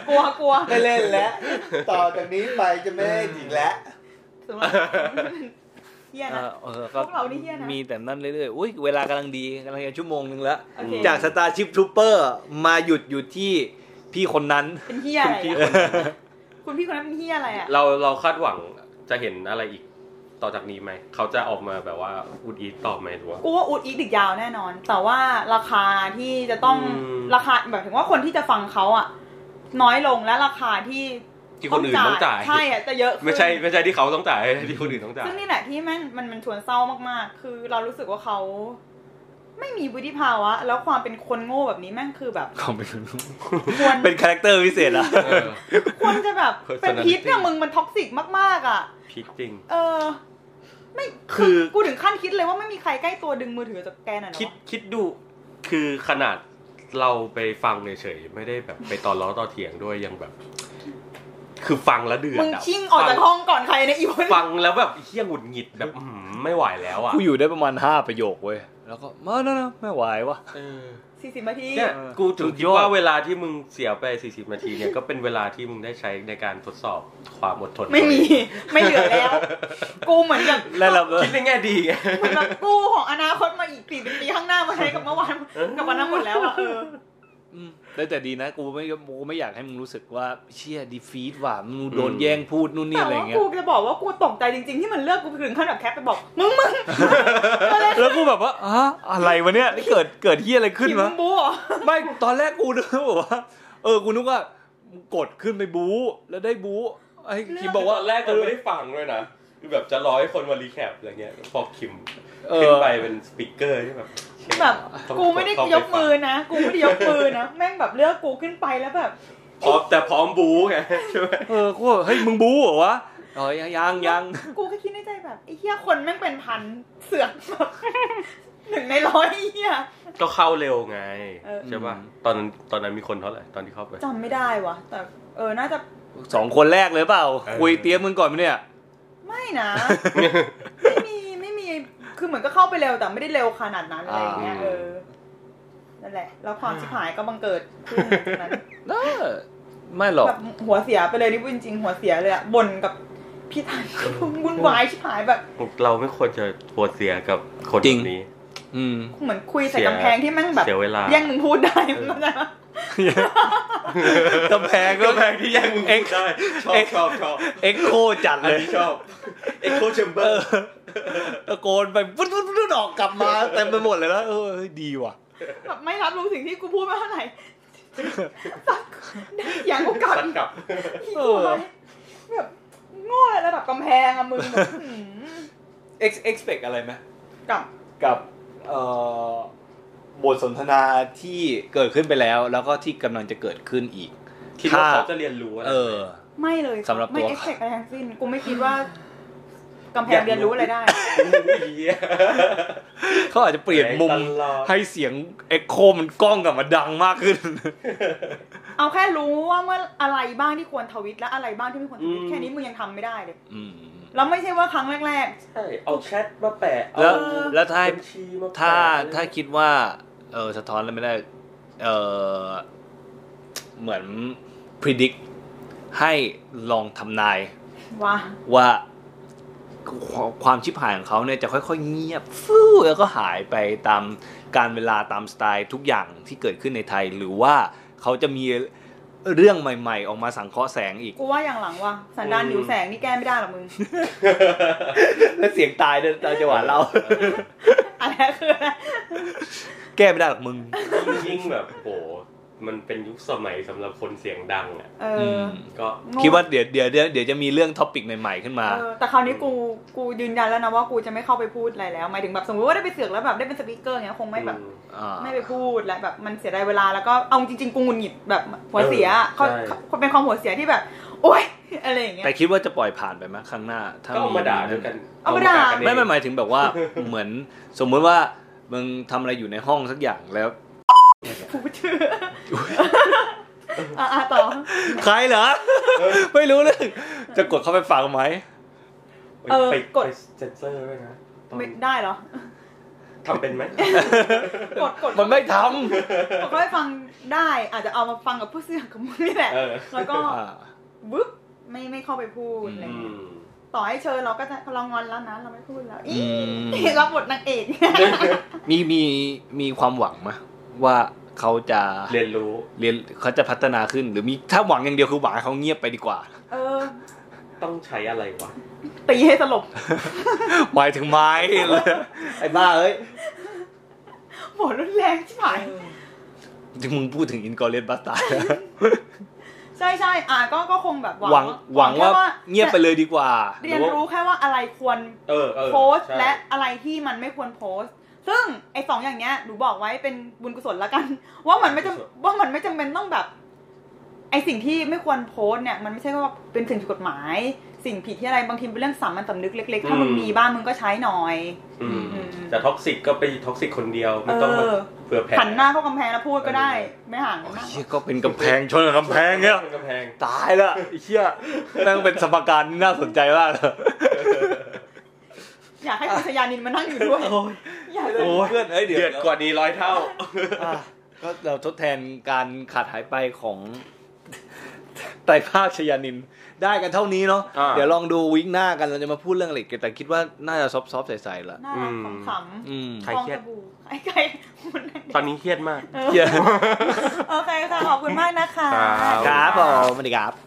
Speaker 1: กลัวกลัว
Speaker 4: ไม่เล่นแล้ว ต่อจากนี้ไปจะไม่เล่นอีกแล้ว
Speaker 1: สำหรับ [laughs] เฮีย
Speaker 3: เอ
Speaker 1: นะ
Speaker 3: อเออก็
Speaker 1: พวกเรานี่เหี้ยนะ
Speaker 3: มีแต่นั่นเรื่อยๆ อุ้ยเวลากำลังดีกำลังจะชั่วโมงนึงแล้ว
Speaker 1: โอเค
Speaker 3: จากสตาร์ชิพทูเปอร์มาหยุดอยู่ที่พี่คนนั้น
Speaker 1: เป็นเฮียอะไร
Speaker 2: คุณพี่
Speaker 1: อะคุณพี่คนนั้นเป็นเฮียอะไรอ่ะ
Speaker 2: เราเราคาดหวังจะเห็นอะไรอีกต่อจากนี้ไหม เขาจะออกมาแบบว่าอุดอีทต่อไหมหรือว่า
Speaker 1: กูว่าอุดอีกดึกยาวแน่นอน แต่ว่าราคาที่จะต้อง
Speaker 2: อืม
Speaker 1: ราคาแบบถึงว่าคนที่จะฟังเขาอ่ะ น้อยลงและราคาที่
Speaker 2: ที่คนอื่นต้องจ่าย
Speaker 1: ใช่อ่ะจะเยอะขึ้น
Speaker 2: ไม่ใช่ไม่ใช่ที่ [laughs] เขาต้องจ่ายที่คนอื่นต้องจ่าย
Speaker 1: ซึ่งนี่แหละที่แม่งมันมันชวนเศร้ามากๆ คือเรารู้สึกว่าเขา ไม่มีวุฒิภาวะ แล้วความเป็นคนโง่แบบนี้แม่งคือ
Speaker 2: [laughs]
Speaker 1: แบบ
Speaker 3: ของเป็น
Speaker 1: ควร
Speaker 3: เป็นคาแรคเตอร์พิเศษอะ
Speaker 2: เออ
Speaker 1: ควรจะแบบ
Speaker 2: Personality
Speaker 1: เป็นพิษเนี่ยมึงมันท็อกซิกมากๆอ่ะ
Speaker 2: พิดจริง
Speaker 1: เออ ไม่
Speaker 2: คื
Speaker 1: คือ อกูถึงขั้นคิดเลยว่าไม่มีใครใกล้ตัวดึงมือถือจากแกน่ะ
Speaker 2: คิด
Speaker 1: เนาะ
Speaker 2: คิดดูคือขนาดเราไปฟังเฉยๆไม่ได้แบบไปตอนล้อต่อเถียงด้วยยังแบบ คือฟังแล้วเดือด
Speaker 1: มึง
Speaker 2: อะ
Speaker 1: ชิ่งออกจากห้องก่อนใครเนยอีพวก
Speaker 2: ฟังฟังแล้วแบบเฮี้ยหงุดหงิดแบบอื้อหือไม่ไหวแล้วอ่ะ
Speaker 3: กูอยู่ได้ประมาณ 5 ประโยคเว้ย แล้วก็มานะนะไม่ไหววะ
Speaker 2: เออ
Speaker 1: สี่สิบนาที
Speaker 2: เนี่ย
Speaker 3: เออ
Speaker 2: กูถึงคิ
Speaker 3: สุ
Speaker 2: ด
Speaker 3: ดยอด
Speaker 2: ว่าเวลาที่มึงเสียไป 40 นาทีเนี่ยก็เป็นเวลาที่มึงได้ใช้ในการทดสอบความอดทน
Speaker 1: ไม่มี ไม่เหลือแล้ว กูเหมือนกับ
Speaker 3: แล้วเราก็
Speaker 2: คิดในแง่ดีไง
Speaker 1: เหมือนแบบกูของอนาคตมาอีกสี่สิบปีข้างหน้ามาใช้กับเมื่อวานกับวันนั้นหมดแล้วอ่ะเออ
Speaker 3: อืมได้แต่ดีนะ กูไม่กูไม่อยากให้มึงรู้สึกว่าเชี่ยดีฟีดว่ะมึงโดนแย่งพูดนู่นนี่
Speaker 1: แต่
Speaker 3: อะไร
Speaker 1: ว่า
Speaker 3: เงี้ย
Speaker 1: กูจะบอกว่ากูตกใจจริงๆ ที่มันเลือกกูถึงขั้นแบบแคปไปบอก มึงมึง
Speaker 3: แล้วกูแบบว่าอะอะไรวะเนี่ยเกิดเกิดเฮียอะไรขึ้น
Speaker 1: ขี่มึ
Speaker 3: วะ
Speaker 1: งบู๊เหรอ
Speaker 3: ไม่ตอนแรกกูนึกว่าแบบว่าเออกูนึกว่ากดขึ้นไปบู๊แล้วได้บู๊ไอ้คิมบอกว่าเออ
Speaker 2: ด้วยนะคือแบบจะรอให้คนมารีแคปอะไรเงี้ยพอคิม
Speaker 3: เออ
Speaker 2: ขึ้นไปเป็นสปิเกอร์ใช่แบบ
Speaker 1: แบบ
Speaker 2: ต้อง
Speaker 1: กูไม่ได้
Speaker 2: ต้องไป
Speaker 1: ยกมือนะ กูไม่ได้ยกมือนะ แม่งแบบเลือกกูขึ้นไปแล้วแบบ
Speaker 2: พร้อมแต่พร้อมบู๊ไงใช่ไหม
Speaker 3: เออกูแบบเฮ้ยมึงบู๊เหรอวะอ๋อยังยังยัง
Speaker 1: กูก็คิดในใจแบบไอ้เหี้ยคนแม่งเป็นพันเสือกแบบ [laughs] หนึ่งในร้อยไอ้เหี้ย
Speaker 2: ก็เข้าเร็วไง
Speaker 1: เออ
Speaker 2: ใช่ป่ะ
Speaker 3: อืม
Speaker 2: ตอนนั้นตอนนั้นมีคนเท่าไหร่ตอนที่เข้าไป
Speaker 1: จำไม่ได้วะแต่เออน่าจะ
Speaker 3: สองคนแรกเลยเปล่า
Speaker 2: เออ
Speaker 3: คุยเตรียมกันก่อนไหมเนี่ย
Speaker 1: ไม่นะ ไม่มีไม่มีคือเหมือนก็เข้าไปเร็วแต่ไม่ได้เร็วขนาดนั้นอะไรอย่างเงี้ย
Speaker 2: อ่า
Speaker 1: เออนั่นแหละ แล้วความชิบหายก็บังเกิดขึ้นหลังจากนั้น
Speaker 3: เออไม่หรอก
Speaker 1: แบบหัวเสียไปเลยนี่พูดจริงๆหัวเสียเลยอะบ่นกับพี่ทัน วุ่นวายชิบหายแบบ
Speaker 2: เราไม่ควรจะหัวเสียกับคน
Speaker 3: จริง
Speaker 2: แบบนี้
Speaker 3: อืม
Speaker 1: เหมือนคุยใส่
Speaker 2: เสีย
Speaker 1: กำแพงที่แม่งแบบ
Speaker 2: เสียเวลา
Speaker 1: แย่งมึงพูดได้มึงเข้าใจปะ
Speaker 3: กำแพงก็
Speaker 2: ก็แพงที่แย่งมึง
Speaker 3: เอ็ก
Speaker 2: ได้ชอบชอบชอบ
Speaker 3: เอ็กโคจัด
Speaker 2: อัน
Speaker 3: เลย
Speaker 2: นี้ชอบเอ็กโคแชมเบ
Speaker 3: เอ
Speaker 2: อ
Speaker 3: อ
Speaker 2: ร์
Speaker 3: ตะโกนไปวุ้นวุ้นวุ้นออกกลับมาเต็มไปหมดเลยแล้วเออเฮ้ยดีว่ะ
Speaker 1: แบบไม่รับรู้สิ่งที่กูพูดไม่เท่าไหร่ฟักได้อย่างกูกลับ
Speaker 2: สัดกลับ
Speaker 1: พี่กูไปแบบโง่ระดับกำแพงอะมึงแบบหืม
Speaker 3: ex expect อะไรไหม
Speaker 1: กลับ
Speaker 3: กับเอ่อบทสนทนาที่เกิดขึ้นไปแล้ว แล้วก็ที่กำลังจะเกิดขึ้นอีก
Speaker 2: คิดว่า
Speaker 3: ถ้า
Speaker 2: เขาจะเรียนรู้อะไร
Speaker 3: เออ
Speaker 1: ไม่เลย
Speaker 3: สำหรับ
Speaker 1: ไม่
Speaker 3: ตัว
Speaker 1: เอ็กเซกอะไรทั้งสิ้นกูไม่คิดว่ากำแพ
Speaker 2: อง ยาก
Speaker 1: เรียน
Speaker 2: รู้
Speaker 1: รู้อะไรได้
Speaker 2: เหี้ย
Speaker 3: เขาอาจจะเปลี่ยนมุม
Speaker 2: ตลอด
Speaker 3: ให้เสียงเอ็กโคมันก้องกลับมาดังมากขึ้น
Speaker 1: เอาแค่รู้ว่าเมื่ออะไรบ้างที่ควรทวิตและอะไรบ้างที่ไม่ควรทวิตแค่นี้มึงยังทำไม่ได้เลย
Speaker 3: อืม
Speaker 1: แล้วไม่ใช่ว่าครั้งแรก ๆ
Speaker 2: ใช่เอาแชทมาแปะเอา
Speaker 3: แล้วแล้วถ้า
Speaker 2: บัญชีมแปะ
Speaker 3: ถ้าถ้าคิดว่า เออสะท้อนอะไรไม่ได้ เออเหมือน predict ให้ลองทำนาย
Speaker 1: ว่า
Speaker 3: ว่าความความชิบหายของเขาเนี่ยจะค่อยๆเงียบฟู่แล้วก็หายไปตามการเวลาตามสไตล์ทุกอย่างที่เกิดขึ้นในไทย หรือว่าเขาจะมีเรื่องใหม่ๆ ออกมาสังเคราะห์แสงอีก
Speaker 1: กูว่าอย่างหลังว่ะสันดานหิวแสงนี่แก้ไม่ได้หรอกมึง
Speaker 3: และเสียงตายเดินตามจังหวะเรา
Speaker 1: [laughs] อะไรคืออะไร
Speaker 3: แก้ไม่ได้หรอกมึง
Speaker 2: ยิ่งแบบโหมันเป็นยุคสมัยสำหรับคนเสียงดังอ่ะ
Speaker 1: เออ
Speaker 3: ม
Speaker 2: ก็
Speaker 1: โง่
Speaker 3: คิดว่าเดี๋ยวเดี๋ยวเดี๋ยวเดี๋ยวจะมีเรื่องท็อปิกใหม่ๆขึ้นมา
Speaker 1: เออแต่คราวนี้กูกูยืนยันแล้วนะว่ากูจะไม่เข้าไปพูดอะไรแล้วหมายถึงแบบสมมติว่าได้ไปเสือกแล้วแบบได้เป็นสปีกเกอร์เงี้ยคงไม่แบบ
Speaker 3: อ่า
Speaker 1: ไม่ไปพูดและแบบมันเสียดายเวลาแล้วก็เอาจริงๆกูหงุดหงิดแบบหัวเสีย
Speaker 2: เอ
Speaker 1: เขา
Speaker 2: อใช่
Speaker 1: เขาเป็นความหัวเสียที่แบบ โอ๊ยอะไรอย่างเงี้ย
Speaker 3: แต่คิดว่าจะปล่อยผ่านไปไหมครั้งหน้า ถ้า
Speaker 2: ก็เอามาด่าด้วยกัน
Speaker 1: เอามาด่า
Speaker 2: เอกันเอง
Speaker 3: ไม่ไม่หมายถึงแบบว่า เหมือนสมมุติว่ามึงทำอะไรอยู่ในห้องสักอย่างแล้ว
Speaker 1: พูดชื่อ
Speaker 3: [laughs]
Speaker 1: อ่ะอ่ะต่อ
Speaker 3: ใครเหรอ ไม่รู้เลยจะกดเข้าไปฟังไหม
Speaker 2: เออไปกดเซนเซอร์ด้วยนะตอน
Speaker 1: ไม่ได้เหรอ
Speaker 2: ทำเป็นไหม
Speaker 1: กดกด
Speaker 3: มันไม่ท
Speaker 1: เขาให้ฟังได้ อาจจะเอามาฟังกับผู้เสือกกับมึงนี่แหละ
Speaker 2: เออ
Speaker 1: แล้วก็
Speaker 3: ำอ่า
Speaker 1: บึ๊บไม่ไม่เข้าไปพูด
Speaker 3: อืม
Speaker 1: อะไร
Speaker 2: อื
Speaker 1: เงี้ย
Speaker 2: ม
Speaker 1: ต่อให้เชิญเราก็จะเรางอนแล้วนะ เราไม่พูดแล้วอี
Speaker 3: อืม
Speaker 1: รับบทนางเอก [laughs]
Speaker 3: มีมีมีความหวังไหมว่าเขาจะ
Speaker 2: เรียนรู้
Speaker 3: เรียนเขาจะพัฒนาขึ้น หรือมีถ้าหวังอย่างเดียวคือหวังให้เขาเงียบไปดีกว่า
Speaker 1: เออ
Speaker 2: ต้องใช้อะไรวะ
Speaker 1: ตีให้สลบ [laughs]
Speaker 3: หมายถึงไม้เลยไอ้บ้าเอ้ย
Speaker 1: หมดรุนแรงชิบหาย
Speaker 3: ที่มึงพูดถึงอินกอร์เรสบัสตา
Speaker 1: ใช่ใช่อ่ะก็ก็คงแบบ
Speaker 3: หวังหวังว่าเงียบไปเลยดีกว่า
Speaker 1: เรียนรู้แค่ว่าอะไรควร
Speaker 2: เออเออ
Speaker 1: โพสต์
Speaker 2: ใช่
Speaker 1: และอะไรที่มันไม่ควรโพสต์ ซึ่งไอ้สองอย่างเนี้ยหนูบอกไว้เป็นบุญกุศลละกัน [laughs] ว่ามันไม่จำว่ามันไม่จำเป็นต้องแบบ ไอ้สิ่งที่ไม่ควรโพสต์เนี่ยมันไม่ใช่ว่าเป็นสิ่งผิดกฎหมาย สิ่งผิดที่อะไรบางทีเป็นเรื่องสามัญสำนึกเล็กๆ ถ้ามึง
Speaker 2: อืม
Speaker 1: มีบ้างมึงก็ใช้หน่อย
Speaker 2: อืม
Speaker 1: อืม
Speaker 2: แต่ท็อกซิกก็ไปท็อกซิกคนเดียวไม่ต้อง
Speaker 1: เอ
Speaker 2: มา
Speaker 1: อ
Speaker 2: เผื่อแผ่
Speaker 1: หันหน้าเข้ากำแพงแล้วพูดก็ได้
Speaker 2: เออ
Speaker 1: ไม่ห่างกัน
Speaker 3: โอ้ย
Speaker 1: มาก
Speaker 3: เหี้ยก็เป็นกำแพงชนกับกำแพงเนี่ย
Speaker 2: กำแพง
Speaker 3: ตายละไอ้เชี่ยนั่งเป็นสมการที่น่าสนใจมากเลย
Speaker 1: อยากให้คุณชยานินมานั่งอยู่ด้วยอยากเลย
Speaker 3: โอ้ยเพื่อนเอ้ยเดี๋ยว
Speaker 2: เดือดกว่านี้ร้อยเท่า
Speaker 3: อ่ะก็เราทดแทนการขาดหายไปของ [laughs] ไตรภาคชยานิน ได้กันเท่านี้เนาะ
Speaker 2: อ่า
Speaker 3: เดี๋ยวลองดูวิกหน้ากันเราจะมาพูดเรื่องอะไรกันแต่คิดว่าน่าจะซอฟต์ๆใสๆละ
Speaker 1: น่ารัก
Speaker 2: อืม
Speaker 1: ขำ
Speaker 3: อืม
Speaker 1: ๆ [laughs]
Speaker 2: ใคร
Speaker 1: ฟอง
Speaker 2: เครี
Speaker 1: ส
Speaker 2: ยด
Speaker 1: บู่ไอ้ไก่มันนั่ง
Speaker 2: ตอนนี้เครียดมาก
Speaker 1: เออ
Speaker 3: เหี้ย
Speaker 1: โอเคค่ะขอบคุณมากนะคะ
Speaker 2: ครับ
Speaker 3: ครับผมสวัสดีครับ